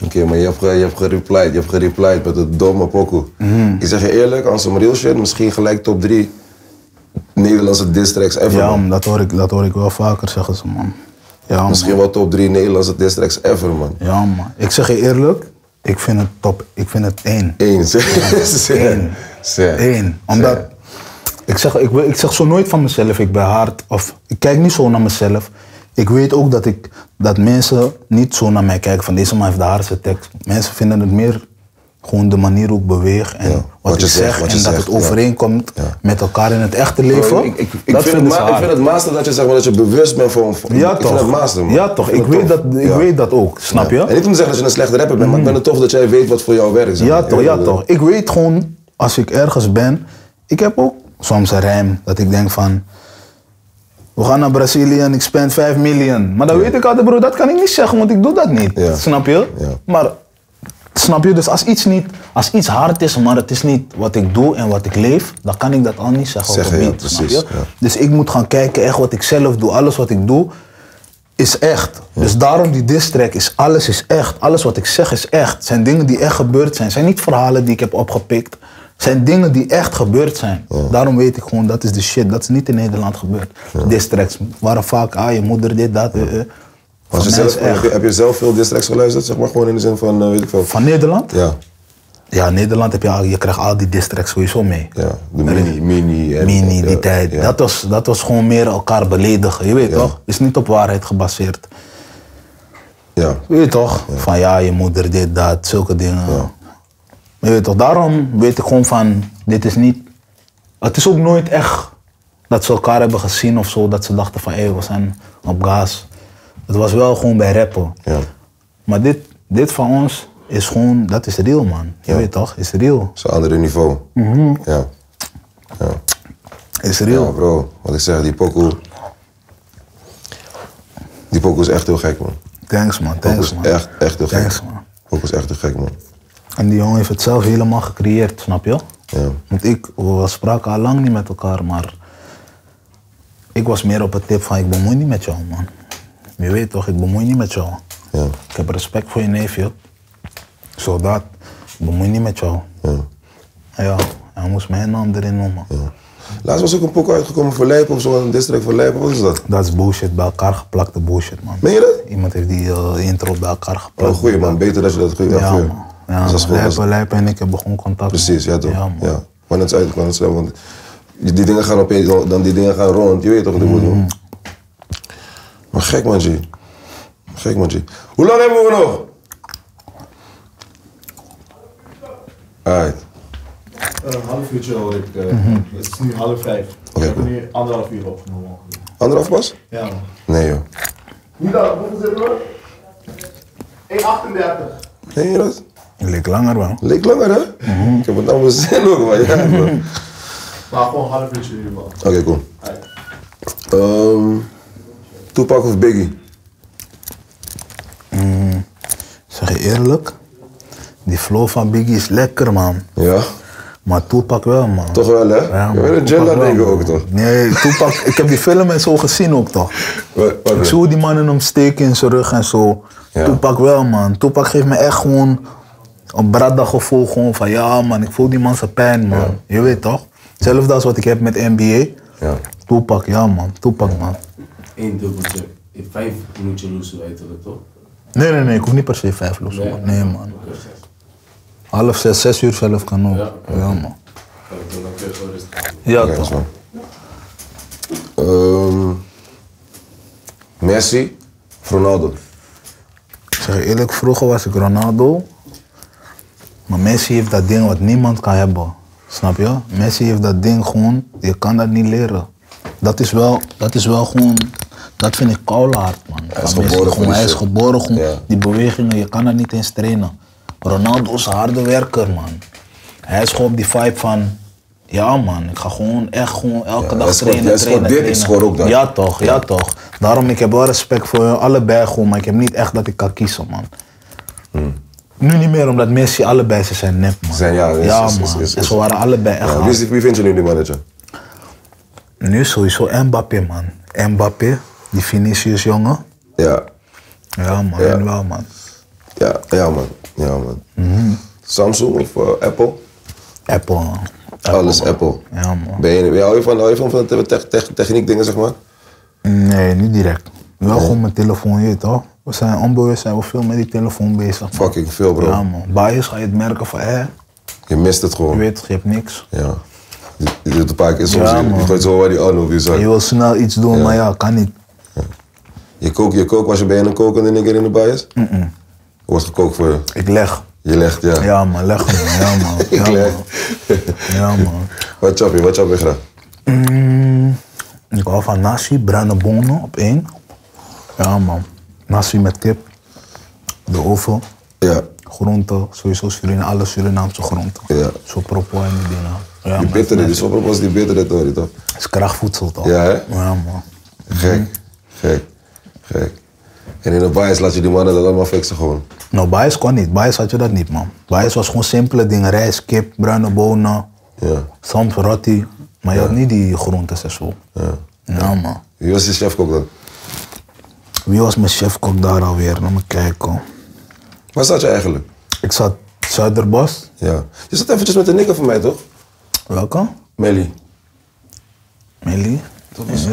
Oké, maar je hebt, ge- je hebt gereplied. Je hebt gereplied met het domme pokoe.
Mhm.
Ik zeg je eerlijk, als een real shit, misschien gelijk top 3 Nederlandse diss tracks ever.
Ja,
man.
man, dat hoor, ik, dat hoor ik wel vaker, zeggen ze, man. Ja, man.
Misschien wel top 3 Nederlandse diss tracks ever, man.
Ja, man. Ik zeg je eerlijk, ik vind het top. Ik vind het één.
Eens. <laughs>
Eén. Eén. Omdat, ik zeg, ik, we- ik zeg zo nooit van mezelf, ik ben hard. Of ik kijk niet zo naar mezelf. Ik weet ook dat, ik, dat mensen niet zo naar mij kijken van deze man heeft de hardste tekst. Mensen vinden het meer gewoon de manier hoe ik beweeg en wat,
wat
ik
je
zeg.
zegt, wat
en
je
dat
zegt,
het
ja.
overeenkomt met elkaar in het echte leven.
Ik, ik, ik,
dat
vind het
vinden ze
ma- ik
hard.
vind het master dat je, zeg maar, dat je bewust bent van... van-
Ja,
ik
toch?
Vind het master, man.
Ja, toch?
vind
Ik,
het
weet
tof.
dat, ik
Ja.
weet dat ook, snap je?
En niet om te zeggen dat je een slechte rapper bent, maar ik vind het tof dat jij weet wat voor jou werkt. zeg
Ja,
maar.
toch, ja,
Ik-
toch. Ik weet gewoon, als ik ergens ben, ik heb ook soms een rijm dat ik denk van. We gaan naar Brazilië en ik spend 5 miljoen. Maar dan weet ik altijd, bro, dat kan ik niet zeggen, want ik doe dat niet.
Ja.
Snap je?
Ja.
Maar, snap je? Dus als iets, niet, als iets hard is, maar het is niet wat ik doe en wat ik leef, dan kan ik dat al niet zeggen op
Zeggen,
een
ja,
beat. snap
precies,
je?
ja.
Dus ik moet gaan kijken, echt wat ik zelf doe, alles wat ik doe, is echt. Dus daarom die diss track is alles is echt. Alles wat ik zeg is echt. Zijn dingen die echt gebeurd zijn. Zijn niet verhalen die ik heb opgepikt. Zijn dingen die echt gebeurd zijn. Daarom weet ik gewoon, dat is de shit. Dat is niet in Nederland gebeurd. Diss tracks waren vaak, ah je moeder dit, dat. eh, eh. Van
Als je
mij
zelf,
is
heb,
echt.
je, heb je zelf veel diss tracks geluisterd, zeg maar, gewoon in de zin van, eh, weet ik veel.
Van Nederland?
Ja,
Ja, in Nederland heb je, al- je krijgt al die diss tracks sowieso mee.
ja. De mini, mini. en-
Mini, die
ja,
tijd.
ja.
Dat, was, dat was gewoon meer elkaar beledigen. Je weet
Ja.
toch? Is niet op waarheid gebaseerd.
Ja.
Je weet toch? Van ja, je moeder dit, dat, zulke dingen. Je weet toch? Daarom weet ik gewoon van, dit is niet... Het is ook nooit echt dat ze elkaar hebben gezien of zo. Dat ze dachten van, hé, we zijn op gas. Het was wel gewoon bij rappen.
Ja.
Maar dit, dit van ons is gewoon, dat is real man. Je weet toch? Is real.
Dat is een ander niveau.
Mhm.
Ja.
Is
Ja,
real.
bro. Wat ik zeg, die pokoe... Die pokoe is echt heel gek, man.
Thanks man,
Pokoe
thanks
is
man.
echt, echt heel gek.
Thanks man.
Pokoe is echt heel gek, man.
En die jongen heeft het zelf helemaal gecreëerd, snap je?
Ja.
Want ik, we spraken al lang niet met elkaar, maar ik was meer op het tip van ik bemoei niet met jou, man. Je weet toch, ik bemoei niet met jou.
Ja.
Ik heb respect voor je neef, joh. Soldaat, ik bemoei niet met jou.
ja.
Ja, hij moest mijn naam erin noemen.
Laatst was ook een pokoe uitgekomen voor Lijpen of zo, een district voor Lijpen, wat is dat?
Dat is bullshit, bij elkaar geplakte bullshit, man.
Meen je dat?
Iemand heeft die eh, intro bij elkaar geplakt.
Oh, goeie man, beter dat je dat goeie
Ja,
goeie.
man. Ja,
Dus dat is gewoon- dat is-
Lijpen, Lijpen en ik hebben gewoon contact.
Precies, ja toch?
Ja,
Ja,
man.
Maar dat is uit, maar dat is uit, want die dingen gaan opeens, dan dan die dingen gaan rond, je weet toch wat
Mm.
ik bedoel. Maar gek man, G. Gek man, G. Hoe lang hebben we nog? Alright.
Eh, Een half uurtje hoor ik. eh, Het is nu half vijf.
Mhm. Oké,
we hebben
cool.
nu anderhalf uur opgenomen. ongeveer.
Anderhalf pas?
Ja man.
Nee joh.
Hoe dan? Hoeveel zit er 1,38.
Ken je dat?
Leek langer wel.
Leek langer hè?
Mhm.
Ik heb het nou mijn <laughs> zin ook, man. Ja, man. Oké,
Maar gewoon een half uurtje nu man.
cool.
Alright.
Ehm Tupac of Biggie?
Zeg je eerlijk, die flow van Biggie is lekker, man.
Ja,
Maar Tupac wel, man.
toch wel hè?
Ja,
je
man.
bent een
Tupac
Jella
wel,
denken
man.
ook toch?
Nee, Tupac, ik heb die film en zo gezien ook toch.
Wat- wat-
Ik zie hoe die mannen hem steken in zijn rug en zo.
Ja.
Tupac wel, man. Tupac geeft me echt gewoon een braddag gevoel gewoon van ja, man, ik voel die man zijn pijn, man. Je weet toch? Hetzelfde als wat ik heb met NBA.
Ja.
Tupac, ja, man. Tupac, man.
Eén dubbeltje. In vijf moet je loesoe uiterlijk, toch?
Nee, nee, nee, ik hoef niet per se vijf los. Nee, nee man. Half zes, zes uur zelf kan ook. Ja, man.
Ik wil dan weer gewoon rustig aan.
Ja,
Oké,
toch?
zo. Ehm, Messi, Ronaldo.
Ik zeg je eerlijk, vroeger was ik Ronaldo. Maar Messi heeft dat ding wat niemand kan hebben. Snap je? Messi heeft dat ding gewoon, je kan dat niet leren. Dat is wel, dat is wel gewoon, dat vind ik koulaard, man. Hij
is geboren voor
gewoon,
die
hij is
shit.
geboren gewoon.
Ja.
Die bewegingen, je kan dat niet eens trainen. Ronaldo is een harde werker, man. Hij is gewoon op die vibe van, ja man, ik ga gewoon echt gewoon elke
hij
dag
scoort-
trainen,
hij
trainen,
scoort dit, ik
trainen.
scoor ook dat.
Ja toch, ja toch. Daarom, ik heb wel respect voor hun allebei gewoon, maar ik heb niet echt dat ik kan kiezen, man. Nu niet meer, omdat Messi allebei, ze zijn nep, man.
Hmm. Zijn, ja, is- is-
man.
is- is-
En ze waren allebei echt
Ja, wie,
hard.
is die- wie vind je nu die manager?
Nu sowieso Mbappé, man. Mbappé, die Vinicius jongen.
Ja,
Ja, man,
Ja.
en wel, man.
ja, ja man. Ja, man.
Mhm.
Samsung of eh, Apple?
Apple, man.
Alles
man.
Apple.
Ja, man.
Ben je, ben- hou je van, hou je van, van de tech, tech- techniek dingen zeg maar?
Nee, niet direct. Wel gewoon mijn telefoon, je weet toch? We zijn onbewust, zijn we veel met die telefoon bezig. man.
Fucking veel bro.
Ja, man. Bias ga je het merken van, hé,
Je mist het
je
gewoon.
weet toch, je hebt niks.
Ja. Je, je doet een paar keer soms,
Ja,
je- je
man.
gooit zo waar die arm op je zak.
Je wil snel iets doen,
Ja.
maar ja, kan niet.
Je kookt, je kookt, was je bij een koken en een keer in de bias? Mm Wordt gekookt voor je.
Ik leg.
Je legt, ja.
Ja, man, leg hem, man. Ja,
<laughs>
man.
Ik
Ja,
leg.
man. Ja, man.
Wat chop je, wat chop je graag?
Mm, ik hou van nasi, bruine bonen op één. Ja, man. Nasi met kip, de oven,
Ja.
groenten, sowieso Suriname, alle Surinaamse groenten.
Ja.
Zo propo en die dingen. Ja,
Die
man.
bittere, die soppel was die bittere toch? die toch?
Het is krachtvoedsel toch?
Ja, hè?
Ja, man. Mm-hmm.
Gek, gek, gek. En in de bias laat je die mannen dat allemaal fixen gewoon.
Nou, bias kon niet. Bias had je dat niet, man. Bias was gewoon simpele dingen. Rijst, kip, bruine bonen,
Ja.
soms rotti. Maar je had niet die groentes en zo.
ja.
Ja, man.
Wie was je chefkok dan?
Wie was mijn chefkok daar alweer? Laat me kijken.
Waar zat je eigenlijk?
Ik zat Zuiderbos.
Ja. Je zat eventjes met een nikker van mij toch?
Welke?
Melly.
Melly.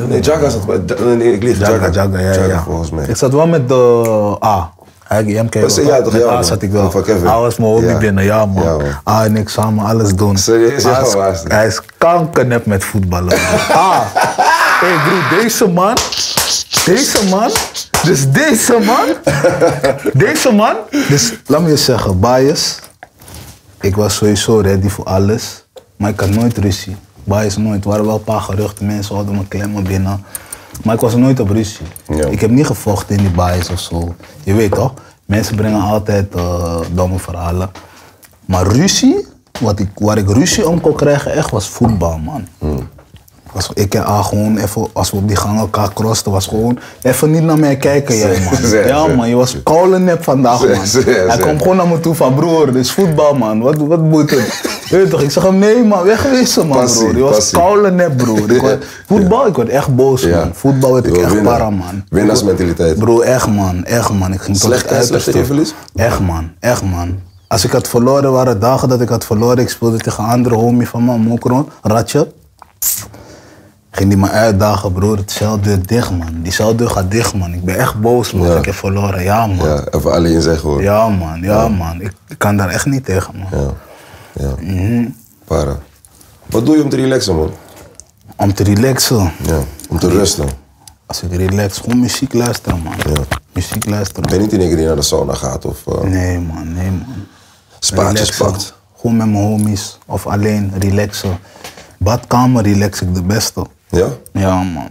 Nee, Jaga zat bij. Ja- Nee, nee, ik lieg.
Jaga, Jaga, ja, ja.
volgens mij.
Ik zat wel met de A. Hij MK.
Was hij- ja, toch,
met
ja,
A
man.
zat ik wel.
Van Kevin.
Hij was mijn hobby
Ja.
binnen, ja man.
Ja, man.
A en ik samen alles doen.
Serieus, ja,
Hij is-
waar is die?
Hij is kankernep met
<laughs>
voetballen. man. A. Hé broer, deze man. Deze man. Dus deze
<laughs>
man. Deze man. Dus laat me je zeggen, bias. Ik was sowieso ready voor alles, maar ik had nooit ruzie. Bias nooit. Er waren wel een paar geruchten, mensen hadden me klemmen binnen. Maar ik was nooit op ruzie.
Ja.
Ik heb niet gevochten in die bias of zo. Je weet toch? Mensen brengen altijd eh, domme verhalen.
Hmm.
Maar ruzie, wat ik, waar ik ruzie om kon krijgen, echt was voetbal, man. Was, ik en A gewoon even, als we op die gang elkaar crosten, was gewoon even niet naar mij kijken, jij man.
<laughs> Zeg,
Ja
zeg.
man, je was koude nep vandaag
Zeg,
man.
zeg,
Hij
zeg.
kwam gewoon naar me toe van broer, dit is voetbal man, wat, wat moet het? Weet je toch, ik zeg hem nee man, wegwezen man
Passie,
broer. Je was
passie.
koude nep
<laughs>
broer. Ik word-
Ja.
voetbal, ik word echt boos man. Voetbal werd
Je
ik
wil
echt
winnen.
para man.
Winnaarsmentaliteit.
Bro, echt man, echt man. Ik ging tot
Slecht-
het uiterste.
slechte evenlis?
Echt man, echt man. Als ik had verloren, waren dagen dat ik had verloren. Ik speelde tegen een andere homie van me, Mokron, Ratje. Ging die me uitdagen, broer. Het celdeur dicht, man. Die celdeur gaat dicht, man. Ik ben echt boos, man.
Ja.
Ik heb verloren. Ja, man. Ja,
Ja, even alleen zeggen hoor.
man. Ja, man. Ik, ik kan daar echt niet tegen, man.
Ja. ja.
Mhm.
Para. Wat doe je om te relaxen, man?
Om te relaxen.
Ja. Om te rusten.
Als ik relax, gewoon muziek luisteren, man.
Ja.
Muziek luisteren.
Ben je niet in één keer die naar de sauna gaat of eh,
Nee, man. Nee, man.
spaatjes
Relaxen.
pakt?
Gewoon met mijn homies of alleen relaxen. Badkamer relax ik de beste.
Ja?
Ja, man.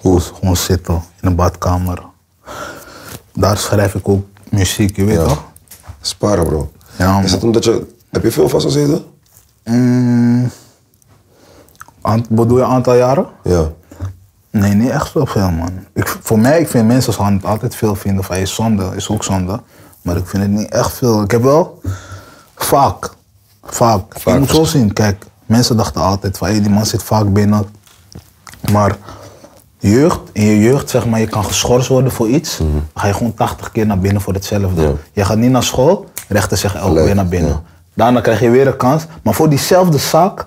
Hoe?
Gewoon zitten in een badkamer. Daar schrijf ik ook muziek, je weet
Ja.
toch?
Sparen, bro.
Ja, man.
Is dat omdat je... Heb je veel vastgezeten?
Mm, Ant- bedoel je aantal jaren?
Ja.
Nee, niet echt zoveel, man. Ik, voor mij, ik vind mensen gaan het altijd veel vinden van, is zonde, is ook zonde. Maar ik vind het niet echt veel. Ik heb wel vaak, vaak. Je
Vaak.
moet zo zien, kijk, mensen dachten altijd van, hé, die man zit vaak binnen. Maar jeugd, in je jeugd, zeg maar, je kan geschorst worden voor iets. Dan ga je gewoon 80 keer naar binnen voor hetzelfde.
Mhm. Ja.
Je gaat niet naar school, rechter zeggen, elke
Leuk,
Oh, weer naar binnen.
ja.
Daarna krijg je weer een kans. Maar voor diezelfde zaak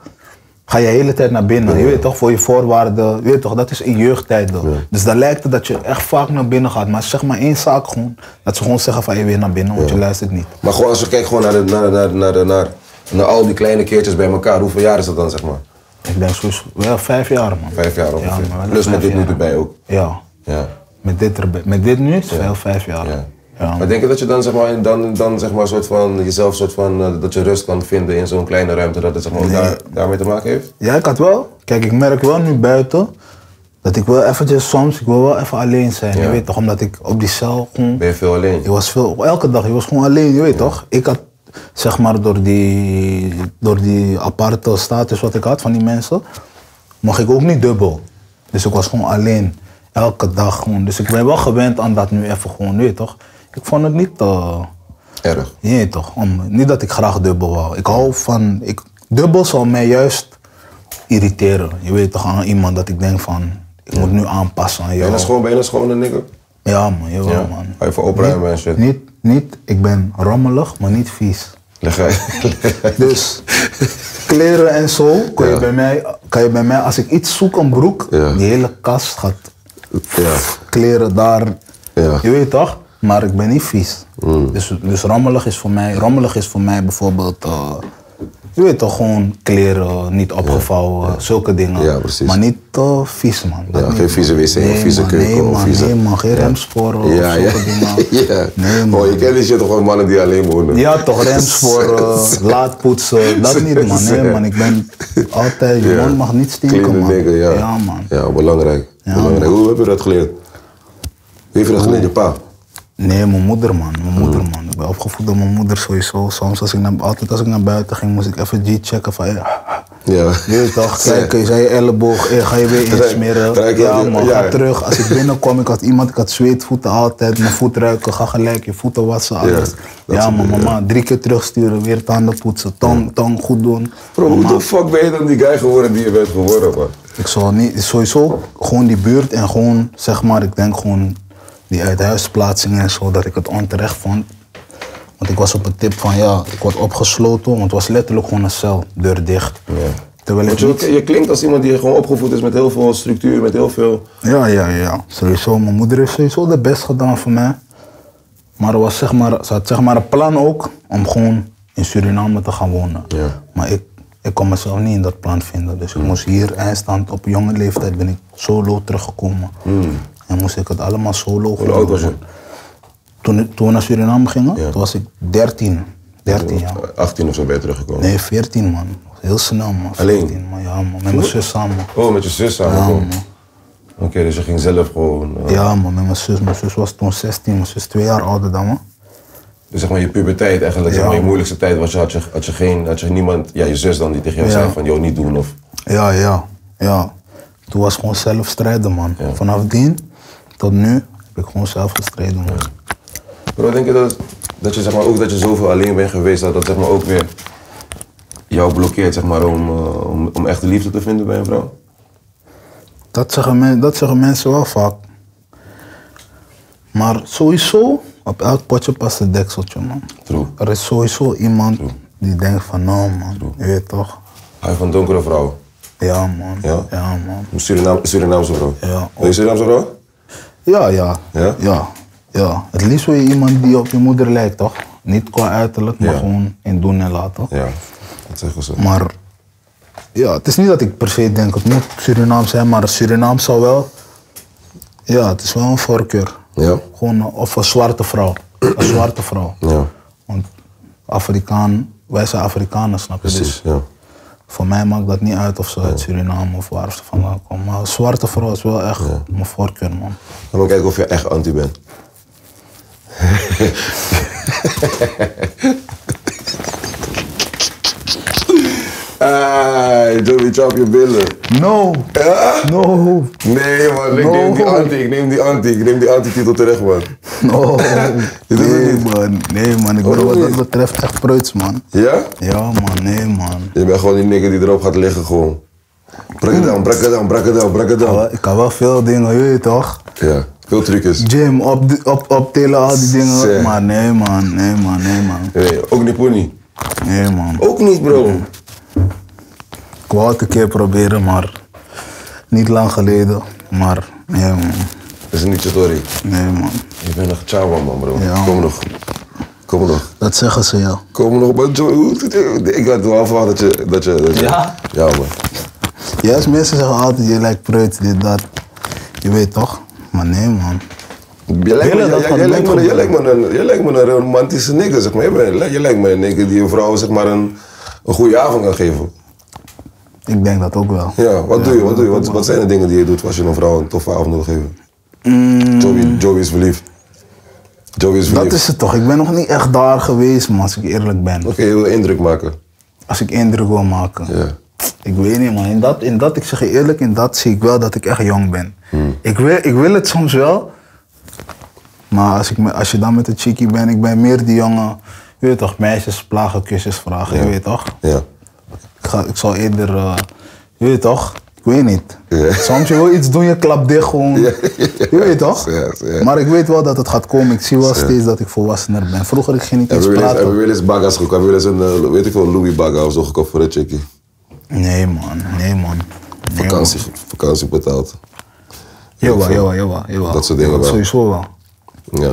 ga je de hele tijd naar binnen. Je weet toch, voor je voorwaarden. Je weet toch, dat is in jeugdtijden. Dus dan lijkt het dat je echt vaak naar binnen gaat. Maar zeg maar één zaak gewoon. Dat ze gewoon zeggen van je weer naar binnen, want je luistert niet.
Maar gewoon als je kijkt gewoon naar, de, naar, naar, naar, naar, naar, naar al die kleine keertjes bij elkaar. Hoeveel jaar is dat dan, zeg maar?
Ik denk sowieso wel vijf jaar man.
Vijf jaar
Ja,
ongeveer.
maar wel
Plus met
vijf
dit nu
jaar.
erbij ook.
Ja,
Ja.
met dit, erbij- met dit nu is het wel vijf jaar.
ja.
Ja.
Maar denk je dat je dan, zeg maar, dan, dan zeg maar, soort van, jezelf soort van, eh, dat je rust kan vinden in zo'n kleine ruimte, dat het zeg maar, ook daar, daarmee te maken heeft?
Ja, ik had wel. Kijk, ik merk wel nu buiten dat ik wel eventjes soms, ik wil wel even alleen zijn. Je
Ja.
weet toch, omdat ik op die cel gewoon,
Ben je veel alleen?
je was veel, elke dag, je was gewoon alleen, je weet toch. Ik had, zeg maar, door die, door die aparte status wat ik had van die mensen, mocht ik ook niet dubbel. Dus ik was gewoon alleen, elke dag gewoon. Dus ik ben wel gewend aan dat nu even gewoon, je weet toch. Ik vond het niet... eh,
Erg.
je weet toch? Om, niet dat ik graag dubbel wou. Ik hou van. Ik, dubbel zal mij juist irriteren. Je weet toch aan iemand dat ik denk van. Ik moet nu aanpassen aan jou.
Ben je gewoon, ben je een schone nigger?
Ja, man, jawel,
Ja.
man.
Hou je van opruimen
Niet-
en shit?
Niet, niet, ik ben rommelig, maar niet vies.
Leg <laughs> uit. Leg uit.
<laughs> Dus kleren en zo, kan, je
Ja.
bij mij, kan je bij mij, als ik iets zoek, een broek,
Ja.
die hele kast gaat
Ja.
kleren daar.
Ja. Hmm.
Je weet toch? Maar ik ben niet vies. Dus, dus rommelig is voor mij, rommelig is voor mij bijvoorbeeld, eh, je weet toch, gewoon kleren niet opgevouwen, zulke dingen.
Ja, precies.
Maar niet eh, vies, man. Dat
Ja,
niet,
geen vieze
man.
wc of
Nee,
vieze
man,
keuken
Nee,
of
man,
vieze-
nee, man, geen
Ja.
remsporen of
ja, ja.
zulke dingen.
<laughs> ja.
Nee,
Oh,
man.
je kent die shit toch van mannen die alleen wonen?
Ja,
<laughs>
toch, eh, remsporen, laadpoetsen, dat niet, man. Nee, man, ik ben altijd, je
Ja.
mond mag niet
Clean
stinken, man.
nigger, ja.
man.
Ja, belangrijk. belangrijk. Hoe heb je dat geleerd? Wie heeft je dat geleerd? Je pa?
Nee, mijn moeder, man. Mijn
Mm.
moeder, man. Ik ben opgevoed door mijn moeder sowieso. Soms, als ik naar, altijd als ik naar buiten ging, moest ik even G-checken van... eh,
Ja.
Je weet toch,
<laughs>
kijk
Ja.
eens aan je elleboog, eh, ga je weer
Ruik-
insmeren.
ruik je-
ja man,
ja.
ga terug.
<laughs>
Als ik binnenkwam, ik had iemand, ik had zweetvoeten altijd. Mijn voet ruiken, ga gelijk je voeten wassen, alles. Ja,
dat soort
man,
dingen,
mama, drie keer terugsturen, weer tanden poetsen, tong, tong goed doen.
Bro, hoe
Mama,
de fuck ben je dan die guy geworden die je bent geworden, man?
ik zal niet, sowieso gewoon die buurt en gewoon, zeg maar, ik denk gewoon die uithuisplaatsingen en zo, dat ik het onterecht vond. Want ik was op het tip van, ja, ik word opgesloten, want het was letterlijk gewoon een cel, deur dicht. Terwijl ik
Want je,
niet-
je klinkt als iemand die gewoon opgevoed is met heel veel structuur, met heel veel...
Ja, ja, ja. Sowieso, mijn moeder heeft sowieso de best gedaan voor mij. Maar, er was, zeg maar ze had zeg maar een plan ook om gewoon in Suriname te gaan wonen.
Ja.
Maar ik, ik kon mezelf niet in dat plan vinden. Dus ik moest hier eindstand op jonge leeftijd ben ik solo teruggekomen. En moest ik het allemaal solo
Hmm. Hoe oud was je?
Toen, ik- toen we naar Suriname gingen,
Ja.
toen was ik 13. 13 jaar.
18 of zo ben je teruggekomen.
Nee, 14 man. Heel snel man.
Alleen?
14, man. Ja, man. Met mijn zus samen.
Oh, met je zus samenkomen.
Ja, man.
Oké, dus je ging zelf gewoon... eh,
Nou, Ja, man, met mijn zus. Mijn zus was toen 16, mijn zus twee jaar ouder dan me.
Dus zeg maar je puberteit eigenlijk,
Ja.
zeg maar je moeilijkste tijd was, je had je, had je geen, had je niemand, ja je zus dan die tegen jou
Ja.
zei van, joh niet doen of...
Ja, ja. Ja, toen was gewoon zelf strijden, man. Vanaf dien tot nu heb ik gewoon zelf gestreden, man.
Bro, denk je dat, dat je zeg maar, ook dat je zoveel alleen bent geweest, dat dat zeg maar, ook weer jou blokkeert zeg maar, om, eh, om, om echte liefde te vinden bij een vrouw?
Dat, zeggen men, dat zeggen mensen wel vaak. Maar sowieso, op elk potje past een dekseltje, man.
True.
Er is sowieso iemand die denkt van, nou man, je weet toch?
Hij van donkere vrouwen.
Ja, man.
Ja?
man.
Een Surinaam, Surinaamse vrouw.
Ja.
Wil je Surinaamse vrouw?
Ja, ja.
Ja?
Ja. ja. Het liefst wil je iemand die op je moeder lijkt, toch? Niet qua uiterlijk, maar
Ja.
gewoon in doen en laten.
Ja, dat zeggen ze.
Maar ja, het is niet dat ik per se denk, het moet Surinaam zijn, maar Surinaam zou wel... Ja, het is wel een voorkeur.
Ja?
Gewoon, eh, of een zwarte vrouw.
<clears throat>
Een zwarte vrouw.
Ja,
Want Afrikaan, wij zijn Afrikanen, snap je?
precies.
Dus
Ja.
voor mij maakt dat niet uit of ze uit Suriname of waar ze vandaan komen. Maar een zwarte vrouw is wel echt mijn voorkeur, man.
Gaan we kijken of je echt anti bent. Hey, Joey, chop je billen.
No! No!
Nee man, ik
No.
neem die anti, ik neem die anti, ik neem die anti-titel terecht man.
No!
doet het
<laughs> Nee,
niet.
man. Nee, man. Ik ben
Waarom
wat dat
niet?
betreft echt preuts, man.
Ja?
Ja, man. Nee, man.
Je bent gewoon die nigger die erop gaat liggen gewoon. Break it down, break it down, break it down, break it down.
Ik kan wel veel dingen, je weet toch?
Ja, veel trucjes.
Gym, op, op, optelen, al die dingen.
Zeg.
Maar nee, man. Nee, man. Nee, man.
Nee, ook niet pony.
Nee, man.
Ook niet bro.
Ik wou het een keer proberen, maar niet lang geleden. Maar nee man,
Dat is niet je story.
nee man.
Je bent nog chawa man bro.
Ja.
Kom nog. Kom nog.
Dat zeggen ze ja.
Kom nog maar Joey. Ik had wel verwacht dat je, dat je, dat je...
Ja?
Ja man.
Juist dus mensen zeggen altijd je lijkt preut, dit, dat. Je weet toch? Maar nee man.
Jij lijkt me-
Billen, dat
jij-
gaat
jij lijkt me-
nooit
jij lijkt me een- jij lijkt me een romantische nigger zeg maar. Jij bent- Jij lijkt me een nigger die een vrouw zeg maar een, een goede avond kan geven.
Ik denk dat ook wel.
Ja, wat doe je? Wat, doe je? Wat, wat zijn de dingen die je doet als je een vrouw een toffe avond wil geven? Joey, Joey is verliefd. Joey is verliefd.
Mm. Dat is het toch. Ik ben nog niet echt daar geweest man, als ik eerlijk ben.
Oké, je wil indruk maken.
Als ik indruk wil maken.
Ja.
Ik weet niet man. In dat, in dat, ik zeg je eerlijk, in dat zie ik wel dat ik echt jong ben.
Hmm.
Ik, wil, ik wil het soms wel. Maar als, ik, me- als je dan met een chickie bent, ik ben meer die jongen. Je weet toch, meisjes plagen, kusjes vragen, je weet toch?
Ja.
Ik, ga, ik zal eerder, eh, je weet toch? Ik weet niet.
Ja.
Soms je wil iets doen, je klapt dicht gewoon. Je weet toch?
Ja, ja.
Maar ik weet wel dat het gaat komen. Ik zie wel steeds dat ik volwassener ben. Vroeger ik ging niet
Hebben
eens
we wel eens- hebben we
praten.
wel eens bagas gekocht? Hebben we wel eens een, eh, weet ik veel, Louis baga of zo gekocht voor een chickie?
Nee man, nee man. Nee,
Vakantie, vakantie betaald.
man. Jawel, jawel, jawel, jawel.
Dat soort dingen wel.
Sowieso wel.
Ja.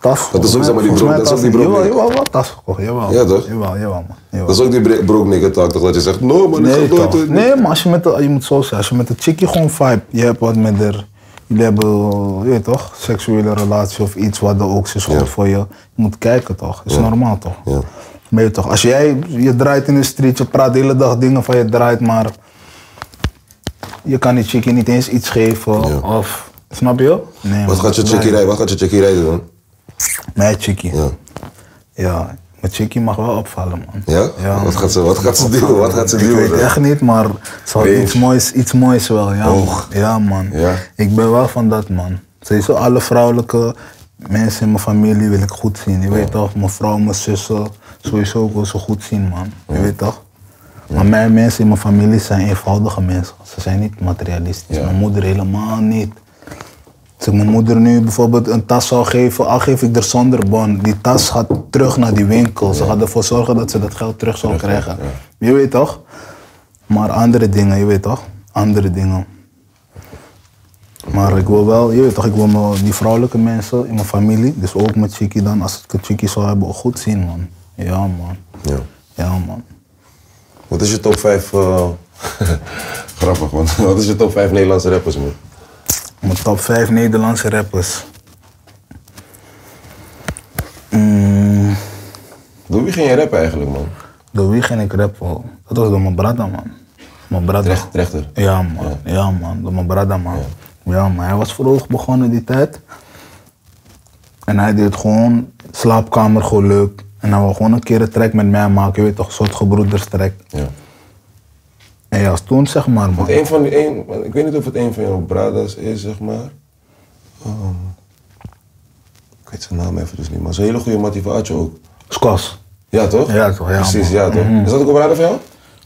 Tas.
Dat is ook zeg maar die
volgens mij
brood- dat is
tas-
ook die brood-
Jawel, jawel, wel tas gekocht. Jawel.
Ja, toch?
Jawel, jawel man. Jawel.
Dat is ook die bre- broek nigger taak toch? Dat je zegt, no man, ik
Nee,
ga nooit...
toch? nee, maar als je, met de, je moet zo zijn. Als je met de chickie gewoon vibe, je hebt wat met haar. Jullie hebben, je weet toch, seksuele relatie of iets wat dan ook. Ze is goed
Ja.
voor je. Je moet kijken toch? Is normaal toch?
Ja.
Maar je toch, als jij, je draait in de street, je praat de hele dag dingen van je draait, maar je kan die chickie niet eens iets geven
Ja.
of, snap je? Nee,
Wat
man.
gaat je chickie rijden? Wat gaat je chickie rijden dan?
Mijn chickie.
Ja.
Ja, mijn chickie mag wel opvallen, man.
Ja? Wat gaat ze- wat gaat ze duwen? Wat gaat ze
Ik
duwen
weet
dan?
echt niet, maar het zal
Beef.
iets moois, iets moois wel, ja.
Hoog.
Ja, man.
Ja?
Ik ben wel van dat, man. Sowieso alle vrouwelijke mensen in mijn familie wil ik goed zien. Je weet toch, mijn vrouw, mijn zussen, sowieso ik wil ze goed zien, man. Je weet toch? Maar mijn mensen in mijn familie zijn eenvoudige mensen. Ze zijn niet materialistisch.
Ja.
Mijn moeder helemaal niet. Als ik mijn moeder nu bijvoorbeeld een tas zou geven, al geef ik er zonder bon. Die tas gaat terug naar die winkel. Ze gaat ervoor zorgen dat ze dat geld terug zal krijgen. Je weet toch? Maar andere dingen, je weet toch? Andere dingen. Maar ik wil wel, je weet toch, ik wil me, die vrouwelijke mensen in mijn familie, dus ook met Chiki dan, als ik een Chiki zou hebben, goed zien, man. Ja, man.
Ja.
Ja, man.
Wat is je top 5... eh, <laughs> Grappig, want <laughs> wat is je top 5 Nederlandse rappers, man?
Mijn top 5 Nederlandse rappers. Mm,
Door wie ging je rappen eigenlijk, man?
door wie ging ik rappen? wel? Dat was door mijn brada, man. Mijn brada.
Recht- rechter.
Ja, man. Ja, man. Door mijn brada, man. Ja. man. Hij was vroeg begonnen die tijd. En hij deed gewoon slaapkamer gewoon leuk. En hij wou gewoon een keer een track met mij maken. Je weet toch, een soort gebroeders track.
Ja.
En ja, toen zeg maar, man.
Een van die, een, ik weet niet of het een van jouw brothers is, zeg maar. Ehm, ik weet zijn naam even dus niet, maar zo'n hele goede mattie van Atje ook.
Skos.
Ja, toch?
Ja, toch, ja,
Precies,
man.
ja, toch? Is dat ook een brader van jou?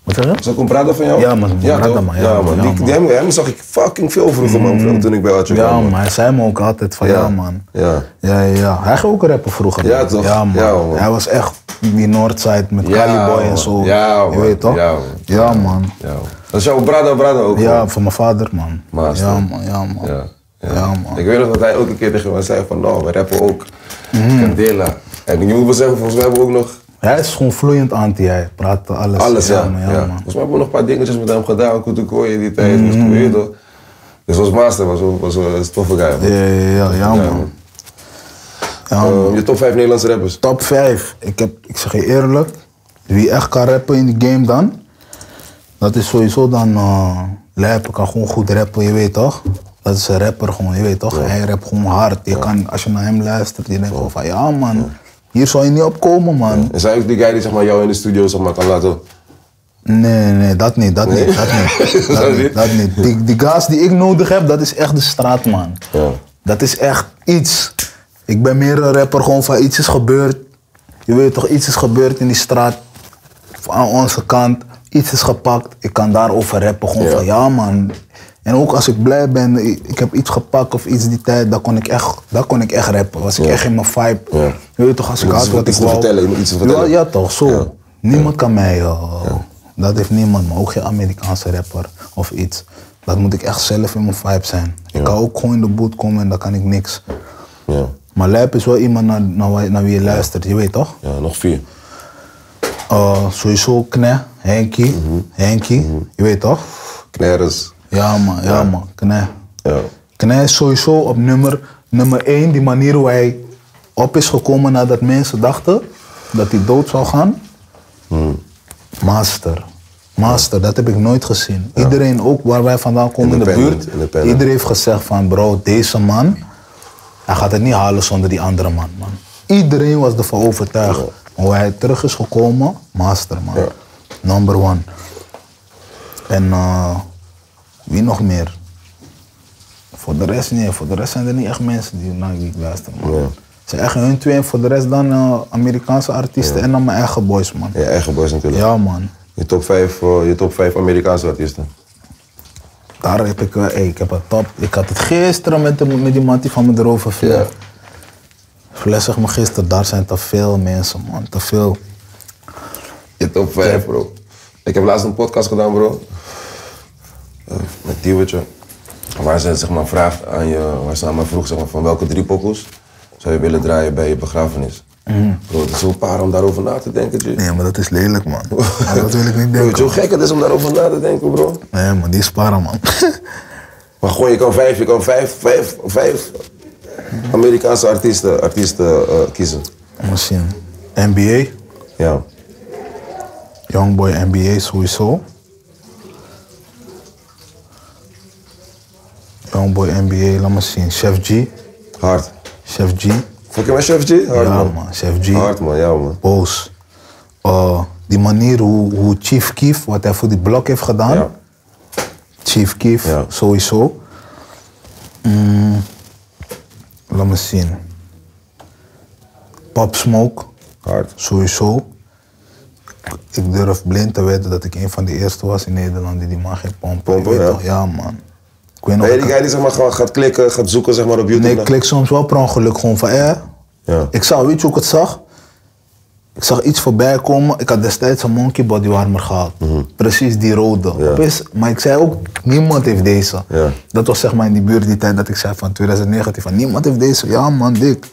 Wat zeg je?
Is dat ook een brader van jou?
Ja, man, een brader,
toch?
man. Ja,
Ja,
man.
man. Die,
Ja, man. Mhm.
die- hem, hem zag ik fucking veel vroeger, man, toen ik bij Atje
Ja,
kwam.
man. Hij zei me ook altijd van, ja, man.
Ja.
Ja, ja, ja. Hij ging ook rappen vroeger.
Ja,
man.
toch?
Ja, man.
Ja, man.
Hij was echt die Northside met
Ja,
Caliboy en
man.
zo.
Ja,
Je
man.
weet toch?
Ja, man.
Ja, man.
Ja. Dat is jouw brader, brader ook.
Ja,
hoor.
van mijn vader, man.
Maar is
ja,
dat-
man. Ja, man.
Ja. Ja.
Ja, man.
Ik weet nog dat hij ook een keer tegen mij zei van, nou, we rappen ook.
Mhm.
Candela. En ik moet wel zeggen, volgens mij hebben we ook nog
Hij is gewoon vloeiend anti. Hij praat alles.
alles, ja.
man.
ja,
Ja, man.
Volgens mij hebben we nog een paar dingetjes met hem gedaan, Koetekooi in die tijd, dus
Mhm.
je weet toch. Dus ons master was, ook- was, eh, was een toffe guy. man.
Ja, ja, ja, ja,
Ja,
man.
man.
Ja,
Eh,
man.
je top 5 Nederlandse rappers.
Top 5. Ik, heb, ik zeg je eerlijk, wie echt kan rappen in de game dan, dat is sowieso dan eh Lijp. Ik kan gewoon goed rappen, je weet toch? Dat is een rapper gewoon, je weet toch? Hij rapt gewoon hard. Je kan, als je naar hem luistert, je denkt gewoon van ja man, hier zou je niet op komen man.
En zij ook die guy die zeg maar, jou in de studio zeg maar, kan laten.
Nee, nee, dat niet, dat niet, dat
<laughs>
niet.
Zo
Dat niet,
niet?
dat niet. Die, die gaas die ik nodig heb, dat is echt de straatman.
Ja.
Dat is echt iets. Ik ben meer een rapper gewoon van iets is gebeurd. Je weet toch, iets is gebeurd in die straat. Of Aan onze kant. Iets is gepakt. Ik kan daarover rappen. Gewoon
Ja.
van ja man. En ook als ik blij ben, i- ik heb iets gepakt of iets die tijd, dan kon ik echt, dan kon ik echt rappen. Was ik
Ja.
echt in mijn vibe.
Ja.
Je weet toch, als ik
Iets
had wat
te
ik wou.
vertellen, je moet iets te
Ja,
vertellen.
Ja, toch, zo.
Ja.
Niemand kan mij. eh, Dat heeft niemand, maar ook geen Amerikaanse rapper of iets. Dat moet ik echt zelf in mijn vibe zijn. Ik kan ook gewoon in de boot komen en dan kan ik niks.
Ja.
Maar Lijp is wel iemand naar, naar, wa- naar wie je luistert, je weet toch?
ja, nog vier.
Eh, sowieso Kne, Henkie,
Mhm.
Henkie, je weet toch?
Knerres.
Ja man, ja, man, Kne.
Ja.
Kne is sowieso op nummer, nummer één, die manier hoe hij op is gekomen nadat mensen dachten dat hij dood zou gaan. Hmm. Master. Master, dat heb ik nooit gezien. Iedereen, ook waar wij vandaan komen in de
Independent,
buurt,
independent.
iedereen heeft gezegd van bro, deze man, hij gaat het niet halen zonder die andere man, man. Iedereen was ervan overtuigd. Maar Hoe hij terug is gekomen, master man.
Ja.
Number one. En eh, wie nog meer? Voor de rest nee, voor de rest zijn er niet echt mensen die naar wie ik luister man.
Ja.
Het zijn echt hun twee en voor de rest dan eh, Amerikaanse artiesten en dan mijn eigen boys man.
Je eigen boys natuurlijk.
Ja man,
Je, top 5, je top 5 Amerikaanse artiesten.
daar heb ik, eh, hey, ik heb het top. Ik had het gisteren met, de, met die man die van me erover viel.
Ja.
Fles zegt me gisteren, daar zijn te veel mensen man, te veel.
Je top 5, bro. Ik heb laatst een podcast gedaan, bro. Eh, met Diewertje. Waar ze zeg maar, vraagt aan je, waar ze aan mij vroeg zeg maar, van welke drie pokkels zou je willen draaien bij je begrafenis.
Mm.
Bro, het is zo paar om daarover na te denken, G.
Nee maar dat is lelijk man. <laughs> Ja, dat wil ik niet
Weet je
denken.
hoe gek het is om daarover na te denken, bro?
Nee man, die is para <laughs> man.
Maar gewoon, je kan vijf, je kan vijf, vijf, vijf Amerikaanse artiesten, artiesten eh, kiezen.
Misschien. NBA,
Ja.
Youngboy NBA sowieso. Youngboy NBA, laat maar zien. Chef G.
Hard.
Chef G.
Fuck je met Chef G? Hard,
ja,
man.
man. Chef G.
Hard, man. Ja, man.
Boos. Eh, die manier hoe, hoe Chief Keef, wat hij voor die blok heeft gedaan.
Ja.
Chief Keef,
Ja.
sowieso. Mm, laat me zien. Pop Smoke,
Hard.
sowieso. Ik durf blind te weten dat ik een van de eerste was in Nederland die die man ging pompen.
Pompen,
Ik weet
ja.
toch? ja man. Ik weet nog,
Nee,
ik
die guy die zeg maar, gewoon gaat klikken, gaat zoeken zeg maar, op YouTube.
Nee, ik klik soms wel per ongeluk gewoon van, eh.
Ja.
Ik zag, weet je hoe ik het zag? Ik zag iets voorbij komen. Ik had destijds een monkey body warmer gehaald. Precies die rode.
Mhm. Ja.
Opeens- maar ik zei ook, niemand heeft deze.
Ja.
Dat was zeg maar in die buurt die tijd dat ik zei van 2019 van niemand heeft deze. Ja man, dik.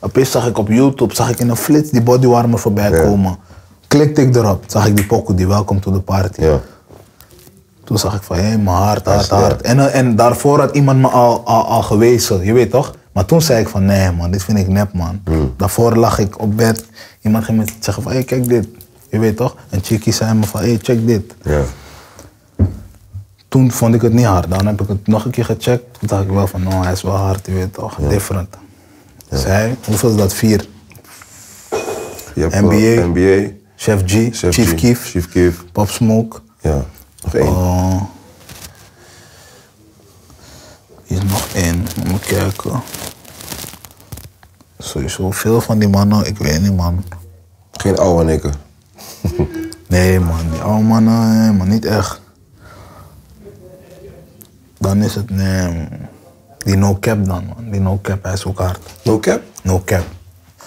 Opeens zag ik op YouTube, zag ik in een flits die body warmer voorbij
Ja.
komen. Klikte ik erop, zag ik die pokoe, die welcome to the party.
Ja.
Toen zag ik van, hé, mijn hart,
Hij
hart,
is- ja.
hart. En, eh, en daarvoor had iemand me al, al, al gewezen, je weet toch? Maar toen zei ik van, nee man, dit vind ik nep man.
Hmm.
Daarvoor lag ik op bed. Iemand ging me zeggen van, hé, kijk dit. Je weet toch? En Chickie zei me van, hé, check dit.
Ja.
Toen vond ik het niet hard. Dan heb ik het nog een keer gecheckt. Toen dacht ik wel van, nou, hij is wel hard, je weet toch? Different. Zij, hoeveel is dat? Vier.
Je hebt,
NBA.
eh, NBA.
Chef G,
Chef
Chief
G,
Keef,
Chief Keef.
Pop Smoke,
Ja. Nog één.
Oh. Hier is nog één. Moet kijken. Sowieso veel van die mannen, ik weet niet man.
Geen oude nikken.
Nee man, die oude mannen, nee, man, niet echt. Dan is het, nee. mm. Die no cap dan man, die no cap, hij is ook hard.
No cap?
No cap.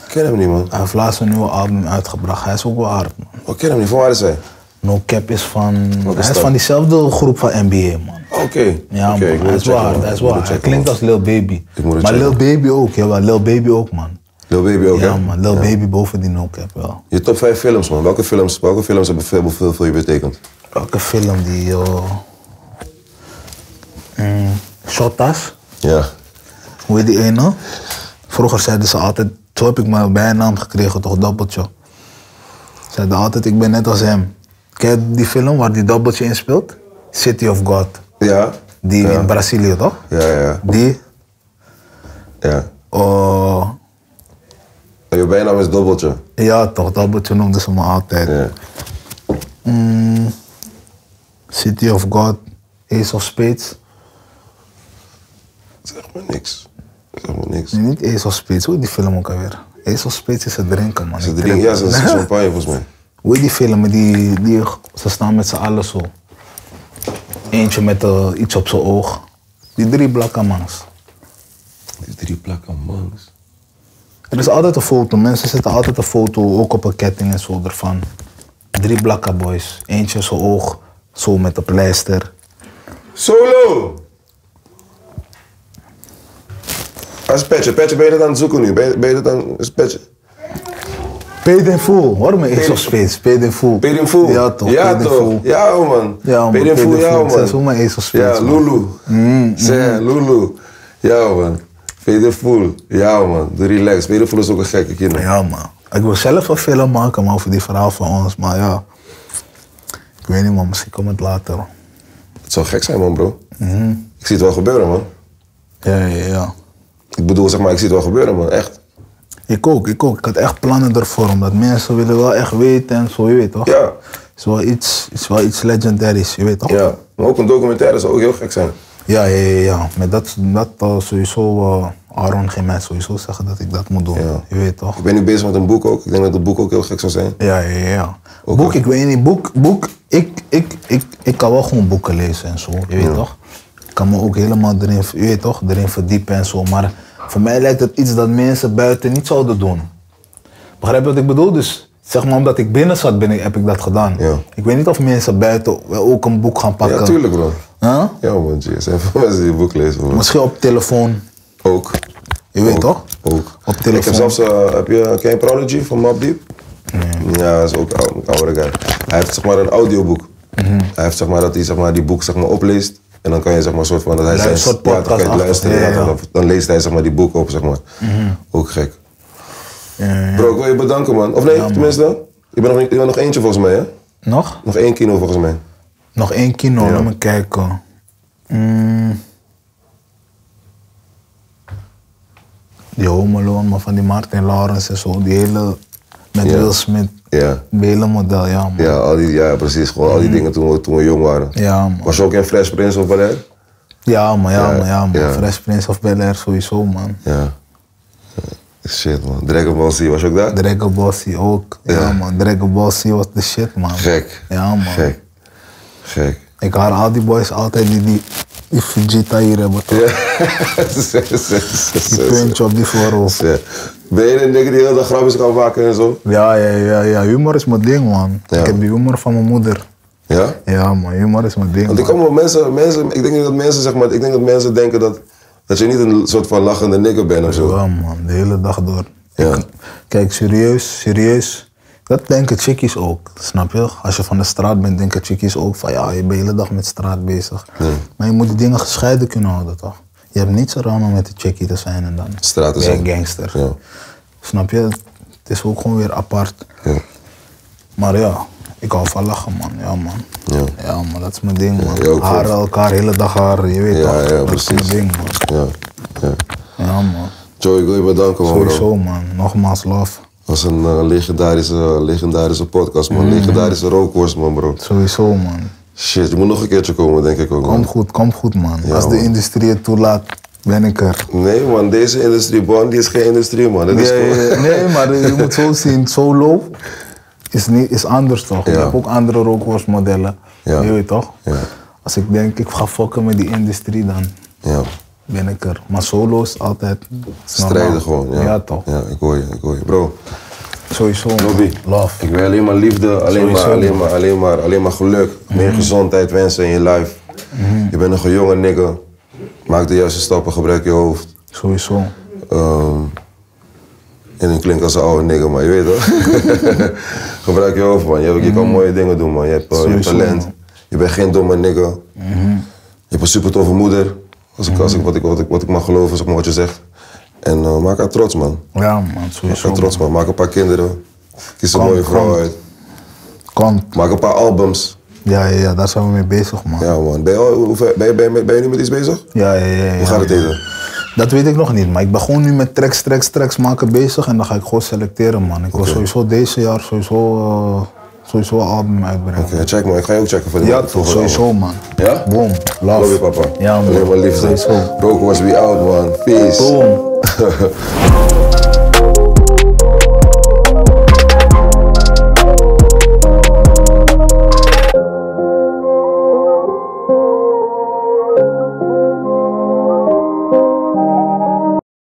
Ik ken hem niet, man.
Hij heeft laatst een nieuwe album uitgebracht, hij is ook wel hard man.
Oh, ik ken hem niet. Van waar is hij?
No cap is
Wat is
van, hij is
dat?
van diezelfde groep van NBA man.
Oh, Oké.
Ja,
Oké, ik
man,
moet het
hij is wel
checken,
hard,
man.
hij is
Ik moet
wel
het
hard. Hij
checken,
klinkt
man.
als Lil Baby.
Ik moet het
maar Lil
checken.
Baby ook, jawel, Lil Baby ook, man.
Lil Baby ook,
Ja,
hè?
man, Lil Baby boven die no-cap wel.
Je top 5 films, man. Welke films, welke films hebben veel, veel voor je betekend?
Welke film die, joh. Mm, Shotas,
Ja.
hoe heet die ene? Vroeger zeiden ze altijd, zo heb ik mijn bijnaam gekregen, toch, Dappeltje. Zeiden altijd, ik ben net als hem. Ken je die film waar die Dappeltje in speelt? City of God.
Ja?
Die in Brazilië, toch?
Ja, ja,
Die,
ja.
oh,
En je bijnaam is Dobbeltje.
ja toch, Dappeltje noemden ze me altijd.
Ja.
Mm, City of God, Ace of Spades.
Zeg maar niks. Zeg maar niks.
Nee, niet Ace of Spades, hoe heet die film ook alweer? Ace of Spades is het drinken, man.
Ze
Ik
drinken,
drink-
ja, ze
<laughs>
ze champagne volgens mij.
Hoe heet die film, die, die, ze staan met z'n allen zo. Eentje met eh, iets op zijn oog. Die drie blakke mans.
Die drie plakken mangs.
Er is altijd een foto, mensen zetten altijd een foto, ook op een ketting en zo ervan. Drie blakke boys, eentje zijn oog, zo met een pleister.
Solo! Als Petje, Petje, ben je dat aan het zoeken nu? Ben je, ben je dat aan is Petje?
Paid in full, hoor me, Ace
Paid-
of Spades, paid in full.
Paid in full.
Ja toch,
Ja,
paid in
toch?
full.
Ja, oh, man.
Ja, man.
Paid in full,
Paid in
ja, oh,
full.
man.
Zij is voor mij Ace of Spades,
Ja,
man. Mm,
Lulu. Zij, Lulu. Ja, oh, man. Paid in full. Ja, oh, man. Doe relax. Paid in full is ook een gekke kinder.
Ja, man. Ik wil zelf een film maken man, over die verhaal van ons, maar ja. Ik weet niet, man. Misschien komt het later.
Het zou gek zijn, man, bro.
Mhm.
Ik zie het wel gebeuren, man.
Ja, ja, ja.
Ik bedoel, zeg maar, ik zie het wel gebeuren, man. Echt.
Ik ook, ik ook. Ik had echt plannen ervoor, omdat mensen willen wel echt weten en zo, je weet toch?
Ja.
Het is wel iets, het is wel iets legendaries, je weet toch?
Ja. Maar ook een documentaire zou ook heel gek zijn.
Ja, ja, ja. ja. Maar dat, dat eh, sowieso, eh Aaron ging mij sowieso zeggen dat ik dat moet doen,
Ja.
je weet toch?
Ik ben nu bezig met een boek ook. Ik denk dat het boek ook heel gek zou zijn.
Ja, ja, ja.
Ook
boek,
wel.
ik weet niet, boek, boek ik, ik, ik, ik kan wel gewoon boeken lezen en zo, je weet toch? Ik kan me ook helemaal erin, je weet toch, erin verdiepen en zo, maar voor mij lijkt het iets dat mensen buiten niet zouden doen. Begrijp je wat ik bedoel? Dus zeg maar omdat ik binnen zat, ben ik, heb ik dat gedaan.
Ja.
Ik weet niet of mensen buiten wel ook een boek gaan pakken.
Ja, tuurlijk, bro.
Huh?
Ja, man. gee, <laughs> Er zijn veel mensen die het boek lezen, man.
Misschien op telefoon,
Ook.
je weet
Ook.
toch?
Ook.
Op
Ik heb
telefoon.
zelfs, eh, heb je, ken je Prodigy van Mobb Deep? Ja, dat is ook een oude- oude guy. Hij heeft zeg maar een audioboek.
Mhm.
Hij heeft zeg maar dat hij zeg maar die boek zeg maar opleest. En dan kan je zeg maar een soort van dat hij
Luister-
zijn-
soort podcast
ja, dan kan je het
achter.
luisteren.
Ja,
ja,
ja. Mhm.
Dan, dan leest hij zeg maar die boek op zeg maar. Ook gek. Bro, ik wil je bedanken man. Of nee, tenminste. Je bent, nog, je bent nog eentje volgens mij hè?
Nog?
Nog één kino volgens mij.
Nog één kino, laat me kijken. Mm. Die Home Alone, maar van die Martin Lawrence en zo, die hele, met
Ja.
Will Smith,
Ja.
die hele model, ja man.
Ja, al die, ja precies. Gewoon al die dingen toen we, toen we jong waren.
Mm. Ja, man.
Was je ook in Fresh Prince of Bel-Air?
Ja man, ja
Ja,
man, ja man.
ja.
Fresh Prince of Bel-Air sowieso man.
Ja. Shit man. Dragon Ball Z, was je ook daar?
Dragon Ball C ook. Ja,
Ja.
man, Dragon Ball C was de shit man.
Gek.
Ja man.
Gek. Gek.
Ik haal al die boys altijd die, die, die Vegeta hier hebben. toch?
<laughs> Ja. Zo, zo, zo, zo,
Die
zo.
puntje op die voorhoofd.
Ja. Ben je een nigger die heel dag grapjes kan maken en zo?
Ja, ja, ja, ja, humor is mijn ding man.
Ja.
Ik heb die humor van mijn moeder.
Ja?
Ja, man, humor is mijn ding.
Want ik
man.
kom wel mensen, mensen, ik denk niet dat mensen zeg maar, ik denk dat mensen denken dat, dat je niet een soort van lachende nigger bent of zo.
Ja, man, de hele dag door.
Ja.
Ik- kijk, serieus, serieus. Dat denken chickies ook, snap je? Als je van de straat bent, denken chickies ook van ja, je bent de hele dag met straat bezig. Maar je moet die dingen gescheiden kunnen houden, toch? Je hebt niets eraan om met de chickie te zijn en dan
Straat te
ben je
zijn.
gangster.
Ja.
Snap je? Het is ook gewoon weer apart.
Ja.
Maar ja, ik hou van lachen, man. Ja, man.
Ja.
man, dat is mijn ding, man.
Ja, ook
Haar
wel.
elkaar, hele dag haar, je weet
Ja,
toch?
ja,
dat
precies.
is mijn ding, man.
Ja. ja.
Ja, man.
Joey, ik wil je bedanken man. bro.
Sowieso, man. Nogmaals, love.
was
Mhm.
een eh, legendarische, legendarische podcast man. Legendarische rookworst man bro.
Sowieso, man.
Shit, je moet nog een keertje komen, denk ik ook. man.
Kom goed, kom goed man.
Ja,
Als de
man.
industrie het toelaat, ben ik er.
Nee man, deze industrie, Bondi is geen industrie man. Dat is
Ja,
gewoon-
ja, ja. <laughs> nee, maar je moet zo zien, solo is, niet, is anders toch? Je
Ja.
hebt ook andere rookworstmodellen.
Ja.
Je weet toch?
Ja.
Als ik denk, ik ga fokken met die industrie, dan
Ja,
ben ik er. Maar solo is altijd is normaal.
strijden gewoon. Ja,
toch?
Ja, ik hoor je, ik hoor je. Bro,
Sowieso. man.
Lobby.
Love.
Ik wil alleen maar liefde, alleen maar,
Sowieso. Mhm.
alleen, maar, alleen, maar, alleen maar geluk. Meer gezondheid wensen in je life. Je bent nog een jonge nigger. Maak de juiste stappen, gebruik je hoofd.
Sowieso.
Ehm, en ik klink als een oude nigger, maar je weet
<laughs>
toch? gebruik je hoofd, man. Je, hebt- je kan mooie dingen doen, man. Je hebt, eh, je hebt
Mhm. Sowieso, Mhm.
talent.
man.
Je bent geen domme nigger. Je hebt een super toffe moeder. Als ik,
Mhm.
als ik, wat, ik, wat, ik, wat ik mag geloven, zeg maar wat je zegt. En eh, maak haar trots, man.
Ja man,
Maak
sowieso.
haar trots, man. Maak een paar kinderen. Kies een
Kom,
mooie vrouw
kom.
uit.
Komt.
Maak een paar albums.
Ja, ja, ja, daar zijn we mee bezig man.
Ja man, ben je, al- hoe ver- ben je, ben je, met- ben je nu met iets bezig?
Ja, ja, ja.
Hoe gaat het eten?
Dat weet ik nog niet, maar ik ben gewoon nu met tracks, tracks, tracks maken bezig en dan ga ik gewoon selecteren, man. Ik wil sowieso deze jaar sowieso, eh, sowieso een album uitbrengen.
Oké, check man, ik ga je ook checken voor de
Ja, toch, sowieso, man.
Ja?
Boom, love.
Love you papa.
Ja, man.
Alleen maar liefde.
Sowieso.
Roken was we out man. Peace.
Boom.